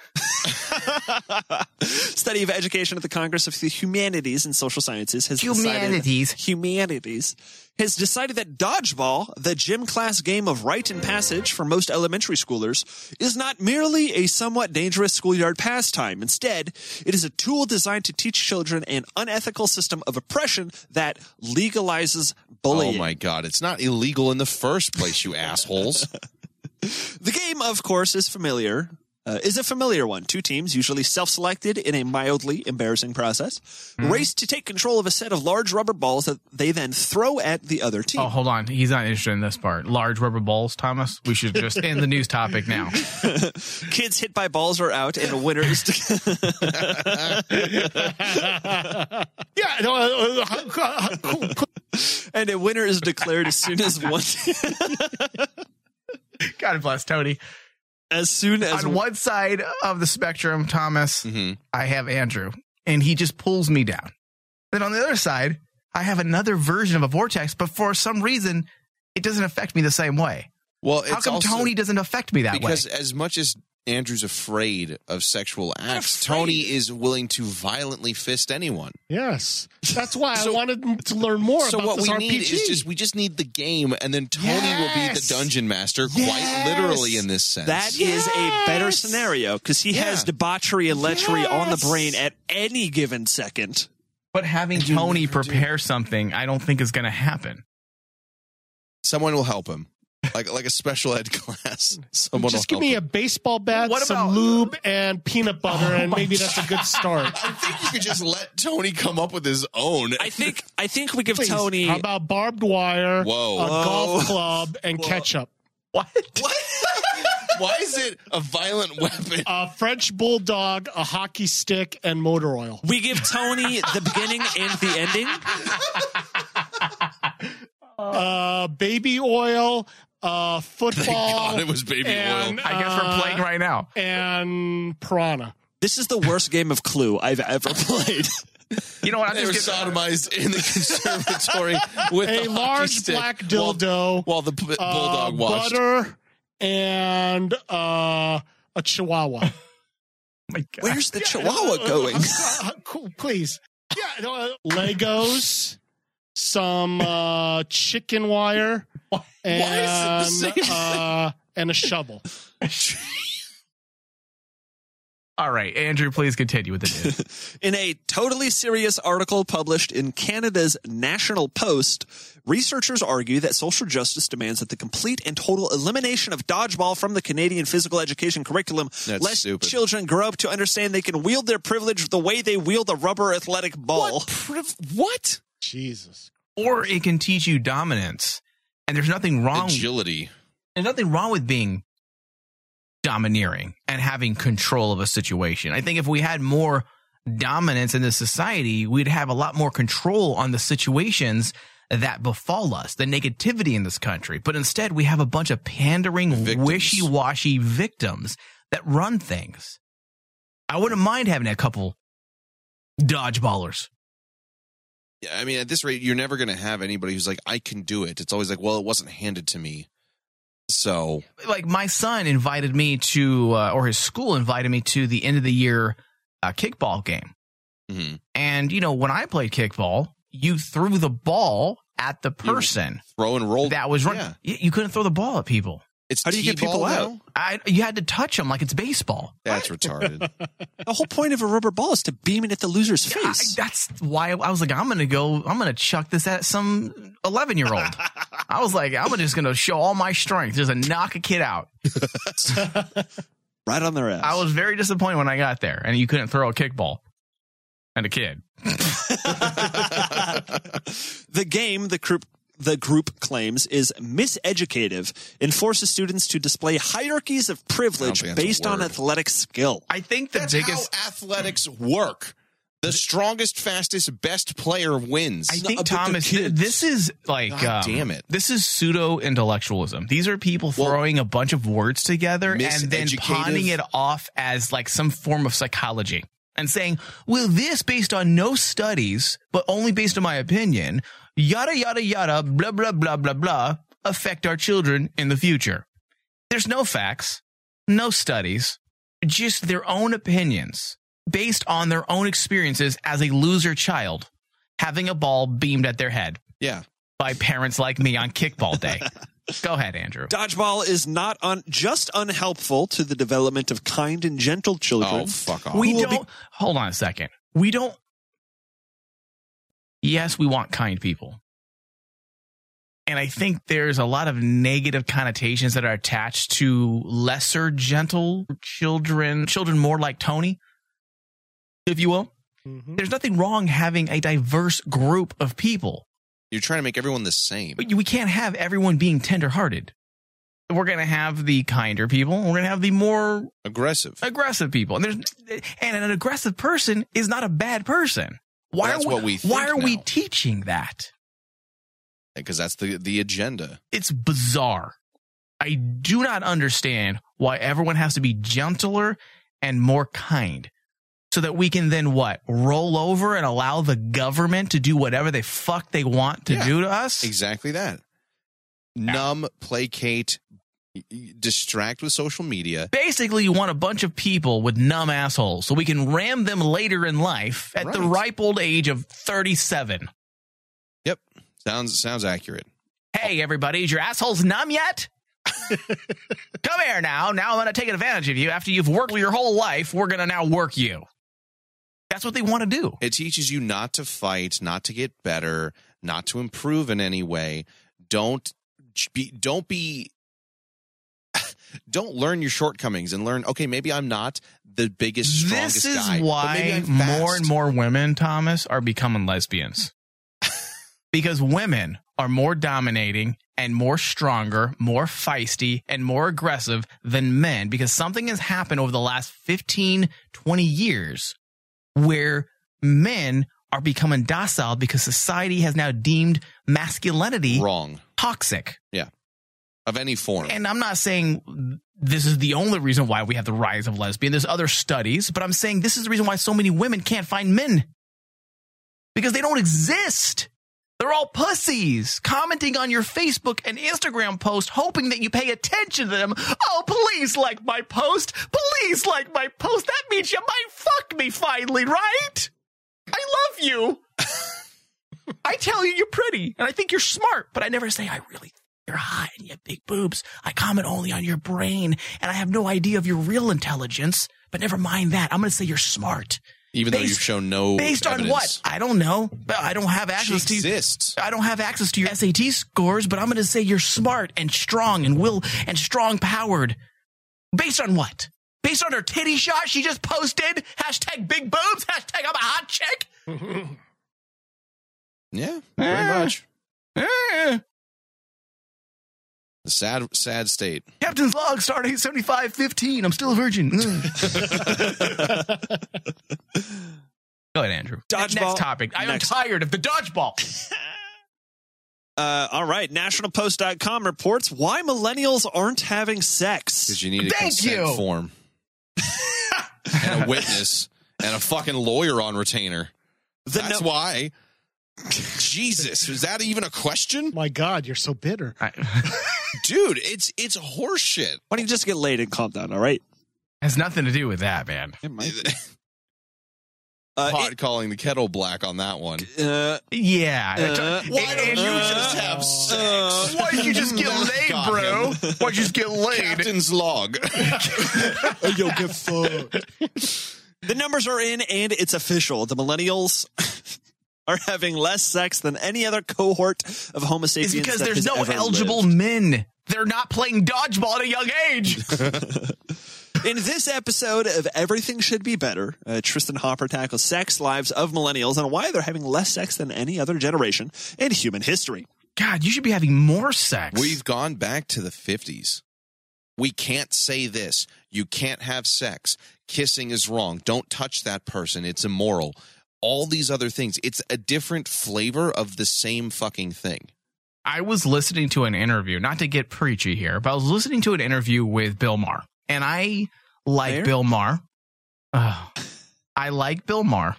[SPEAKER 5] Study of Education at the Congress of the Humanities and Social Sciences has
[SPEAKER 1] Humanities.
[SPEAKER 5] decided, humanities has decided that dodgeball, the gym class game of rite and passage for most elementary schoolers, is not merely a somewhat dangerous schoolyard pastime. Instead, it is a tool designed to teach children an unethical system of oppression that legalizes bullying.
[SPEAKER 4] Oh my god, it's not illegal in the first place, you assholes.
[SPEAKER 5] The game, of course, is familiar. Uh, is a familiar one. Two teams, usually self-selected in a mildly embarrassing process, race to take control of a set of large rubber balls that they then throw at the other team.
[SPEAKER 1] Oh, hold on. He's not interested in this part. Large rubber balls, Thomas. We should just end the news topic now.
[SPEAKER 5] Kids hit by balls are out, and a winner is. yeah, and a winner is declared as soon as one.
[SPEAKER 1] God bless Tony.
[SPEAKER 5] As soon as
[SPEAKER 1] on one side of the spectrum, Thomas,
[SPEAKER 4] Mm-hmm.
[SPEAKER 1] I have Andrew, and he just pulls me down. Then on the other side, I have another version of a vortex, but for some reason, it doesn't affect me the same way.
[SPEAKER 4] Well,
[SPEAKER 1] how
[SPEAKER 4] it's
[SPEAKER 1] come
[SPEAKER 4] also-
[SPEAKER 1] Tony doesn't affect me that
[SPEAKER 4] because
[SPEAKER 1] way?
[SPEAKER 4] as much as Andrew's afraid of sexual acts, Tony is willing to violently fist anyone.
[SPEAKER 9] Yes, that's why I wanted to learn more
[SPEAKER 4] so
[SPEAKER 9] about
[SPEAKER 4] what
[SPEAKER 9] this
[SPEAKER 4] we
[SPEAKER 9] RPG.
[SPEAKER 4] need is just we just need the game, and then Tony will be the
[SPEAKER 9] Yes.
[SPEAKER 4] dungeon master, quite literally in this sense.
[SPEAKER 5] That is a better scenario because he has debauchery and lechery on the brain at any given second.
[SPEAKER 1] But having Tony prepare something, I don't think is going to happen.
[SPEAKER 4] Someone will help him, like like a special ed class. Someone
[SPEAKER 9] Just give
[SPEAKER 4] will
[SPEAKER 9] me a baseball bat, some lube, and peanut butter,
[SPEAKER 4] Oh
[SPEAKER 9] and
[SPEAKER 4] my
[SPEAKER 9] maybe that's a good start.
[SPEAKER 4] I think you could just let Tony come up with his own.
[SPEAKER 5] I think I think we give
[SPEAKER 9] Please,
[SPEAKER 5] Tony.
[SPEAKER 9] How about barbed wire,
[SPEAKER 4] Whoa.
[SPEAKER 9] a
[SPEAKER 4] Whoa.
[SPEAKER 9] golf club, and ketchup?
[SPEAKER 4] Why is it a violent weapon?
[SPEAKER 9] A French bulldog, a hockey stick, and motor oil.
[SPEAKER 5] We give Tony the beginning and the ending.
[SPEAKER 9] Uh, baby oil, uh, football.
[SPEAKER 5] God it was baby
[SPEAKER 9] and, uh,
[SPEAKER 5] oil. I guess we're playing right
[SPEAKER 1] now.
[SPEAKER 9] And piranha.
[SPEAKER 5] This is the worst game of Clue I've ever played.
[SPEAKER 1] You know what? I'm
[SPEAKER 4] they were
[SPEAKER 1] just getting-
[SPEAKER 4] sodomized in the conservatory with
[SPEAKER 9] a
[SPEAKER 4] the hockey
[SPEAKER 9] large
[SPEAKER 4] stick
[SPEAKER 9] black
[SPEAKER 4] while-
[SPEAKER 9] dildo,
[SPEAKER 4] while, the b-
[SPEAKER 9] uh,
[SPEAKER 4] bulldog watched.
[SPEAKER 9] butter, and uh, a
[SPEAKER 5] Oh
[SPEAKER 9] chihuahua.
[SPEAKER 5] Where's the
[SPEAKER 9] Yeah,
[SPEAKER 5] chihuahua
[SPEAKER 9] uh, uh,
[SPEAKER 5] going?
[SPEAKER 9] uh, cool, please. Yeah, no, uh, Legos, some uh, chicken wire,
[SPEAKER 8] why
[SPEAKER 9] and
[SPEAKER 8] is it the same
[SPEAKER 9] uh, and a shovel.
[SPEAKER 1] All right, Andrew, please continue with the news.
[SPEAKER 5] In a totally serious article published in Canada's National Post, researchers argue that social justice demands that the complete and total elimination of dodgeball from the Canadian physical education curriculum,
[SPEAKER 4] That's
[SPEAKER 5] lest
[SPEAKER 4] stupid.
[SPEAKER 5] children grow up to understand they can wield their privilege the way they wield a rubber athletic ball.
[SPEAKER 4] what?
[SPEAKER 9] Jesus.
[SPEAKER 1] Or it can teach you dominance, and there's nothing wrong.
[SPEAKER 4] Agility.
[SPEAKER 1] There's nothing wrong with being domineering and having control of a situation. I think if we had more dominance in the society, we'd have a lot more control on the situations that befall us, the negativity in this country. But instead, we have a bunch of pandering, wishy-washy victims that run things. I wouldn't mind having a couple dodgeballers.
[SPEAKER 4] Yeah, I mean, at this rate, you're never going to have anybody who's like, I can do it. It's always like, well, it wasn't handed to me. So
[SPEAKER 1] like my son invited me to uh, or his school invited me to the end of the year uh, kickball game
[SPEAKER 4] Mm-hmm.
[SPEAKER 1] and you know when i played kickball you threw the ball at the person
[SPEAKER 4] throw and roll
[SPEAKER 1] that was running you, you couldn't throw the ball at people
[SPEAKER 4] it's
[SPEAKER 5] How do you get people T-ball out? now?
[SPEAKER 1] I, you had to touch them like it's baseball
[SPEAKER 4] that's retarded.
[SPEAKER 5] The whole point of a rubber ball is to beam it at the loser's face.
[SPEAKER 1] that's why I was like, I'm gonna go, I'm gonna chuck this at some 11 year old. I was like, I'm just gonna show all my strength, just to knock a kid out.
[SPEAKER 5] right on their ass.
[SPEAKER 1] I was very disappointed when I got there, and you couldn't throw a kickball at a kid.
[SPEAKER 5] The game, the group, the group claims, is miseducative and forces students to display hierarchies of privilege
[SPEAKER 4] think that's a
[SPEAKER 5] based on
[SPEAKER 4] word.
[SPEAKER 5] athletic skill.
[SPEAKER 1] I think the
[SPEAKER 4] That's how athletics work. The strongest, fastest, best player wins.
[SPEAKER 1] I think Thomas, th- this is like,
[SPEAKER 4] God
[SPEAKER 1] um,
[SPEAKER 4] damn it.
[SPEAKER 1] this is pseudo intellectualism. These are people throwing a bunch of words together and then
[SPEAKER 4] Miseducative.
[SPEAKER 1] pawning it off as like some form of psychology and saying, "Well, this based on no studies, but only based on my opinion, yada yada yada, blah blah blah blah blah, affect our children in the future." There's no facts, no studies, just their own opinions based on their own experiences as a loser child having a ball beamed at their head.
[SPEAKER 4] Yeah.
[SPEAKER 1] By parents like me on kickball day. Go ahead, Andrew.
[SPEAKER 5] Dodgeball is not un- just unhelpful to the development of kind and gentle children.
[SPEAKER 1] Oh, fuck off. We
[SPEAKER 5] who will
[SPEAKER 1] don't- hold on a second. We don't. Yes, we want kind people. And I think there's a lot of negative connotations that are attached to lesser gentle children, children more like Tony, if you will. There's nothing wrong having a diverse group of people.
[SPEAKER 4] You're trying to make everyone the same.
[SPEAKER 1] But you- we can't have everyone being tenderhearted. We're going to have the kinder people. and We're going to have the more
[SPEAKER 4] aggressive,
[SPEAKER 1] aggressive people. And there's and an aggressive person is not a bad person. Why
[SPEAKER 4] That's
[SPEAKER 1] are we,
[SPEAKER 4] what we
[SPEAKER 1] Why
[SPEAKER 4] think
[SPEAKER 1] are we teaching that?
[SPEAKER 4] Because that's the the agenda.
[SPEAKER 1] It's bizarre. I do not understand why everyone has to be gentler and more kind. So that we can then what? Roll over and allow the government to do whatever they fuck they want to
[SPEAKER 4] Yeah,
[SPEAKER 1] do to us?
[SPEAKER 4] Exactly that. Numb, placate, y- y- distract with social media.
[SPEAKER 1] Basically, you want a bunch of people with numb assholes so we can ram them later in life at the ripe old age of 37.
[SPEAKER 4] Yep. Sounds sounds accurate.
[SPEAKER 1] Hey, everybody, is your assholes numb yet? Come here now. Now I'm going to take advantage of you. After you've worked your whole life, we're going to now work you. That's what they want to do.
[SPEAKER 4] It teaches you not to fight, not to get better, not to improve in any way. Don't be don't be don't learn your shortcomings and learn, okay, maybe I'm not the biggest, strongest
[SPEAKER 1] This is
[SPEAKER 4] guy. but maybe
[SPEAKER 1] why
[SPEAKER 4] I'm fast.
[SPEAKER 1] more and more women, Thomas, are becoming lesbians. because women are more dominating and more stronger, more feisty, and more aggressive than men because something has happened over the last 15, 20 years where men are becoming docile because society has now deemed masculinity
[SPEAKER 4] wrong,
[SPEAKER 1] toxic.
[SPEAKER 4] Yeah. Of any form.
[SPEAKER 1] And I'm not saying this is the only reason why we have the rise of lesbian. There's other studies, but I'm saying this is the reason why so many women can't find men because they don't exist. They're all pussies commenting on your Facebook and Instagram post, hoping that you pay attention to them. Oh, please like my post. Please like my post. That means you might fuck me finally, right? I love you. I tell you you're pretty and I think you're smart, but I never say I really think you're hot and you have big boobs. I comment only on your brain and I have no idea of your real intelligence, but never mind that. I'm going to say you're smart.
[SPEAKER 4] Even though
[SPEAKER 1] Based-
[SPEAKER 4] you've shown no
[SPEAKER 1] based on
[SPEAKER 4] evidence.
[SPEAKER 1] what i don't know But i don't have access to i don't have access to your sat scores but i'm going to say you're smart and strong and will and strong powered based on what based on her titty shot she just posted hashtag big boobs hashtag i'm a hot chick
[SPEAKER 4] Yeah, pretty
[SPEAKER 5] Eh.
[SPEAKER 4] much. The sad, sad state.
[SPEAKER 1] captain's log start 875.15 i'm still a virgin Ugh. go ahead andrew
[SPEAKER 5] Dodgeball.
[SPEAKER 1] next topic i am
[SPEAKER 5] Next.
[SPEAKER 1] tired of the dodgeball
[SPEAKER 5] Uh, all right, nationalpost.com reports why millennials aren't having sex.
[SPEAKER 4] Because you need a
[SPEAKER 5] Thank
[SPEAKER 4] consent
[SPEAKER 5] you.
[SPEAKER 4] form and a witness and a fucking lawyer on retainer. That's why. Jesus, is that even a question?
[SPEAKER 9] My God, you're so bitter.
[SPEAKER 4] Dude, it's it's horseshit.
[SPEAKER 5] Why don't you just get laid and calm down, all right?
[SPEAKER 1] has nothing to do with that man Uh,
[SPEAKER 4] Pot calling the kettle black on that one.
[SPEAKER 1] yeah
[SPEAKER 4] Uh, why don't you just have sex? why
[SPEAKER 1] don't you just get laid, bro? Why'd you just get laid?
[SPEAKER 4] Captain's log.
[SPEAKER 5] Yo, get The numbers are in, and it's official. The millennials are having less sex than any other cohort of Homo sapiens.
[SPEAKER 1] It's because
[SPEAKER 5] that has
[SPEAKER 1] there's no
[SPEAKER 5] ever
[SPEAKER 1] eligible men. They're not playing dodgeball at a young age.
[SPEAKER 5] In this episode of Everything Should Be Better, uh, Tristan Hopper tackles sex lives of millennials and why they're having less sex than any other generation in human history.
[SPEAKER 1] God, you should be having more sex.
[SPEAKER 4] We've gone back to the 50s. We can't say this. You can't have sex. Kissing is wrong. Don't touch that person. It's immoral. All these other things. It's a different flavor of the same fucking thing.
[SPEAKER 1] I was listening to an interview, not to get preachy here, but I was listening to an interview with Bill Maher, and I like Bill Maher. Ugh. I like Bill Maher,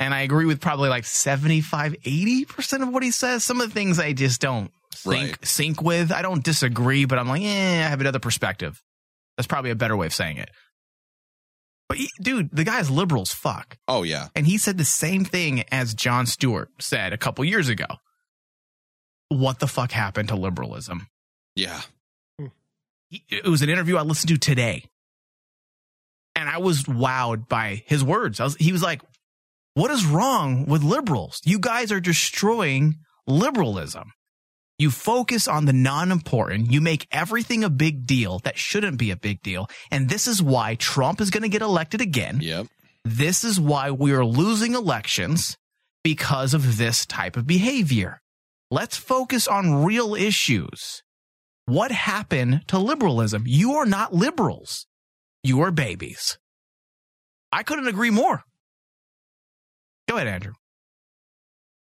[SPEAKER 1] and I agree with probably like 75, 80% of what he says. Some of the things I just don't think, sync with. I don't disagree, but I'm like, eh, I have another perspective. That's probably a better way of saying it. But he- dude, the guy's liberal as fuck.
[SPEAKER 4] Oh yeah.
[SPEAKER 1] And he said the same thing as John Stewart said a couple years ago. What the fuck happened to liberalism?
[SPEAKER 4] Yeah.
[SPEAKER 1] He- It was an interview I listened to today. And I was wowed by his words. I was, he was like, What is wrong with liberals? You guys are destroying liberalism. You focus on the non important. You make everything a big deal that shouldn't be a big deal. And this is why Trump is going to get elected again.
[SPEAKER 4] Yep.
[SPEAKER 1] This is why we are losing elections because of this type of behavior. Let's focus on real issues. What happened to liberalism? You are not liberals. You are babies. I couldn't agree more. Go ahead, Andrew.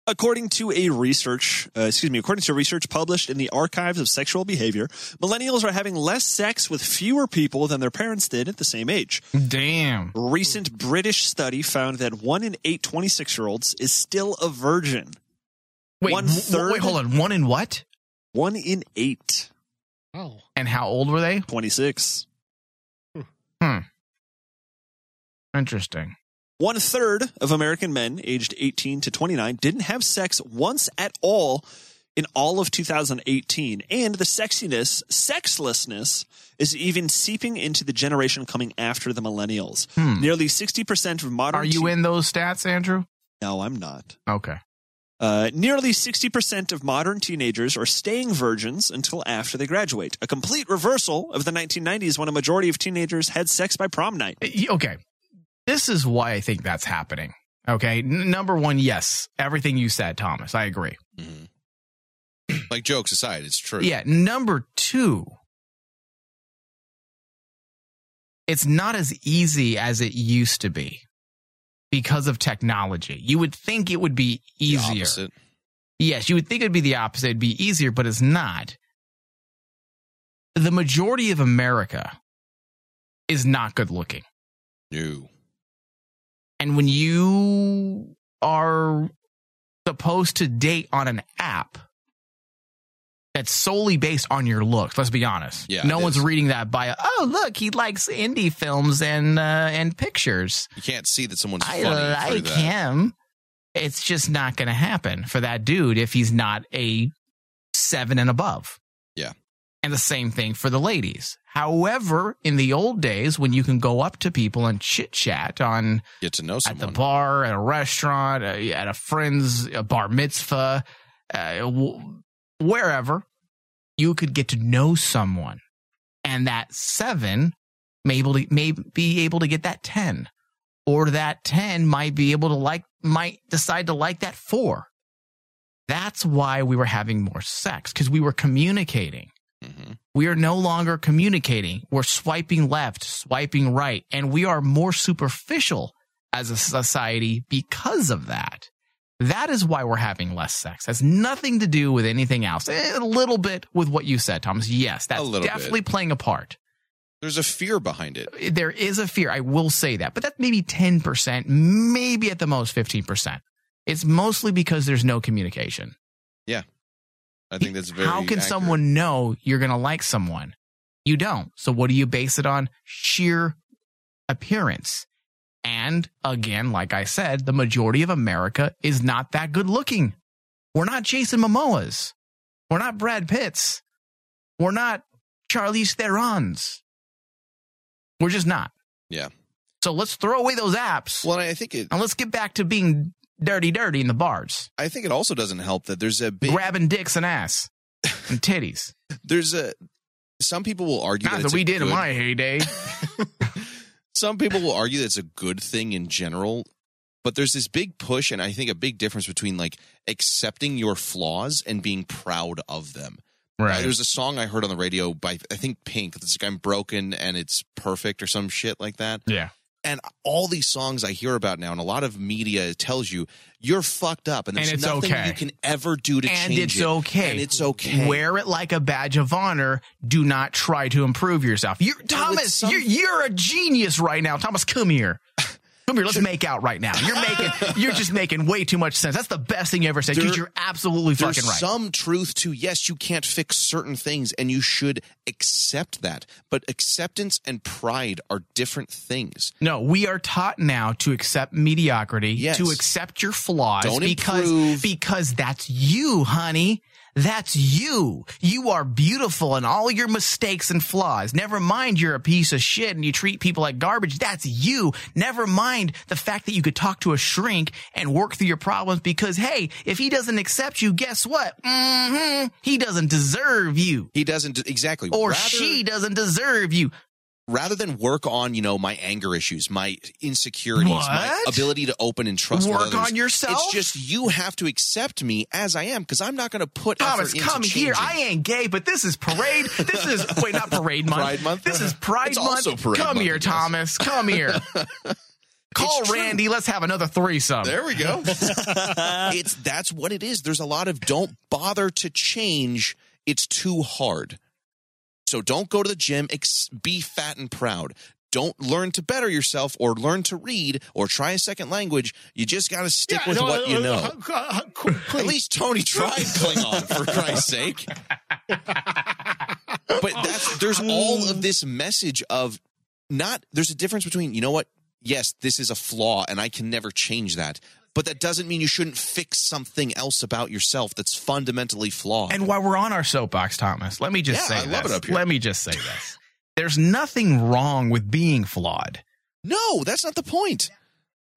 [SPEAKER 5] According to a research, uh, excuse me, according to research published in the Archives of Sexual Behavior, millennials are having less sex with fewer people than their parents did at the same age.
[SPEAKER 9] Uh,
[SPEAKER 1] Damn.
[SPEAKER 5] Recent British study found that one in eight 26 year olds is still a virgin.
[SPEAKER 1] Wait,
[SPEAKER 5] one
[SPEAKER 1] w-
[SPEAKER 5] third.
[SPEAKER 1] wait, hold on. One in what?
[SPEAKER 5] One in eight.
[SPEAKER 9] Oh.
[SPEAKER 1] And how old were they?
[SPEAKER 5] 26.
[SPEAKER 1] Hmm. Interesting.
[SPEAKER 5] One third of American men aged 18 to 29 didn't have sex once at all in all of 2018. And the sexiness, sexlessness, is even seeping into the generation coming after the millennials.
[SPEAKER 1] Hmm.
[SPEAKER 5] Nearly 60% of modern.
[SPEAKER 1] Are you in those stats, Andrew?
[SPEAKER 5] No, I'm not.
[SPEAKER 1] Okay.
[SPEAKER 5] Uh, nearly 60% of modern teenagers are staying virgins until after they graduate, a complete reversal of the 1990s when a majority of teenagers had sex by prom night.
[SPEAKER 1] Y- okay this is why i think that's happening okay N- number one yes everything you said thomas i agree
[SPEAKER 4] Like jokes aside, it's true.
[SPEAKER 1] yeah number two it's not as easy as it used to be because of technology you would think it would be easier
[SPEAKER 4] opposite.
[SPEAKER 1] yes you would think it would be the opposite it'd be easier but it's not the majority of america is not good looking
[SPEAKER 4] No.
[SPEAKER 1] And when you are supposed to date on an app that's solely based on your looks, let's be honest.
[SPEAKER 4] Yeah,
[SPEAKER 1] no
[SPEAKER 4] it
[SPEAKER 1] one's reading that bio. Oh, look, he likes indie films and uh, and pictures.
[SPEAKER 4] You can't see that someone's funny
[SPEAKER 1] I
[SPEAKER 4] through
[SPEAKER 1] like
[SPEAKER 4] that.
[SPEAKER 1] him. It's just not going to happen for that dude if he's not a seven and above.
[SPEAKER 4] Yeah.
[SPEAKER 1] And the same thing for the ladies. However, in the old days, when you can go up to people and chit chat on
[SPEAKER 4] get to know
[SPEAKER 1] at the bar, at a restaurant, uh, at a friend's a bar mitzvah, uh, w- wherever, you could get to know someone, and that seven may able to may be able to get that ten, or that ten might be able to like might decide to like that four. That's why we were having more sex because we were communicating.
[SPEAKER 4] Mm-hmm.
[SPEAKER 1] We are no longer communicating. We're swiping left, swiping right, and we are more superficial as a society because of that. That is why we're having less sex. Has nothing to do with anything else. Eh, A little bit with what you said, Thomas. Yes, that's
[SPEAKER 4] little bit.
[SPEAKER 1] definitely playing a part. Eh,
[SPEAKER 4] There's a fear behind it.
[SPEAKER 1] There is a fear. I will say that, but that's maybe 10%, maybe at the most 15%. It's mostly because there's no communication.
[SPEAKER 4] Yeah. I think that's very
[SPEAKER 1] How can
[SPEAKER 4] accurate.
[SPEAKER 1] someone know you're going to like someone? You don't. So what do you base it on? Sheer appearance. And again, like I said, the majority of America is not that good looking. We're not Jason Momoas. We're not Brad Pitts. We're not Charlize Theron's. We're just not.
[SPEAKER 4] Yeah.
[SPEAKER 1] So let's throw away those apps.
[SPEAKER 4] Well, I think it.
[SPEAKER 1] And let's get back to being dirty, dirty in the bars,
[SPEAKER 4] I think it also doesn't help that there's a big
[SPEAKER 1] grabbing dicks and ass and titties.
[SPEAKER 4] there's a some people will argue
[SPEAKER 1] Not
[SPEAKER 4] that,
[SPEAKER 1] that
[SPEAKER 4] it's
[SPEAKER 1] we
[SPEAKER 4] a
[SPEAKER 1] did in
[SPEAKER 4] good-
[SPEAKER 1] my heyday.
[SPEAKER 4] some people will argue that it's a good thing in general but there's this big push and i think a big difference between like accepting your flaws and being proud of them Uh,
[SPEAKER 1] Right.
[SPEAKER 4] there's a song i heard on the radio by i think pink that's like i'm broken and it's perfect or some shit like that
[SPEAKER 1] Yeah.
[SPEAKER 4] and all these songs i hear about now and a lot of media tells you you're fucked up and
[SPEAKER 1] And
[SPEAKER 4] there's
[SPEAKER 1] it's
[SPEAKER 4] nothing
[SPEAKER 1] okay.
[SPEAKER 4] you can ever do to
[SPEAKER 1] and
[SPEAKER 4] change
[SPEAKER 1] it's
[SPEAKER 4] it.
[SPEAKER 1] okay.
[SPEAKER 4] and it's okay
[SPEAKER 1] Wear it like a badge of honor. Do not try to improve yourself. You're Thomas.
[SPEAKER 4] some-
[SPEAKER 1] you're, you're a genius right now, Thomas. Come here. Come here, let's make out right now. You're making, you're just making way too much sense. That's the best thing you ever said because
[SPEAKER 4] There-
[SPEAKER 1] you're absolutely
[SPEAKER 4] there's
[SPEAKER 1] fucking right.
[SPEAKER 4] some truth to yes you can't fix certain things and you should accept that but acceptance and pride are different things
[SPEAKER 1] No, we are taught now to accept mediocrity,
[SPEAKER 4] Yes.
[SPEAKER 1] to accept your flaws
[SPEAKER 4] Don't
[SPEAKER 1] because because that's you, honey. That's you. You are beautiful and all your mistakes and flaws. Never mind you're a piece of shit and you treat people like garbage. That's you. Never mind the fact that you could talk to a shrink and work through your problems because hey, if he doesn't accept you, guess what? hmm He doesn't deserve you.
[SPEAKER 4] He doesn't exactly
[SPEAKER 1] Or
[SPEAKER 4] Rather-
[SPEAKER 1] she doesn't deserve you.
[SPEAKER 4] rather than work on you know my anger issues my insecurities my
[SPEAKER 1] What?
[SPEAKER 4] ability to open and trust with
[SPEAKER 1] Work
[SPEAKER 4] others,
[SPEAKER 1] on yourself?
[SPEAKER 4] it's just you have to accept me as i am because i'm not going to put
[SPEAKER 1] Thomas,
[SPEAKER 4] effort into
[SPEAKER 1] come here.
[SPEAKER 4] changing.
[SPEAKER 1] I ain't gay, but this is parade. This is wait, not parade month.
[SPEAKER 4] Pride month?
[SPEAKER 1] This is Pride
[SPEAKER 4] It's
[SPEAKER 1] month.
[SPEAKER 4] also Parade
[SPEAKER 1] come
[SPEAKER 4] month, I
[SPEAKER 1] here,
[SPEAKER 4] guess.
[SPEAKER 1] Thomas. Come here. Call Randy. Let's have another threesome.
[SPEAKER 4] There we go. it's that's what it is. There's a lot of don't bother to change. It's too hard. So don't go to the gym. Ex- be fat and proud. Don't learn to better yourself or learn to read or try a second language. You just got to stick with
[SPEAKER 9] no,
[SPEAKER 4] what
[SPEAKER 9] uh,
[SPEAKER 4] you
[SPEAKER 9] uh,
[SPEAKER 4] know.
[SPEAKER 9] uh, uh,
[SPEAKER 4] At least Tony tried Klingon, for Christ's sake. But that's there's all of this message of not there's a difference between, you know what? Yes, this is a flaw and I can never change that. But that doesn't mean you shouldn't fix something else about yourself that's fundamentally flawed.
[SPEAKER 1] And while we're on our soapbox, Thomas, let me just
[SPEAKER 4] Yeah,
[SPEAKER 1] say
[SPEAKER 4] I love
[SPEAKER 1] this.
[SPEAKER 4] it up here.
[SPEAKER 1] Let me just say this. There's nothing wrong with being flawed.
[SPEAKER 4] No, that's not the point.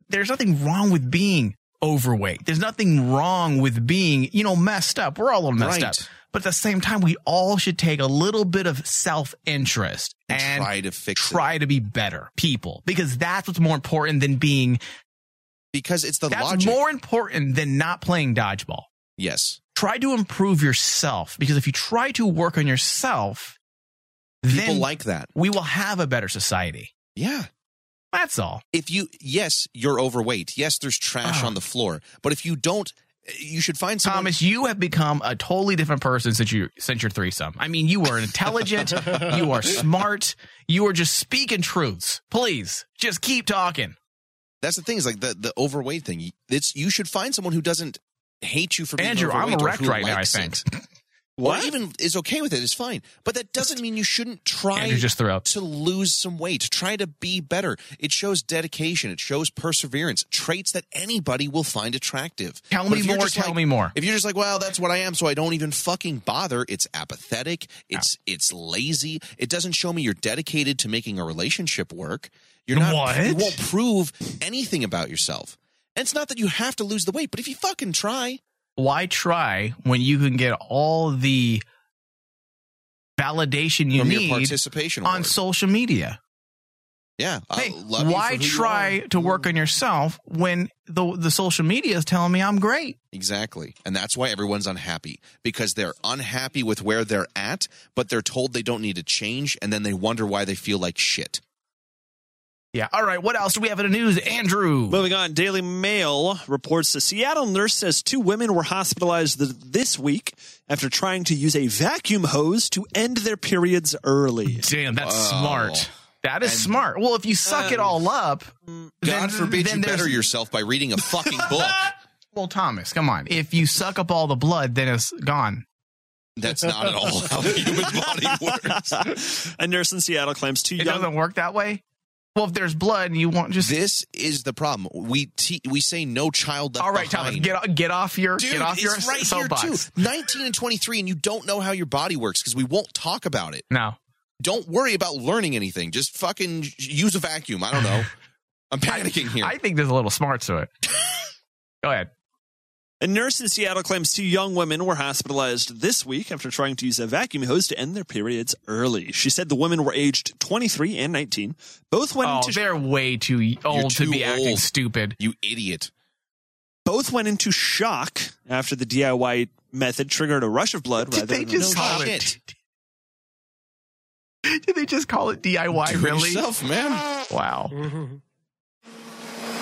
[SPEAKER 1] There's nothing wrong with being overweight. There's nothing wrong with being, you know, messed up. We're all a little messed
[SPEAKER 4] Right.
[SPEAKER 1] up. But at the same time, we all should take a little bit of self interest and,
[SPEAKER 4] try to fix it.
[SPEAKER 1] try to be better people because that's what's more important than being.
[SPEAKER 4] Because it's the
[SPEAKER 1] that's
[SPEAKER 4] logic.
[SPEAKER 1] more important than not playing dodgeball.
[SPEAKER 4] Yes.
[SPEAKER 1] Try to improve yourself because if you try to work on yourself,
[SPEAKER 4] People
[SPEAKER 1] then
[SPEAKER 4] like that.
[SPEAKER 1] We will have a better society.
[SPEAKER 4] Yeah.
[SPEAKER 1] That's all. Oh.
[SPEAKER 4] If you yes, you're overweight. Yes, there's trash on the floor. But if you don't you should find someone
[SPEAKER 1] Thomas, you have become a totally different person since you since your threesome. I mean, you are intelligent, you are smart, you are just speaking truths. Please, just keep talking.
[SPEAKER 4] That's the thing is like the the overweight thing. It's you should find someone who doesn't hate you for being
[SPEAKER 1] Andrew, I'm
[SPEAKER 4] overweight or
[SPEAKER 1] erect
[SPEAKER 4] who
[SPEAKER 1] right now, I
[SPEAKER 4] likes
[SPEAKER 1] think.
[SPEAKER 4] it. Or even is okay with it. It's fine, but that doesn't mean you shouldn't try
[SPEAKER 1] Andrew just threw up.
[SPEAKER 4] to lose some weight. Try to be better. It shows dedication. It shows perseverance. Traits that anybody will find attractive.
[SPEAKER 1] Tell
[SPEAKER 4] But
[SPEAKER 1] me
[SPEAKER 4] if you're
[SPEAKER 1] more,
[SPEAKER 4] just
[SPEAKER 1] tell
[SPEAKER 4] like-
[SPEAKER 1] me more.
[SPEAKER 4] If you're just like, well, that's what I am, so I don't even fucking bother. It's apathetic. It's it's lazy. It doesn't show me you're dedicated to making a relationship work. You're not.
[SPEAKER 1] What?
[SPEAKER 4] You won't prove anything about yourself. And it's not that you have to lose the weight, but if you fucking try,
[SPEAKER 1] Why try when you can get all the validation you
[SPEAKER 4] From your
[SPEAKER 1] need
[SPEAKER 4] participation
[SPEAKER 1] on
[SPEAKER 4] award.
[SPEAKER 1] social media?
[SPEAKER 4] yeah, I
[SPEAKER 1] Hey,
[SPEAKER 4] uh, love you
[SPEAKER 1] why
[SPEAKER 4] for who you
[SPEAKER 1] try
[SPEAKER 4] are.
[SPEAKER 1] to work on yourself when the the social media is telling me I'm great?
[SPEAKER 4] Exactly. And that's why everyone's unhappy because they're unhappy with where they're at, but they're told they don't need to change. And then they wonder why they feel like shit.
[SPEAKER 1] Yeah. All right. What else do we have in the news, Andrew?
[SPEAKER 5] Moving on, Daily Mail reports a Seattle nurse says two women were hospitalized th- this week after trying to use a vacuum hose to end their periods early.
[SPEAKER 1] Damn, that's smart. That is smart. Well, if you suck it all up, God
[SPEAKER 4] God forbid you better yourself by reading a fucking book.
[SPEAKER 1] Well, Thomas, come on. If you suck up all the blood, then it's gone.
[SPEAKER 4] That's not at all how the human body
[SPEAKER 5] works. a nurse in Seattle claims two
[SPEAKER 1] It
[SPEAKER 5] young
[SPEAKER 1] doesn't work that way. Well, if there's blood and you want just
[SPEAKER 4] This is the problem. We te- we say no child left
[SPEAKER 1] all right, Thomas,
[SPEAKER 4] behind.
[SPEAKER 1] get o- get off your
[SPEAKER 4] Dude,
[SPEAKER 1] get off your
[SPEAKER 4] it's right here
[SPEAKER 1] soapbox.
[SPEAKER 4] too. 19 and 23 and you don't know how your body works because we won't talk about it.
[SPEAKER 1] No.
[SPEAKER 4] Don't worry about learning anything. Just fucking use a vacuum. I don't know. I'm panicking here.
[SPEAKER 1] I think there's a little smart to it. Go ahead.
[SPEAKER 5] A nurse in Seattle claims two young women were hospitalized this week after trying to use a vacuum hose to end their periods early. She said the women were aged 23 and 19. Both went
[SPEAKER 1] Oh,
[SPEAKER 5] into
[SPEAKER 1] they're way too y- old to
[SPEAKER 4] too
[SPEAKER 1] be acting
[SPEAKER 4] old.
[SPEAKER 1] stupid.
[SPEAKER 4] you idiot.
[SPEAKER 5] both went into shock after the DIY method triggered a rush of blood. rather
[SPEAKER 1] they
[SPEAKER 5] than
[SPEAKER 1] just
[SPEAKER 5] no
[SPEAKER 1] call
[SPEAKER 5] shock.
[SPEAKER 1] it? Did they just call it DIY?
[SPEAKER 4] Do it
[SPEAKER 1] really?
[SPEAKER 4] yourself, man.
[SPEAKER 1] Wow.
[SPEAKER 8] Oh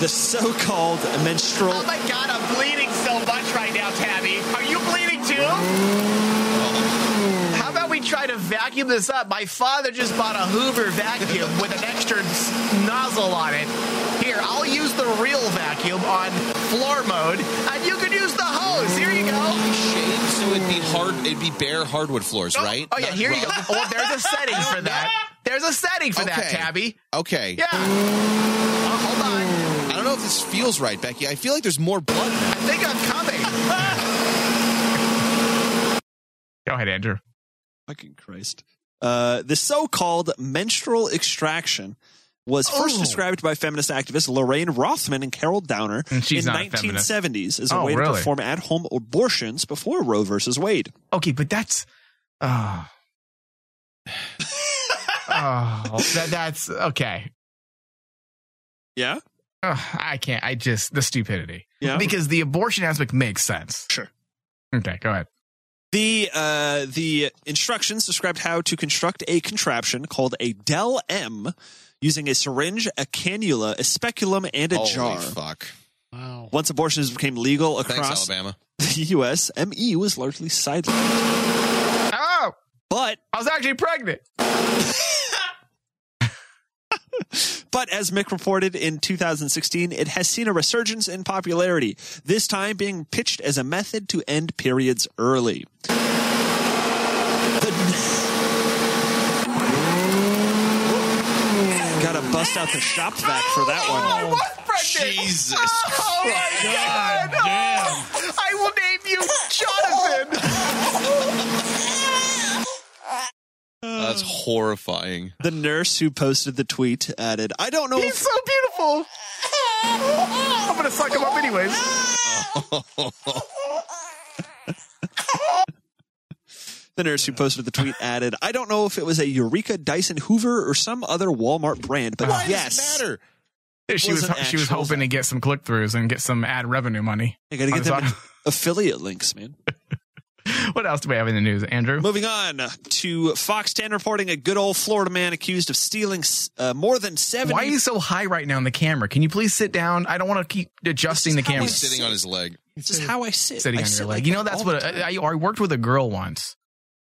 [SPEAKER 5] the so-called menstrual.
[SPEAKER 8] Oh my god, I'm bleeding so much right now, Tabby. Are you bleeding too?
[SPEAKER 1] How about we try to vacuum this up. My father just bought a Hoover vacuum with an extra s- nozzle on it. Here, I'll use the real vacuum on floor mode, and you can use the hose. Here you go.
[SPEAKER 17] Shade, so it'd be hard. It'd be bare hardwood floors, right?
[SPEAKER 1] Oh yeah,
[SPEAKER 17] Not
[SPEAKER 1] here you go.
[SPEAKER 17] rough.
[SPEAKER 1] Well, there's a setting for that. There's a setting for that,
[SPEAKER 17] Okay. Uh,
[SPEAKER 1] Tabby.
[SPEAKER 4] Okay.
[SPEAKER 1] Yeah. Oh, hold on.
[SPEAKER 4] I don't know if this feels right, Becky. I feel like there's more blood. I
[SPEAKER 1] think I'm coming. Go ahead, Andrew.
[SPEAKER 5] Fucking Christ. Uh, the so called menstrual extraction was
[SPEAKER 1] Oh.
[SPEAKER 5] first described by feminist activists Lorraine Rothman and Carol Downer
[SPEAKER 1] And she's
[SPEAKER 5] in
[SPEAKER 1] not a feminist.
[SPEAKER 5] 1970s as a
[SPEAKER 1] Oh,
[SPEAKER 5] way to
[SPEAKER 1] really?
[SPEAKER 5] perform at home abortions before Roe versus Wade.
[SPEAKER 1] Okay, but that's. Oh. oh, that, that's okay.
[SPEAKER 5] Yeah.
[SPEAKER 1] I can't. I just the stupidity.
[SPEAKER 5] Yeah.
[SPEAKER 1] Because the abortion aspect makes sense.
[SPEAKER 5] Sure.
[SPEAKER 1] Okay. Go ahead.
[SPEAKER 5] The uh, the instructions described how to construct a contraption called a Del M using a syringe, a cannula, a speculum, and a
[SPEAKER 17] Holy
[SPEAKER 5] jar.
[SPEAKER 17] fuck.
[SPEAKER 5] Wow. Once abortions became legal
[SPEAKER 17] Thanks,
[SPEAKER 5] across
[SPEAKER 17] Alabama.
[SPEAKER 5] the U.S., ME was E largely sidelined.
[SPEAKER 1] Oh.
[SPEAKER 5] But
[SPEAKER 1] I was actually pregnant.
[SPEAKER 5] But as Mick reported in 2016, it has seen a resurgence in popularity, this time being pitched as a method to end periods early. The- Gotta bust out the shop vac for that one.
[SPEAKER 17] Jesus.
[SPEAKER 1] Oh my god! I will name you Jonathan.
[SPEAKER 5] That's
[SPEAKER 17] horrifying.
[SPEAKER 5] The nurse who posted the tweet added, I don't know
[SPEAKER 1] He's
[SPEAKER 5] if
[SPEAKER 1] so beautiful. I'm gonna suck him up anyways.
[SPEAKER 5] The nurse who posted the tweet added, I don't know if it was a Eureka Dyson Hoover or some other Walmart brand, but
[SPEAKER 17] Why does it
[SPEAKER 5] yes.
[SPEAKER 17] matter?
[SPEAKER 1] She was
[SPEAKER 5] an
[SPEAKER 1] she was
[SPEAKER 5] actual-
[SPEAKER 1] hoping to get some click throughs and get some ad revenue money.
[SPEAKER 5] I gotta
[SPEAKER 1] on
[SPEAKER 5] get
[SPEAKER 1] this
[SPEAKER 5] them
[SPEAKER 1] audio.
[SPEAKER 5] affiliate links, man.
[SPEAKER 1] What else do we have in the news, Andrew?
[SPEAKER 5] Moving on to Fox 10 reporting a good old Florida man accused of stealing uh, more than 70.
[SPEAKER 1] Why are you so high right now in the camera? Can you please sit down? I don't want to keep adjusting the camera.
[SPEAKER 17] He's sitting on his leg.
[SPEAKER 5] It's just how I sit.
[SPEAKER 1] sitting
[SPEAKER 5] I
[SPEAKER 1] on
[SPEAKER 5] sit
[SPEAKER 1] your leg.
[SPEAKER 5] like
[SPEAKER 1] you
[SPEAKER 5] that
[SPEAKER 1] know, that's
[SPEAKER 5] all
[SPEAKER 1] what
[SPEAKER 5] the time.
[SPEAKER 1] I, I I worked with a girl once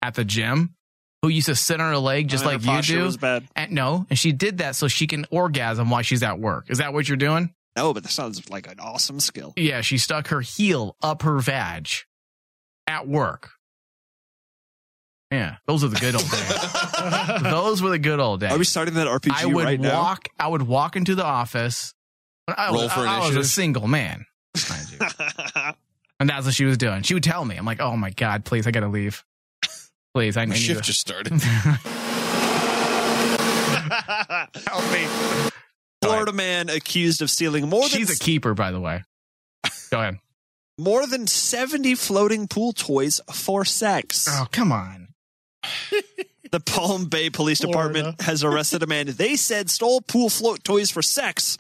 [SPEAKER 1] at the gym who used to sit on her leg just
[SPEAKER 5] Oh, yeah,
[SPEAKER 1] like
[SPEAKER 5] her
[SPEAKER 1] you
[SPEAKER 5] posture
[SPEAKER 1] do.
[SPEAKER 5] was bad.
[SPEAKER 1] And, no, and she did that so she can orgasm while she's at work. Is that what you're doing?
[SPEAKER 5] No, but that sounds like an awesome skill.
[SPEAKER 1] Yeah, she stuck her heel up her vag at work. Yeah, those are the good old days. those were the good old days.
[SPEAKER 5] Are we starting that RPG
[SPEAKER 1] I would
[SPEAKER 5] right now?
[SPEAKER 1] walk. I would walk into the office. I, was-
[SPEAKER 5] Roll for
[SPEAKER 1] I, I was a
[SPEAKER 5] initiative.
[SPEAKER 1] single man, and that's what she was doing. She would tell me, "I'm like, oh my god, please, I gotta leave. Please, I
[SPEAKER 17] My
[SPEAKER 1] need
[SPEAKER 17] shift
[SPEAKER 1] to-
[SPEAKER 17] just started.
[SPEAKER 1] Help me.
[SPEAKER 5] Florida man accused of stealing more than
[SPEAKER 1] She's a keeper, by the way. Go ahead.
[SPEAKER 5] more than 70 floating pool toys for sex.
[SPEAKER 1] Oh, come on.
[SPEAKER 5] The Palm Bay Police Department has arrested a man they said stole pool float toys for sex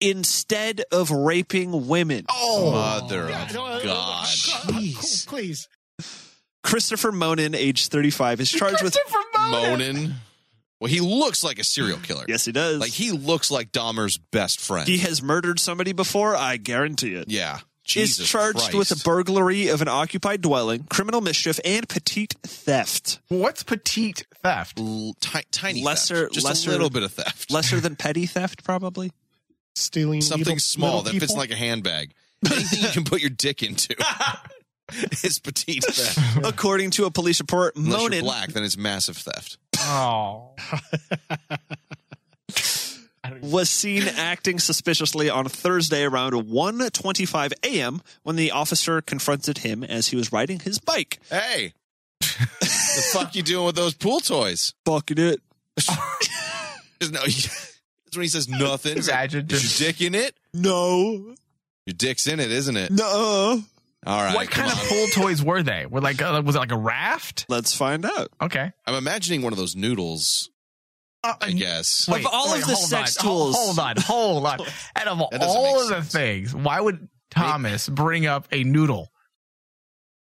[SPEAKER 5] instead of raping women.
[SPEAKER 17] Oh, Mother of
[SPEAKER 5] God.
[SPEAKER 9] Please. Please.
[SPEAKER 5] Christopher Monin, age 35, is charged with
[SPEAKER 17] Monin.
[SPEAKER 5] Well, he
[SPEAKER 17] Looks like a serial killer.
[SPEAKER 5] Yes, he does.
[SPEAKER 17] Like he looks like Dahmer's best friend.
[SPEAKER 5] He has murdered somebody before, I guarantee it.
[SPEAKER 17] Yeah.
[SPEAKER 5] is
[SPEAKER 17] Jesus
[SPEAKER 5] charged
[SPEAKER 17] Christ.
[SPEAKER 5] with a burglary of an occupied dwelling, criminal mischief, and petite theft.
[SPEAKER 1] What's petite theft?
[SPEAKER 17] tiny,
[SPEAKER 5] lesser,
[SPEAKER 17] theft. Just a
[SPEAKER 5] lesser,
[SPEAKER 17] little bit of theft.
[SPEAKER 5] lesser than petty theft, probably.
[SPEAKER 9] Stealing
[SPEAKER 17] something
[SPEAKER 5] little-
[SPEAKER 17] small
[SPEAKER 5] little
[SPEAKER 17] that fits
[SPEAKER 5] people?
[SPEAKER 17] in like a handbag. Anything you can put your dick into is petite theft.
[SPEAKER 5] According to a police report,
[SPEAKER 17] Unless
[SPEAKER 5] Monin
[SPEAKER 17] you're black, then it's massive theft.
[SPEAKER 1] Oh.
[SPEAKER 5] was seen acting suspiciously on Thursday around 1:25 a.m. when the officer confronted him as he was riding his bike.
[SPEAKER 17] Hey, the fuck you doing with those pool toys?
[SPEAKER 5] Fucking it.
[SPEAKER 17] There's no. That's when he says nothing. He's like,
[SPEAKER 1] Imagine
[SPEAKER 17] Is
[SPEAKER 1] just-
[SPEAKER 17] your dick in it?
[SPEAKER 5] No.
[SPEAKER 17] Your dick's in it, isn't it?
[SPEAKER 5] No.
[SPEAKER 17] All right.
[SPEAKER 1] what kind of pool toys were they? Were like uh, was it like a raft?
[SPEAKER 5] Let's find out.
[SPEAKER 1] Okay. Uh,
[SPEAKER 17] I'm imagining one of those noodles. I guess.
[SPEAKER 1] Wait, wait, hold on, ho- Hold on, hold on. Out of
[SPEAKER 17] That doesn't
[SPEAKER 1] all
[SPEAKER 17] make
[SPEAKER 1] of the things, why would Thomas bring up a noodle?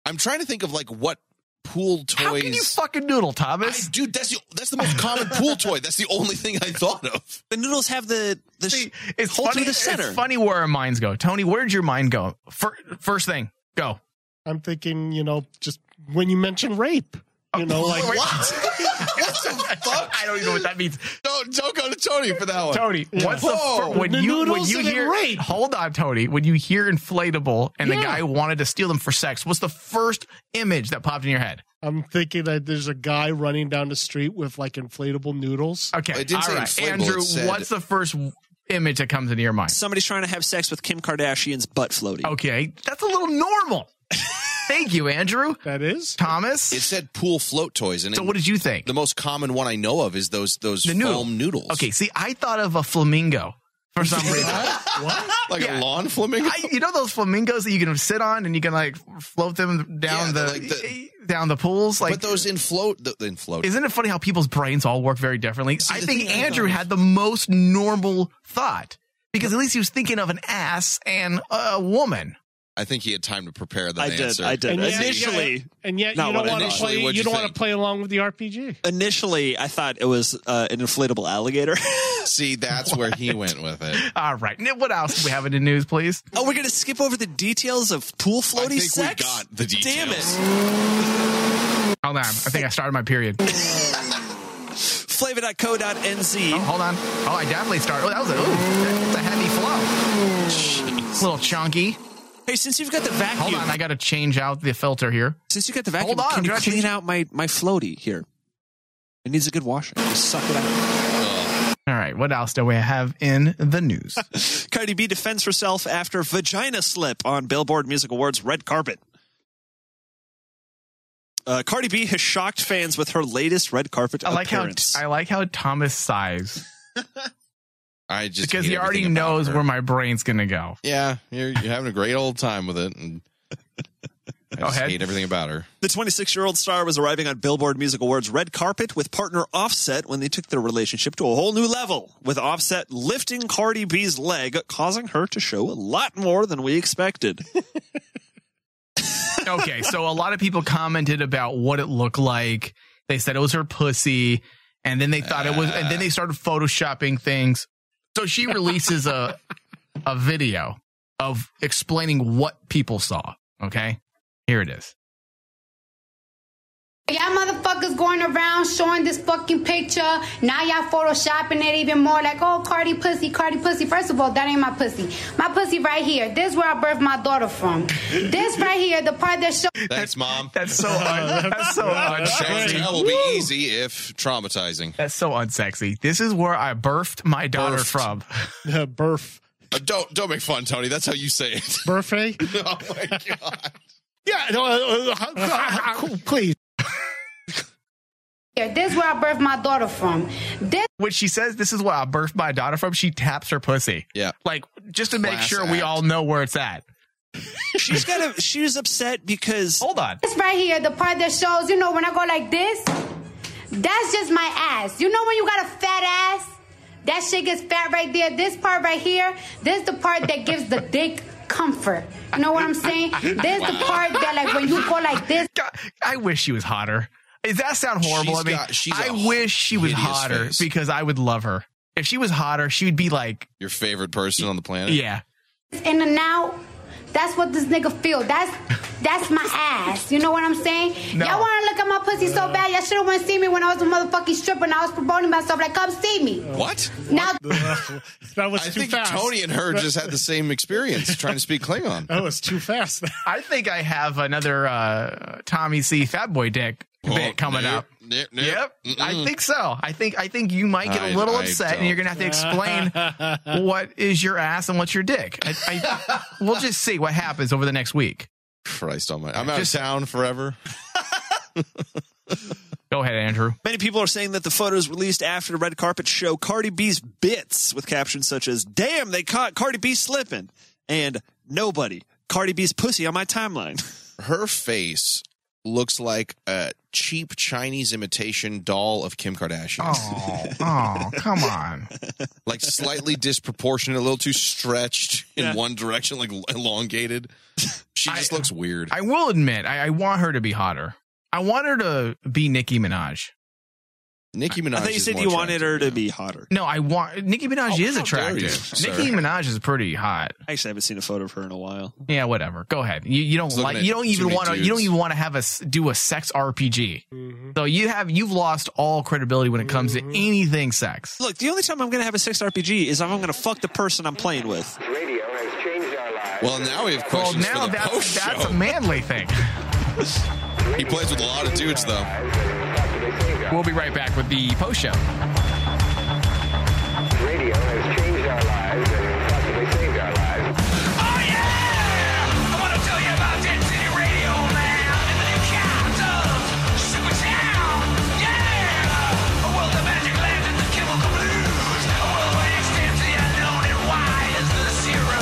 [SPEAKER 17] I'm trying to think of like what pool toys.
[SPEAKER 1] How can you fucking noodle, Thomas?
[SPEAKER 17] dude, that's the that's the most common pool toy. That's the only thing I thought of.
[SPEAKER 5] The noodles have the the See,
[SPEAKER 1] it's
[SPEAKER 5] hold
[SPEAKER 1] funny,
[SPEAKER 5] through the center.
[SPEAKER 1] It's funny where our minds go. Tony, where'd your mind go? First, first thing, go.
[SPEAKER 9] I'm thinking, you know, just when you mention rape. You know, like
[SPEAKER 8] What?
[SPEAKER 1] the fuck? I don't even know what that means.
[SPEAKER 17] Don't don't go to Tony for that one.
[SPEAKER 1] Tony, what's the fir- when you when you hear hold on, Tony, when you hear inflatable and the
[SPEAKER 9] Yeah.
[SPEAKER 1] guy wanted to steal them for sex, what's the first image that popped in your head?
[SPEAKER 9] I'm thinking that there's a guy running down the street with like inflatable noodles.
[SPEAKER 1] Okay, all right, Andrew, what's the first image that comes into your mind?
[SPEAKER 5] Somebody's trying to have sex with Kim Kardashian's butt floating.
[SPEAKER 1] Okay, that's a little normal. Thank you, Andrew.
[SPEAKER 9] That is
[SPEAKER 1] Thomas.
[SPEAKER 17] It said pool float toys, and
[SPEAKER 1] So what did you think?
[SPEAKER 17] The most common one I know of is those those
[SPEAKER 1] The
[SPEAKER 17] foam
[SPEAKER 1] noodle.
[SPEAKER 17] noodles.
[SPEAKER 1] Okay, see, I thought of a flamingo for some reason.
[SPEAKER 17] what? Like a lawn flamingo?
[SPEAKER 1] I, you know those flamingos that you can sit on and you can like float them down the, down the pools. Like
[SPEAKER 17] but those in float, the, in float.
[SPEAKER 1] Isn't it funny how people's brains all work very differently? I think Andrew had the most normal thought because at least he was thinking of an ass and a woman.
[SPEAKER 17] I think he had time to prepare that
[SPEAKER 5] I did,
[SPEAKER 17] answer.
[SPEAKER 5] I did. And yet- Initially-
[SPEAKER 9] Yeah, and yet
[SPEAKER 5] Not
[SPEAKER 9] you don't
[SPEAKER 5] what I
[SPEAKER 9] want to
[SPEAKER 5] thought.
[SPEAKER 9] play.
[SPEAKER 5] Initially,
[SPEAKER 9] You,
[SPEAKER 5] what'd you
[SPEAKER 9] don't want to
[SPEAKER 5] think?
[SPEAKER 9] play along with the RPG.
[SPEAKER 5] Initially, I thought it was uh, an inflatable alligator.
[SPEAKER 17] See, that's where he went with it.
[SPEAKER 1] All right, Nick, what else do we have in the news, please?
[SPEAKER 5] Oh, we're gonna skip over the details of pool floaty
[SPEAKER 17] I think we
[SPEAKER 5] sex.
[SPEAKER 17] got the
[SPEAKER 5] Damn it!
[SPEAKER 1] Hold on, I think I started my period.
[SPEAKER 5] Flavor.co.nz.
[SPEAKER 1] hold on. Oh, I definitely started. Oh, that was a, ooh, that's a heavy flow. A little chunky.
[SPEAKER 5] Hey, since you've got the vacuum,
[SPEAKER 1] Hold on, I got to change out the filter here.
[SPEAKER 5] Since you got the vacuum,
[SPEAKER 1] Hold on,
[SPEAKER 5] can you
[SPEAKER 1] can I
[SPEAKER 5] clean
[SPEAKER 1] change-
[SPEAKER 5] out my, my floaty here? It needs a good washing. Just suck it out.
[SPEAKER 1] All right, what else do we have in the news?
[SPEAKER 5] Cardi B defends herself after vagina slip on Billboard Music Awards red carpet. Uh, Cardi B has shocked fans with her latest red carpet
[SPEAKER 1] I like how
[SPEAKER 5] appearance.
[SPEAKER 1] I like how Thomas sighs
[SPEAKER 17] I just
[SPEAKER 1] because
[SPEAKER 17] hate
[SPEAKER 1] he already
[SPEAKER 17] everything about
[SPEAKER 1] knows
[SPEAKER 17] her.
[SPEAKER 1] where my brain's gonna go.
[SPEAKER 17] Yeah, you're, you're having a great old time with it, and I just
[SPEAKER 5] ahead.
[SPEAKER 17] hate everything about her.
[SPEAKER 5] the 26 year old star was arriving on Billboard Music Awards red carpet with partner Offset when they took their relationship to a whole new level, with Offset lifting Cardi B's leg, causing her to show a lot more than we expected.
[SPEAKER 1] okay, so a lot of people commented about what it looked like. They said it was her pussy, and then they thought it was, and then they started photoshopping things. So she releases a a video of explaining what people saw. Okay, here it is.
[SPEAKER 18] Y'all motherfuckers going around showing this fucking picture. Now y'all photoshopping it even more. Like, oh, Cardi pussy, Cardi pussy. First of all, that ain't my pussy. My pussy right here. This where I birthed my daughter from. This right here, the part that shows.
[SPEAKER 17] Thanks, mom.
[SPEAKER 1] That's so un- that's so
[SPEAKER 17] Sex
[SPEAKER 1] unsexy.
[SPEAKER 17] tell will be easy if traumatizing.
[SPEAKER 1] That's so unsexy. This is where I birthed my daughter from.
[SPEAKER 9] Burf.
[SPEAKER 17] Uh, don't don't make fun, Tony. That's how you say it.
[SPEAKER 9] Burfay?
[SPEAKER 17] oh my god!
[SPEAKER 9] Yeah, no, uh, uh, uh, cool, please.
[SPEAKER 18] Here, this where I birthed my daughter from. This.
[SPEAKER 1] When she says this is where I birthed my daughter from, she taps her pussy.
[SPEAKER 17] Yeah.
[SPEAKER 1] Like just to make
[SPEAKER 17] Class
[SPEAKER 1] sure we
[SPEAKER 17] act.
[SPEAKER 1] all know Oh, where it's at.
[SPEAKER 5] She's got a she was upset because
[SPEAKER 1] Hold on.
[SPEAKER 18] This right here, the part that shows, you know, when I go like this, that's just my ass. You know when you got a fat ass? That shit gets fat right there. This part right here, this the part that gives the dick comfort. You know what I'm saying? This the part that like when you go like this.
[SPEAKER 1] I wish she was hotter. Does that sound horrible?
[SPEAKER 17] She's
[SPEAKER 1] I mean,
[SPEAKER 17] got- she's
[SPEAKER 1] I
[SPEAKER 17] a
[SPEAKER 1] wish she was
[SPEAKER 17] hideous
[SPEAKER 1] hotter
[SPEAKER 17] face.
[SPEAKER 1] because I would love her. If she was hotter, she would be like,
[SPEAKER 17] Your favorite person on the planet.
[SPEAKER 1] yeah.
[SPEAKER 18] in and out. That's what this nigga feel. That's that's my ass. You know what I'm saying?
[SPEAKER 8] No.
[SPEAKER 18] Y'all want to look at my pussy so bad. Y'all should have went see me when I was a motherfucking stripper and I was promoting myself. Like, come see me.
[SPEAKER 8] Uh.
[SPEAKER 17] What?
[SPEAKER 18] Now
[SPEAKER 9] that was
[SPEAKER 17] I
[SPEAKER 9] too
[SPEAKER 17] think
[SPEAKER 9] fast.
[SPEAKER 17] Tony and her just had the same experience trying to speak Klingon.
[SPEAKER 9] That was too fast.
[SPEAKER 1] I think I have another uh, Tommy C. Fatboy Dick bit coming
[SPEAKER 17] nope,
[SPEAKER 1] up. Yep,
[SPEAKER 8] Mm.
[SPEAKER 1] I think so. I think I think you might get
[SPEAKER 17] I-
[SPEAKER 1] a little
[SPEAKER 17] I
[SPEAKER 1] upset, and you're gonna have to explain what is your ass and what's your dick. I, I, we'll just see what happens over the next week.
[SPEAKER 17] Christ almighty. I'm out of town forever.
[SPEAKER 1] Go ahead, Andrew.
[SPEAKER 5] Many people are saying that the photos released after the red carpet show Cardi B's bits with captions such as, Damn, they caught Cardi B slipping, and Nobody, Cardi B's pussy on my timeline.
[SPEAKER 17] Her face looks like a cheap Chinese imitation doll of Kim Kardashian.
[SPEAKER 1] Oh, come on.
[SPEAKER 17] like slightly disproportionate, a little too stretched in
[SPEAKER 1] Yeah.
[SPEAKER 17] one direction, like elongated. She just looks weird.
[SPEAKER 1] I will admit, I, I want her to be hotter. I want her to be Nicki Minaj.
[SPEAKER 19] Nicki Minaj.
[SPEAKER 5] I thought you
[SPEAKER 19] is
[SPEAKER 5] said
[SPEAKER 19] more
[SPEAKER 5] you
[SPEAKER 19] attractive.
[SPEAKER 5] wanted her to be hotter.
[SPEAKER 1] No, I want Nicki Minaj
[SPEAKER 5] Oh,
[SPEAKER 1] is
[SPEAKER 5] how dare you,
[SPEAKER 1] attractive.
[SPEAKER 5] sir.
[SPEAKER 1] Nicki Minaj is pretty hot.
[SPEAKER 5] I actually haven't seen a photo of her in a while.
[SPEAKER 1] Yeah, whatever. Go ahead. You, you don't
[SPEAKER 5] Just looking
[SPEAKER 1] like
[SPEAKER 5] at
[SPEAKER 1] you don't
[SPEAKER 5] too
[SPEAKER 1] even
[SPEAKER 5] many
[SPEAKER 1] want to you
[SPEAKER 5] dudes.
[SPEAKER 1] don't even want to have us do a sex RPG. So you have you've lost all credibility when it comes
[SPEAKER 5] Mm-hmm.
[SPEAKER 1] to anything sex.
[SPEAKER 5] Look, the only time I'm going to have a sex RPG is if I'm going to fuck the person I'm playing with.
[SPEAKER 8] Radio has changed our lives.
[SPEAKER 5] Well, now we have questions
[SPEAKER 1] well, now
[SPEAKER 5] for the
[SPEAKER 1] that's
[SPEAKER 5] post
[SPEAKER 1] that's
[SPEAKER 5] show.
[SPEAKER 1] a manly thing.
[SPEAKER 4] He plays with a lot of dudes, though.
[SPEAKER 1] We'll be right back with the post show.
[SPEAKER 8] Radio has changed our lives and possibly saved our lives. Oh yeah! I want to tell you about Dead City Radio, man, and the new characters, Super Sound, yeah! A world of magic legends and chemical blues, a world where X stands for the unknown and Y is the zero.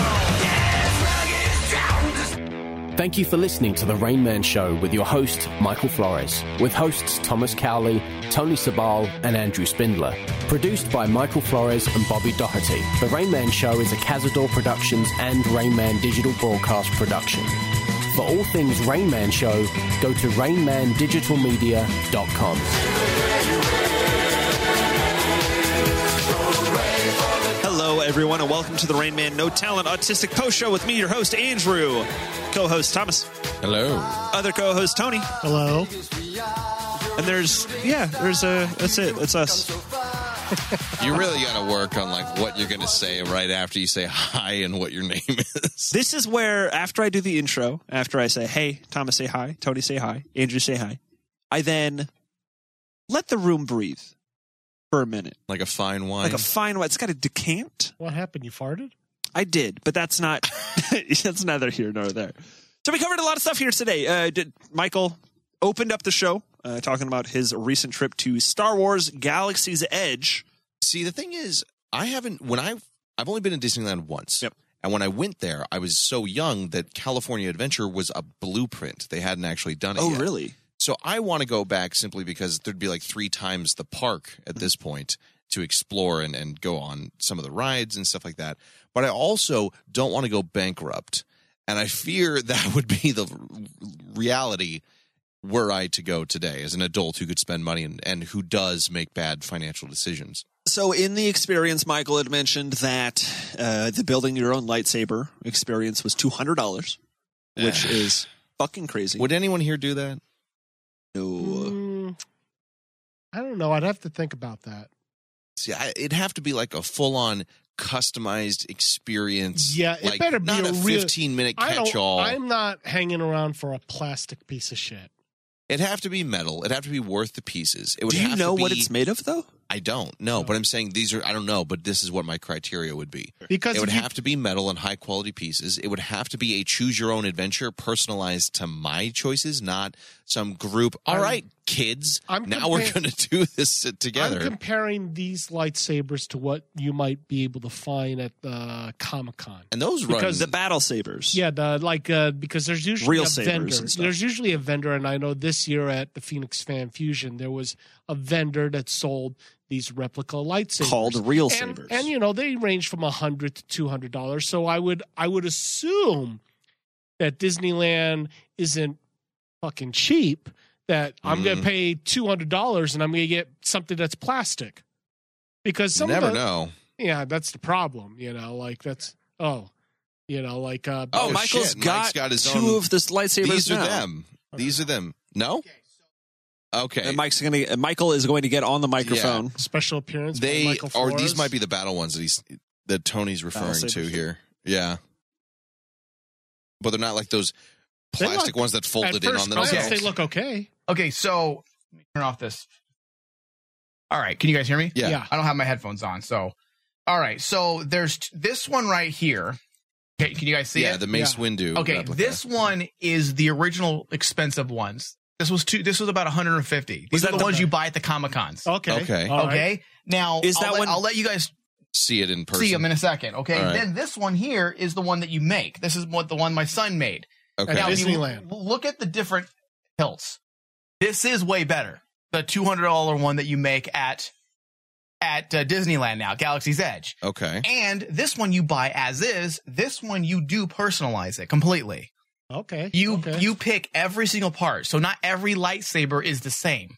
[SPEAKER 8] Yes, rugged sound
[SPEAKER 7] Thank you for listening to The Rain Man Show with your host, Michael Flores, with hosts Thomas Cowley, Tony Sabal, and Andrew Spindler. Produced by Michael Flores and Bobby Doherty, The Rain Man Show is a Cazador Productions and Rainman Digital Broadcast production. For all things Rain Man Show, go to rainmandigitalmedia.com.
[SPEAKER 5] Hello, everyone, and welcome to the Rain Man No Talent Autistic Post Show with me, your host, Andrew. Co host, Thomas.
[SPEAKER 4] Hello.
[SPEAKER 5] Other co host, Tony.
[SPEAKER 9] Hello.
[SPEAKER 5] And there's, yeah, there's a, that's it, that's us.
[SPEAKER 4] You really got to work on like what you're going to say right after you say hi and what your name is.
[SPEAKER 5] This is where, after I do the intro, after I say, hey, Thomas, say hi, Tony, say hi, Andrew, say hi, I then let the room breathe for a minute.
[SPEAKER 4] Like a fine wine.
[SPEAKER 5] Like a fine wine. It's got to decant.
[SPEAKER 9] What happened? You farted?
[SPEAKER 5] I did, but that's not that's neither here nor there. So we covered a lot of stuff here today. Uh, did, Michael opened up the show uh, talking about his recent trip to Star Wars Galaxy's Edge.
[SPEAKER 4] See, the thing is, I haven't when I I've only been to Disneyland once. Yep. And when I went there, I was so young that California Adventure was a blueprint. They hadn't actually done it.
[SPEAKER 5] Oh,
[SPEAKER 4] yet.
[SPEAKER 5] really?
[SPEAKER 4] So I want to go back simply because there'd be like three times the park at this
[SPEAKER 5] Mm-hmm.
[SPEAKER 4] point to explore and, and go on some of the rides and stuff like that. But I also don't want to go bankrupt. And I fear that would be the reality were I to go today as an adult who could spend money and, and who does make bad financial decisions.
[SPEAKER 5] So in the experience, Michael had mentioned that uh, the building your own lightsaber experience was two hundred dollars, which is fucking crazy.
[SPEAKER 4] Would anyone here do that? uh,
[SPEAKER 5] No.
[SPEAKER 9] Mm, I don't know. I'd have to think about that.
[SPEAKER 4] See, I, it'd have to be like a full on customized experience.
[SPEAKER 9] Yeah, it
[SPEAKER 4] like,
[SPEAKER 9] better be
[SPEAKER 4] not
[SPEAKER 9] a
[SPEAKER 4] a,
[SPEAKER 9] real-
[SPEAKER 4] 15 minute
[SPEAKER 9] I don't-
[SPEAKER 4] catch all.
[SPEAKER 9] I'm not hanging around for a plastic piece of shit.
[SPEAKER 4] It'd have to be metal. It'd have to be worth the pieces. It would
[SPEAKER 5] Do you
[SPEAKER 4] have
[SPEAKER 5] know
[SPEAKER 4] to be,
[SPEAKER 5] what it's made of, though?
[SPEAKER 4] I don't know, but I'm saying these are. I don't know, but this is what my criteria would be.
[SPEAKER 9] Because
[SPEAKER 4] it would
[SPEAKER 9] if you-
[SPEAKER 4] have to be metal and high quality pieces. It would have to be a choose your own adventure, personalized to my choices, not some group. All
[SPEAKER 9] I'm-
[SPEAKER 4] right, kids,
[SPEAKER 9] I'm
[SPEAKER 4] now we're
[SPEAKER 9] compar-
[SPEAKER 4] going to do this together.
[SPEAKER 9] I'm comparing these lightsabers to what you might be able to find at uh, Comic Con.
[SPEAKER 4] and those run
[SPEAKER 5] Because the battle sabers.
[SPEAKER 9] Yeah, the like uh, because there's usually
[SPEAKER 5] Real
[SPEAKER 9] a
[SPEAKER 5] sabers
[SPEAKER 9] vendor.
[SPEAKER 5] and stuff.
[SPEAKER 9] There's usually a vendor, and I know this year at the Phoenix Fan Fusion there was a vendor that sold these replica lightsabers
[SPEAKER 5] Called real
[SPEAKER 9] And-
[SPEAKER 5] sabers.
[SPEAKER 9] and you know they range from a hundred to two hundred dollars. So I would I would assume that Disneyland isn't fucking cheap. That I'm going
[SPEAKER 4] Mhm.
[SPEAKER 5] Mm.
[SPEAKER 9] to pay two hundred dollars and I'm going to get something that's plastic. Because
[SPEAKER 4] You
[SPEAKER 9] some
[SPEAKER 4] never
[SPEAKER 9] of the,
[SPEAKER 4] know.
[SPEAKER 9] Yeah, that's the problem. You know, like that's oh, you know, like uh,
[SPEAKER 5] Oh, Michael's
[SPEAKER 4] Michael's
[SPEAKER 5] got, two of the lightsabers
[SPEAKER 4] These are
[SPEAKER 5] now.
[SPEAKER 4] them. These are them. No. Okay.
[SPEAKER 5] And Mike's gonna. and Michael is going to get on the microphone.
[SPEAKER 9] special appearance. by
[SPEAKER 4] They
[SPEAKER 9] Michael Oh,
[SPEAKER 4] are. These
[SPEAKER 9] Flores.
[SPEAKER 4] might be the battle ones that he's that Tony's referring to
[SPEAKER 5] sabers.
[SPEAKER 4] here. Yeah. But they're not like those
[SPEAKER 9] They look-
[SPEAKER 4] plastic ones that folded
[SPEAKER 9] at
[SPEAKER 4] in
[SPEAKER 9] first
[SPEAKER 4] on
[SPEAKER 9] glance,
[SPEAKER 4] themselves.
[SPEAKER 9] They look okay.
[SPEAKER 1] Okay, so let me turn off this. All right, can you guys hear me?
[SPEAKER 4] Yeah.
[SPEAKER 1] I don't have my headphones on, so all right. So there's t- this one right here. Okay, can you guys see it?
[SPEAKER 4] yeah, the Mace Windu.
[SPEAKER 1] Okay,
[SPEAKER 4] replica.
[SPEAKER 1] this one is the original expensive ones. This was two. This was about 150. These
[SPEAKER 5] Was
[SPEAKER 1] are
[SPEAKER 5] that
[SPEAKER 1] the,
[SPEAKER 5] the-
[SPEAKER 1] ones you buy at the comic cons.
[SPEAKER 9] Okay.
[SPEAKER 4] Okay.
[SPEAKER 9] All right.
[SPEAKER 1] okay. Now
[SPEAKER 5] Is
[SPEAKER 1] I'll
[SPEAKER 5] that
[SPEAKER 1] let,
[SPEAKER 5] one-
[SPEAKER 1] I'll let you guys
[SPEAKER 4] see it in person.
[SPEAKER 1] see them in a second. Okay.
[SPEAKER 4] All right.
[SPEAKER 1] Then this one here is the one that you make. This is what the one my son made.
[SPEAKER 4] Okay.
[SPEAKER 1] Now, if you
[SPEAKER 9] Disneyland.
[SPEAKER 1] look at the different hilts. This is way better. The two hundred dollar one that you make at at uh, Disneyland now, Galaxy's Edge.
[SPEAKER 4] okay.
[SPEAKER 1] And this one you buy as is. This one you do personalize it completely.
[SPEAKER 9] Okay.
[SPEAKER 1] You
[SPEAKER 9] okay.
[SPEAKER 1] you pick every single part. So not every lightsaber is the same.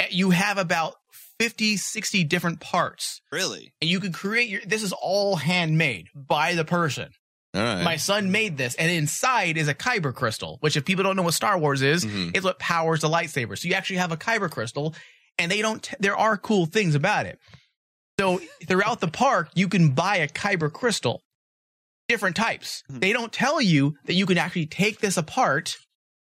[SPEAKER 1] Eh, You have about 50, 60 different parts.
[SPEAKER 5] Really?
[SPEAKER 1] And you could create your, this is all handmade by the person.
[SPEAKER 4] All right.
[SPEAKER 1] My son made this, and inside is a kyber crystal, which if people don't know what Star Wars is,
[SPEAKER 4] Mm-hmm.
[SPEAKER 1] it's what powers the lightsaber. So you actually have a kyber crystal, and they don't. There are cool things about it. So throughout the park, you can buy a kyber crystal, different types.
[SPEAKER 4] Hmm.
[SPEAKER 1] They don't tell you that you can actually take this apart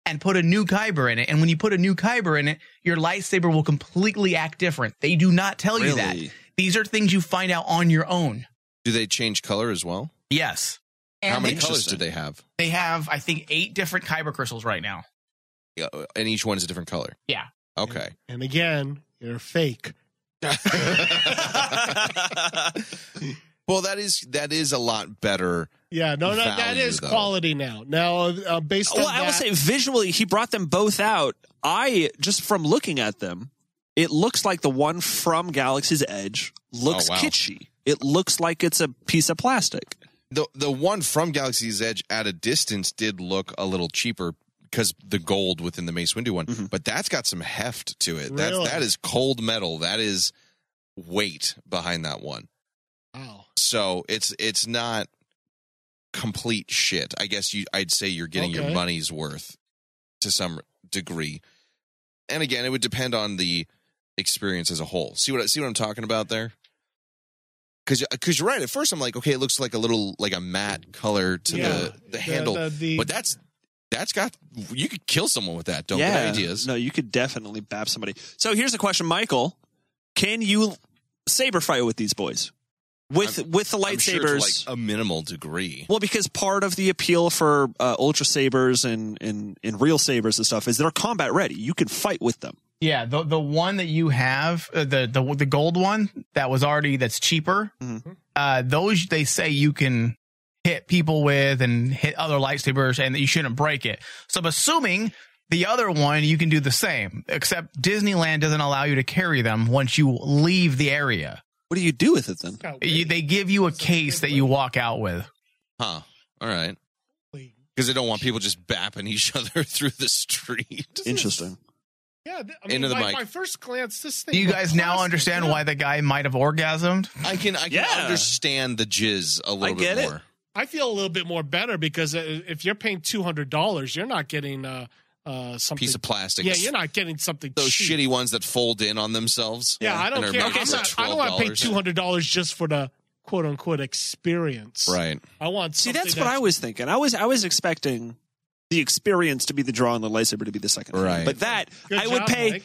[SPEAKER 1] and put a new kyber in it. And when you put a new kyber in it, your lightsaber will completely act different. They do not tell you that.
[SPEAKER 4] Really?
[SPEAKER 1] These are things you find out on your own.
[SPEAKER 4] Do they change color as well?
[SPEAKER 1] Yes.
[SPEAKER 4] How
[SPEAKER 1] And
[SPEAKER 4] many
[SPEAKER 1] they-
[SPEAKER 4] colors do they have?
[SPEAKER 1] They have, I think, eight different kyber crystals right now.
[SPEAKER 4] Yeah, And each one's a different color.
[SPEAKER 1] Yeah.
[SPEAKER 4] Okay.
[SPEAKER 9] And again, you're fake.
[SPEAKER 4] Well, that is that is a lot better.
[SPEAKER 9] Yeah, no, that, that
[SPEAKER 4] value,
[SPEAKER 9] is
[SPEAKER 4] though.
[SPEAKER 9] quality now. Now, uh, based on
[SPEAKER 5] Well, I will
[SPEAKER 9] that-
[SPEAKER 5] say visually, he brought them both out. I just from looking at them, it looks like the one from Galaxy's Edge looks
[SPEAKER 4] Oh, wow.
[SPEAKER 5] kitschy. It looks like it's a piece of plastic.
[SPEAKER 4] The the one from Galaxy's Edge at a distance did look a little cheaper because the gold within the Mace Windu one, but that's got some heft to it.
[SPEAKER 9] Mm-hmm. Really?
[SPEAKER 4] That's that is cold metal. That is weight behind that one.
[SPEAKER 9] Wow.
[SPEAKER 4] So it's it's not complete shit. I guess you I'd say you're getting your
[SPEAKER 20] Okay.
[SPEAKER 4] money's worth to some degree. And again, it would depend on the experience as a whole. See what I see what I'm talking about there? Cuz cuz you're right. At first I'm like, okay, it looks like a little like a matte color to
[SPEAKER 9] Yeah.
[SPEAKER 4] the the
[SPEAKER 9] The-
[SPEAKER 4] handle.
[SPEAKER 9] the- the-
[SPEAKER 4] but that's that's got you could kill someone with that. Don't
[SPEAKER 5] Yeah.
[SPEAKER 4] get ideas.
[SPEAKER 5] No, you could definitely bap somebody. So here's a question, Michael: Can you saber fight with these boys? With with the
[SPEAKER 4] I'm sure to,
[SPEAKER 5] lightsabers,
[SPEAKER 4] like a minimal degree.
[SPEAKER 5] Well, because part of the appeal for uh, ultra sabers and, and and real sabers and stuff is they're combat ready. You can fight with them.
[SPEAKER 1] Yeah, the the one that you have, uh, the the the gold one that was already that's cheaper.
[SPEAKER 5] Mm-hmm.
[SPEAKER 1] Uh, those they say you can hit people with and hit other lightsabers, and that you shouldn't break it. So I'm assuming the other one you can do the same, except Disneyland doesn't allow you to carry them once you leave the area.
[SPEAKER 5] What do you do with it then?
[SPEAKER 1] You, they give you a case that you walk out with.
[SPEAKER 4] Huh. All right. Because they don't want people just bapping each other through the street.
[SPEAKER 5] Interesting.
[SPEAKER 9] yeah, th- I
[SPEAKER 4] Into the
[SPEAKER 9] my,
[SPEAKER 4] mic.
[SPEAKER 9] my first glance, this thing.
[SPEAKER 1] Do you
[SPEAKER 9] was
[SPEAKER 1] guys now
[SPEAKER 9] plastic,
[SPEAKER 1] understand
[SPEAKER 9] you know?
[SPEAKER 1] why the guy might have orgasmed?
[SPEAKER 4] I can I can
[SPEAKER 9] Yeah.
[SPEAKER 4] understand the jizz a little bit more.
[SPEAKER 9] I feel a little bit more better because uh, if you're paying two hundred dollars, you're not getting uh, uh, something
[SPEAKER 4] Piece of plastic.
[SPEAKER 9] Yeah, you're not getting something
[SPEAKER 4] Those
[SPEAKER 9] cheap.
[SPEAKER 4] shitty ones that fold in on themselves.
[SPEAKER 9] Yeah, I don't
[SPEAKER 4] and are
[SPEAKER 9] care.
[SPEAKER 4] made
[SPEAKER 9] I'm
[SPEAKER 4] for
[SPEAKER 9] not, I don't want to pay
[SPEAKER 4] $12.
[SPEAKER 9] two hundred dollars just for the quote unquote experience.
[SPEAKER 4] Right.
[SPEAKER 9] I want.
[SPEAKER 5] See,
[SPEAKER 9] something
[SPEAKER 5] that's what I was thinking. I was I was expecting the experience to be the draw and the lightsaber to be the second. thing.
[SPEAKER 4] Right.
[SPEAKER 5] But that
[SPEAKER 9] Good
[SPEAKER 5] I would
[SPEAKER 9] job,
[SPEAKER 5] pay
[SPEAKER 9] Mike.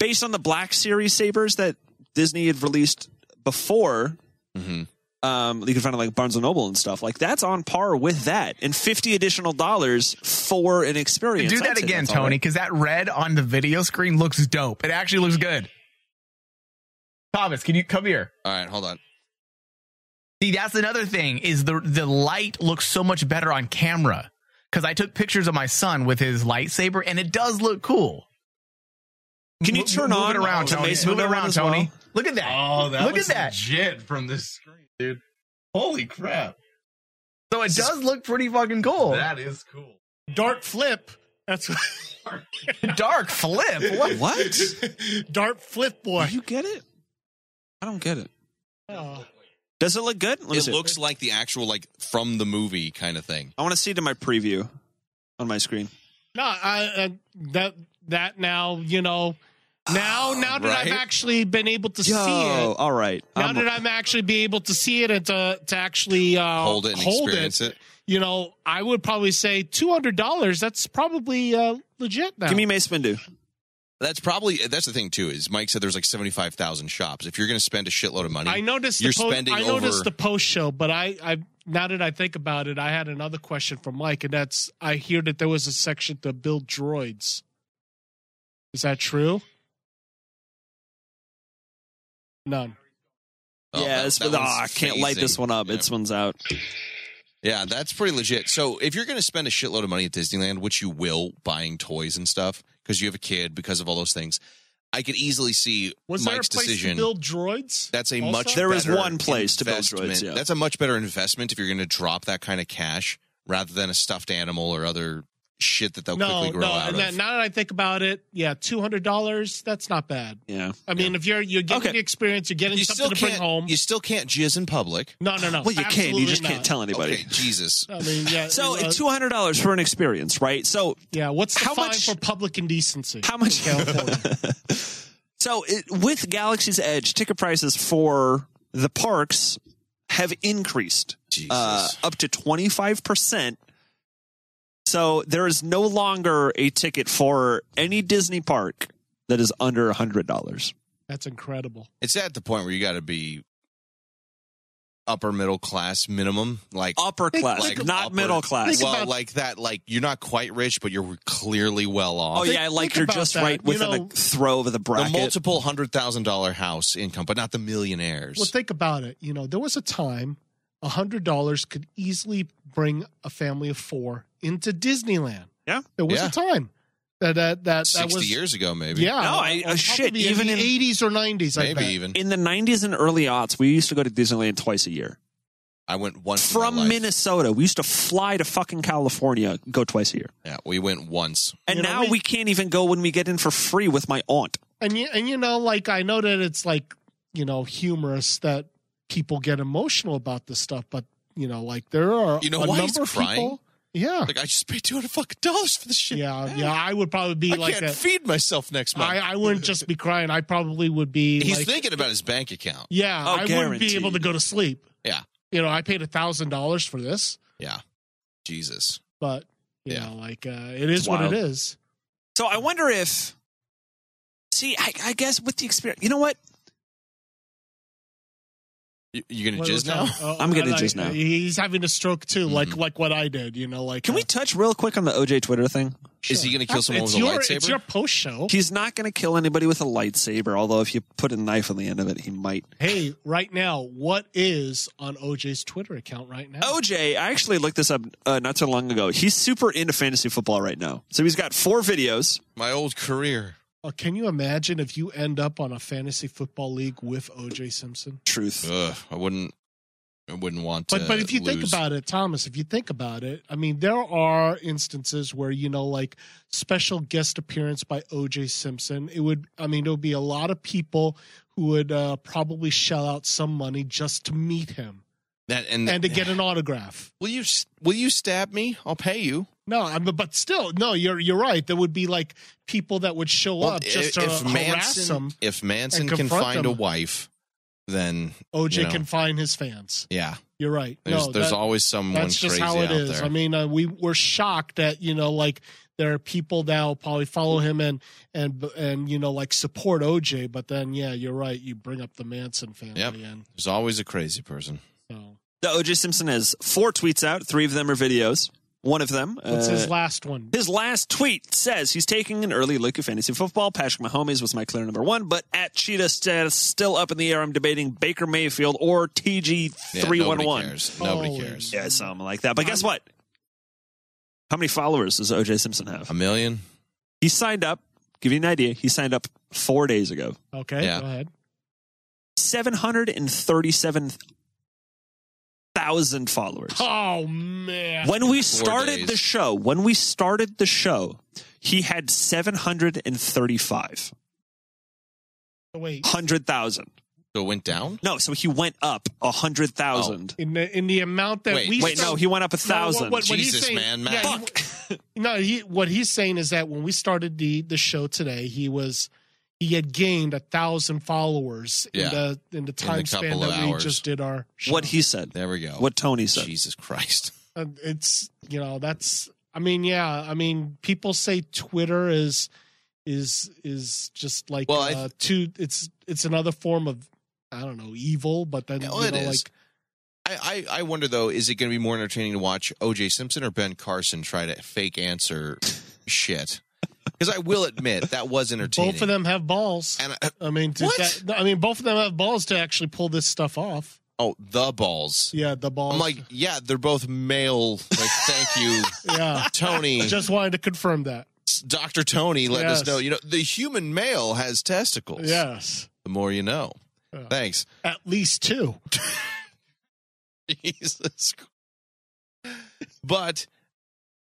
[SPEAKER 5] based on the Black Series sabers that Disney had released before.
[SPEAKER 4] Mm-hmm.
[SPEAKER 5] Um, you can find it like Barnes and Noble and stuff. Like that's on par with that, and fifty additional dollars for an experience.
[SPEAKER 1] Do
[SPEAKER 5] I'd
[SPEAKER 1] that
[SPEAKER 5] say
[SPEAKER 1] again,
[SPEAKER 5] that's all
[SPEAKER 1] Tony,
[SPEAKER 5] right.
[SPEAKER 1] because that red on the video screen looks dope. It actually looks good. Thomas, can you come here?
[SPEAKER 4] All right, hold on.
[SPEAKER 1] See, that's another thing is the the light looks so much better on camera because I took pictures of my son with his lightsaber, and it does look cool.
[SPEAKER 5] Can you
[SPEAKER 1] Mo-
[SPEAKER 5] turn
[SPEAKER 1] move
[SPEAKER 5] on
[SPEAKER 1] it around,
[SPEAKER 5] the
[SPEAKER 1] Tony?
[SPEAKER 5] Mace
[SPEAKER 1] Move it
[SPEAKER 5] Windu one
[SPEAKER 1] around,
[SPEAKER 5] as well?
[SPEAKER 1] Tony. Look at that.
[SPEAKER 8] Oh, that
[SPEAKER 1] Look
[SPEAKER 8] looks
[SPEAKER 1] at that.
[SPEAKER 8] legit from this screen, dude. Holy crap.
[SPEAKER 1] So it does look pretty fucking cool.
[SPEAKER 8] That is cool.
[SPEAKER 9] Dark flip. That's what.
[SPEAKER 1] Dark flip. What?
[SPEAKER 9] Dark flip boy. Uh, You
[SPEAKER 5] get it? I don't get it. Does it look good? Let me
[SPEAKER 4] It
[SPEAKER 5] see.
[SPEAKER 4] looks like the actual like from the movie kind of thing.
[SPEAKER 5] I want to see it in my preview on my screen.
[SPEAKER 9] No, I, uh, that that now you know. Now, now that I've
[SPEAKER 5] Ah, right?
[SPEAKER 9] actually been able to
[SPEAKER 5] Yo,
[SPEAKER 9] see it,
[SPEAKER 5] all right.
[SPEAKER 9] now
[SPEAKER 5] I'm-
[SPEAKER 9] that I'm actually be able to see it and to to actually uh,
[SPEAKER 4] Hold it and experience it.
[SPEAKER 9] you know, I would probably say two hundred dollars. That's probably uh, legit now.
[SPEAKER 5] Give me Mace Windu.
[SPEAKER 4] That's probably that's the thing too. Is Mike said there's like seventy five thousand shops. If you're going to spend a shitload of money,
[SPEAKER 9] I noticed
[SPEAKER 4] you're
[SPEAKER 9] the po-
[SPEAKER 4] spending
[SPEAKER 9] I
[SPEAKER 4] over.
[SPEAKER 9] noticed the post show, but I, I now that I think about it, I had another question for Mike, and that's I hear that there was a section to build droids. Is that true? None.
[SPEAKER 4] Oh,
[SPEAKER 5] yeah,
[SPEAKER 4] that-
[SPEAKER 5] it's,
[SPEAKER 4] that
[SPEAKER 5] but-
[SPEAKER 4] one's
[SPEAKER 5] ah, I can't light
[SPEAKER 4] phasing.
[SPEAKER 5] this one up. This one's out.
[SPEAKER 4] Yeah, that's pretty legit. So if you're going to spend a shitload of money at Disneyland, which you will, buying toys and stuff because you have a kid, because of all those things, I could easily see
[SPEAKER 9] Was there a
[SPEAKER 4] Mike's
[SPEAKER 9] place
[SPEAKER 4] decision.
[SPEAKER 9] to build droids?
[SPEAKER 4] that's a
[SPEAKER 9] also?
[SPEAKER 4] much
[SPEAKER 5] There is
[SPEAKER 4] better
[SPEAKER 5] one place to build droids,
[SPEAKER 4] investment.
[SPEAKER 5] yeah.
[SPEAKER 4] That's a much better investment if you're going to drop that kind of cash rather than a stuffed animal or other shit that they'll
[SPEAKER 9] No,
[SPEAKER 4] quickly grow
[SPEAKER 9] no.
[SPEAKER 4] out
[SPEAKER 9] And
[SPEAKER 4] of.
[SPEAKER 9] that, now that I think about it, yeah, two hundred dollars. That's not bad.
[SPEAKER 5] yeah.
[SPEAKER 9] I mean, if you're you're getting the experience, you're getting
[SPEAKER 4] You still
[SPEAKER 9] something to bring
[SPEAKER 4] can't-
[SPEAKER 9] home.
[SPEAKER 4] You still can't jizz in public.
[SPEAKER 9] No, no, no.
[SPEAKER 5] Well, you can. You just
[SPEAKER 9] Absolutely
[SPEAKER 5] can't
[SPEAKER 9] not.
[SPEAKER 5] tell anybody.
[SPEAKER 4] Okay, Jesus.
[SPEAKER 9] I mean, yeah.
[SPEAKER 5] So
[SPEAKER 9] uh,
[SPEAKER 5] two hundred dollars for an experience, right? So
[SPEAKER 9] yeah, what's the
[SPEAKER 5] how
[SPEAKER 9] fine
[SPEAKER 5] much
[SPEAKER 9] for public indecency?
[SPEAKER 5] How much? So it, with Galaxy's Edge, ticket prices for the parks have increased uh, up to 25%. So there is no longer a ticket for any Disney park that is under $100.
[SPEAKER 9] That's incredible.
[SPEAKER 4] It's at the point where you got to be upper middle class minimum, like
[SPEAKER 5] upper class, not middle class. Think
[SPEAKER 4] Well,
[SPEAKER 5] about-
[SPEAKER 4] like that, like you're not quite rich, but you're clearly well off.
[SPEAKER 5] Oh, yeah, Think- like think you're about just that. right You within a know- throw of the bracket.
[SPEAKER 4] The multiple hundred thousand dollar house income, but not the millionaires.
[SPEAKER 9] Well, think about it. You know, there was a time hundred dollars could easily bring a family of four into Disneyland.
[SPEAKER 5] Yeah,
[SPEAKER 9] there was
[SPEAKER 4] Yeah.
[SPEAKER 9] a time that that that, that
[SPEAKER 4] Sixty
[SPEAKER 9] was
[SPEAKER 4] years ago, maybe.
[SPEAKER 9] Yeah,
[SPEAKER 5] No, I- uh, shit,
[SPEAKER 9] probably in
[SPEAKER 5] even
[SPEAKER 9] the
[SPEAKER 5] in-
[SPEAKER 9] eighties or nineties, I bet.
[SPEAKER 5] In the 90s and early aughts, we used to go to Disneyland twice a year.
[SPEAKER 4] I went once in my
[SPEAKER 5] From
[SPEAKER 4] life.
[SPEAKER 5] Minnesota. We used to fly to fucking California, go twice a year.
[SPEAKER 4] Yeah, we went once.
[SPEAKER 5] And now we can't even go when we get in for free with my aunt.
[SPEAKER 9] And you, and you know, like I know that it's like you know humorous that people get emotional about this stuff, but you know, like there are
[SPEAKER 4] You know
[SPEAKER 9] a
[SPEAKER 4] why he's
[SPEAKER 9] number of
[SPEAKER 4] crying?
[SPEAKER 9] people. Yeah,
[SPEAKER 4] Like I just paid two hundred fucking dollars for this shit.
[SPEAKER 9] Yeah, yeah, I would probably be
[SPEAKER 4] I
[SPEAKER 9] like
[SPEAKER 4] can't
[SPEAKER 9] that.
[SPEAKER 4] feed myself next month.
[SPEAKER 9] I, I wouldn't just be crying. I probably would be.
[SPEAKER 4] He's Oh,
[SPEAKER 9] like,
[SPEAKER 4] thinking about his bank account.
[SPEAKER 9] Yeah,
[SPEAKER 5] Oh,
[SPEAKER 9] I wouldn't be able to go to sleep.
[SPEAKER 4] Yeah,
[SPEAKER 9] You know, I paid a thousand dollars for this,
[SPEAKER 4] yeah. Jesus.
[SPEAKER 9] but you know, like uh, it is
[SPEAKER 5] It's
[SPEAKER 9] what it
[SPEAKER 5] wild.
[SPEAKER 9] is.
[SPEAKER 5] So I wonder if. See, I, I guess with the experience, you know what?
[SPEAKER 4] You, you gonna
[SPEAKER 9] What-
[SPEAKER 4] jizz
[SPEAKER 9] what's
[SPEAKER 4] now? Mm-hmm.
[SPEAKER 9] up? Oh, I like- He's having a stroke too, like like what I did. You know, like uh,
[SPEAKER 5] Can we touch real quick on the OJ Twitter thing?
[SPEAKER 4] Is he gonna kill someone
[SPEAKER 9] it's
[SPEAKER 4] with a
[SPEAKER 9] your
[SPEAKER 4] lightsaber?
[SPEAKER 9] it's your oh. post show.
[SPEAKER 5] He's not going to kill anybody with a lightsaber, although if you put a knife on the end of it, he might.
[SPEAKER 9] Hey, right now, what is on OJ's Twitter account right now?
[SPEAKER 5] OJ, I actually looked this up uh, not so long ago. He's super into fantasy football right now. So he's got four videos.
[SPEAKER 4] My old career.
[SPEAKER 9] Oh, can you imagine if you end up on a fantasy football league with OJ Simpson?
[SPEAKER 5] Truth.
[SPEAKER 4] Ugh, I wouldn't. I wouldn't want to.
[SPEAKER 9] But but if you think
[SPEAKER 4] lose.
[SPEAKER 9] about it, Thomas, if you think about it, I mean, there are instances where you know, like special guest appearance by O.J. Simpson. It would, I mean, it would be a lot of people who would uh, probably shell out some money just to meet him
[SPEAKER 4] that, and,
[SPEAKER 9] and, to get an autograph.
[SPEAKER 4] will you s- will you stab me? I'll pay you.
[SPEAKER 9] No, I'm, but still, no, you're you're right. There would be like people that would show
[SPEAKER 4] Well,
[SPEAKER 9] up just to
[SPEAKER 4] if
[SPEAKER 9] harass
[SPEAKER 4] Manson,
[SPEAKER 9] him.
[SPEAKER 4] if Manson
[SPEAKER 9] and
[SPEAKER 4] can
[SPEAKER 9] confront
[SPEAKER 4] find a
[SPEAKER 9] him.
[SPEAKER 4] wife, then
[SPEAKER 9] OJ
[SPEAKER 4] you know,
[SPEAKER 9] can find his fans.
[SPEAKER 4] Yeah,
[SPEAKER 9] You're right.
[SPEAKER 4] There's-
[SPEAKER 9] no,
[SPEAKER 4] there's
[SPEAKER 9] that-
[SPEAKER 4] always someone
[SPEAKER 9] That's just
[SPEAKER 4] crazy
[SPEAKER 9] how it
[SPEAKER 4] out
[SPEAKER 9] is.
[SPEAKER 4] there.
[SPEAKER 9] I mean, uh, we we're shocked that you know, like there are people that will probably follow him and and and you know, like support OJ. But then, yeah, you're right. You bring up the Manson family,
[SPEAKER 4] yep.
[SPEAKER 9] and
[SPEAKER 4] There's always a crazy person.
[SPEAKER 5] The OJ Simpson has four tweets out. Three of them are videos. One of them.
[SPEAKER 9] what's
[SPEAKER 5] uh,
[SPEAKER 9] his last one?
[SPEAKER 5] His last tweet says he's taking an early look at fantasy football. Patrick Mahomes was my clear number one, but at Cheetah status still up in the air. I'm debating Baker Mayfield or TG three one
[SPEAKER 4] nobody
[SPEAKER 5] one.
[SPEAKER 4] cares. Nobody Holy cares.
[SPEAKER 5] Yeah, something like that. But guess what? How many followers does OJ Simpson have?
[SPEAKER 4] A million.
[SPEAKER 5] He signed up. Give you an idea. He signed up four days ago.
[SPEAKER 9] Okay,
[SPEAKER 5] Yeah.
[SPEAKER 9] go ahead.
[SPEAKER 5] Seven hundred and thirty-seven thousand followers.
[SPEAKER 9] Oh man!
[SPEAKER 5] when we started the show, when we started the show, he had 735.
[SPEAKER 9] Oh, wait,
[SPEAKER 5] 100,000.
[SPEAKER 4] So it went down?
[SPEAKER 5] No, so he went up 100,000.
[SPEAKER 9] in the in the amount that
[SPEAKER 5] Wait,
[SPEAKER 9] we
[SPEAKER 5] wait,
[SPEAKER 9] start-
[SPEAKER 5] no, he went up a
[SPEAKER 9] what-
[SPEAKER 5] thousand.
[SPEAKER 9] he's
[SPEAKER 5] Jesus,
[SPEAKER 9] saying-
[SPEAKER 5] man,
[SPEAKER 9] yeah, he- no, he, what he's saying is that when we started the the show today, he was he had gained a thousand
[SPEAKER 4] Oh,
[SPEAKER 9] followers
[SPEAKER 5] Yeah.
[SPEAKER 9] in the in the time span
[SPEAKER 5] couple
[SPEAKER 9] that
[SPEAKER 5] of
[SPEAKER 9] we
[SPEAKER 5] hours.
[SPEAKER 9] just did our show.
[SPEAKER 5] What he said.
[SPEAKER 4] There we go.
[SPEAKER 5] What Tony said.
[SPEAKER 4] Jesus Christ.
[SPEAKER 9] Uh, it's you know that's I mean yeah I mean people say Twitter is is is just like
[SPEAKER 4] Well, I-
[SPEAKER 9] uh, too it's it's another form of I don't know evil, but then
[SPEAKER 4] Oh,
[SPEAKER 9] you
[SPEAKER 4] it
[SPEAKER 9] know,
[SPEAKER 4] is.
[SPEAKER 9] like
[SPEAKER 4] I, I, I wonder though, is it going to be more entertaining to watch O.J. Simpson or Ben Carson try to fake answer shit? Because I will admit that was entertaining.
[SPEAKER 9] both of them have balls.
[SPEAKER 4] And uh,
[SPEAKER 9] I, mean to
[SPEAKER 4] What?
[SPEAKER 9] that- I mean both of them have balls to actually pull this stuff off.
[SPEAKER 4] Oh, the balls.
[SPEAKER 9] Yeah, the balls.
[SPEAKER 4] I'm like, yeah, they're both male. Like, thank you,
[SPEAKER 9] yeah,
[SPEAKER 4] Tony.
[SPEAKER 9] Just wanted to confirm that.
[SPEAKER 4] Doctor Tony. Let us
[SPEAKER 9] Yes.
[SPEAKER 4] know. You know, the human male has testicles.
[SPEAKER 9] Yes.
[SPEAKER 4] The more you know. Thanks.
[SPEAKER 9] At least two.
[SPEAKER 4] Jesus. But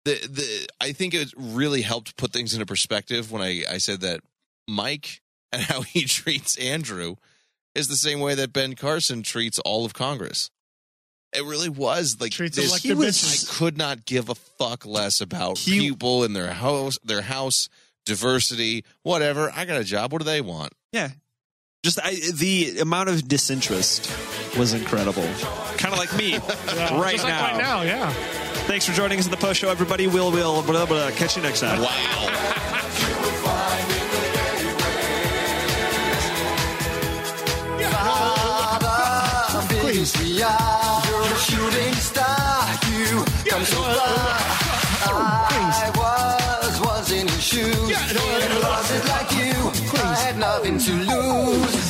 [SPEAKER 4] the the I think it really helped put things into perspective when I I said that Mike and how he treats Andrew is the same way that Ben Carson treats all of Congress. It really was like
[SPEAKER 9] Treats 'em
[SPEAKER 4] this-
[SPEAKER 9] like
[SPEAKER 4] he
[SPEAKER 9] they're
[SPEAKER 4] was-
[SPEAKER 9] bitches.
[SPEAKER 4] I could not give a fuck less about people in their house, their house diversity, whatever. I got a job. What do they want?
[SPEAKER 5] Yeah. Just I, the amount of disinterest was incredible. Kind of like me right,
[SPEAKER 9] Just
[SPEAKER 5] now.
[SPEAKER 9] like right now, yeah.
[SPEAKER 5] Thanks for joining us at the post show, everybody. We'll, we'll, blah, blah. Catch you next time.
[SPEAKER 4] Wow.
[SPEAKER 8] Please. You're a shooting star. You come so far. I was, was in your shoes. Didn't lose it like you. I had nothing to lose.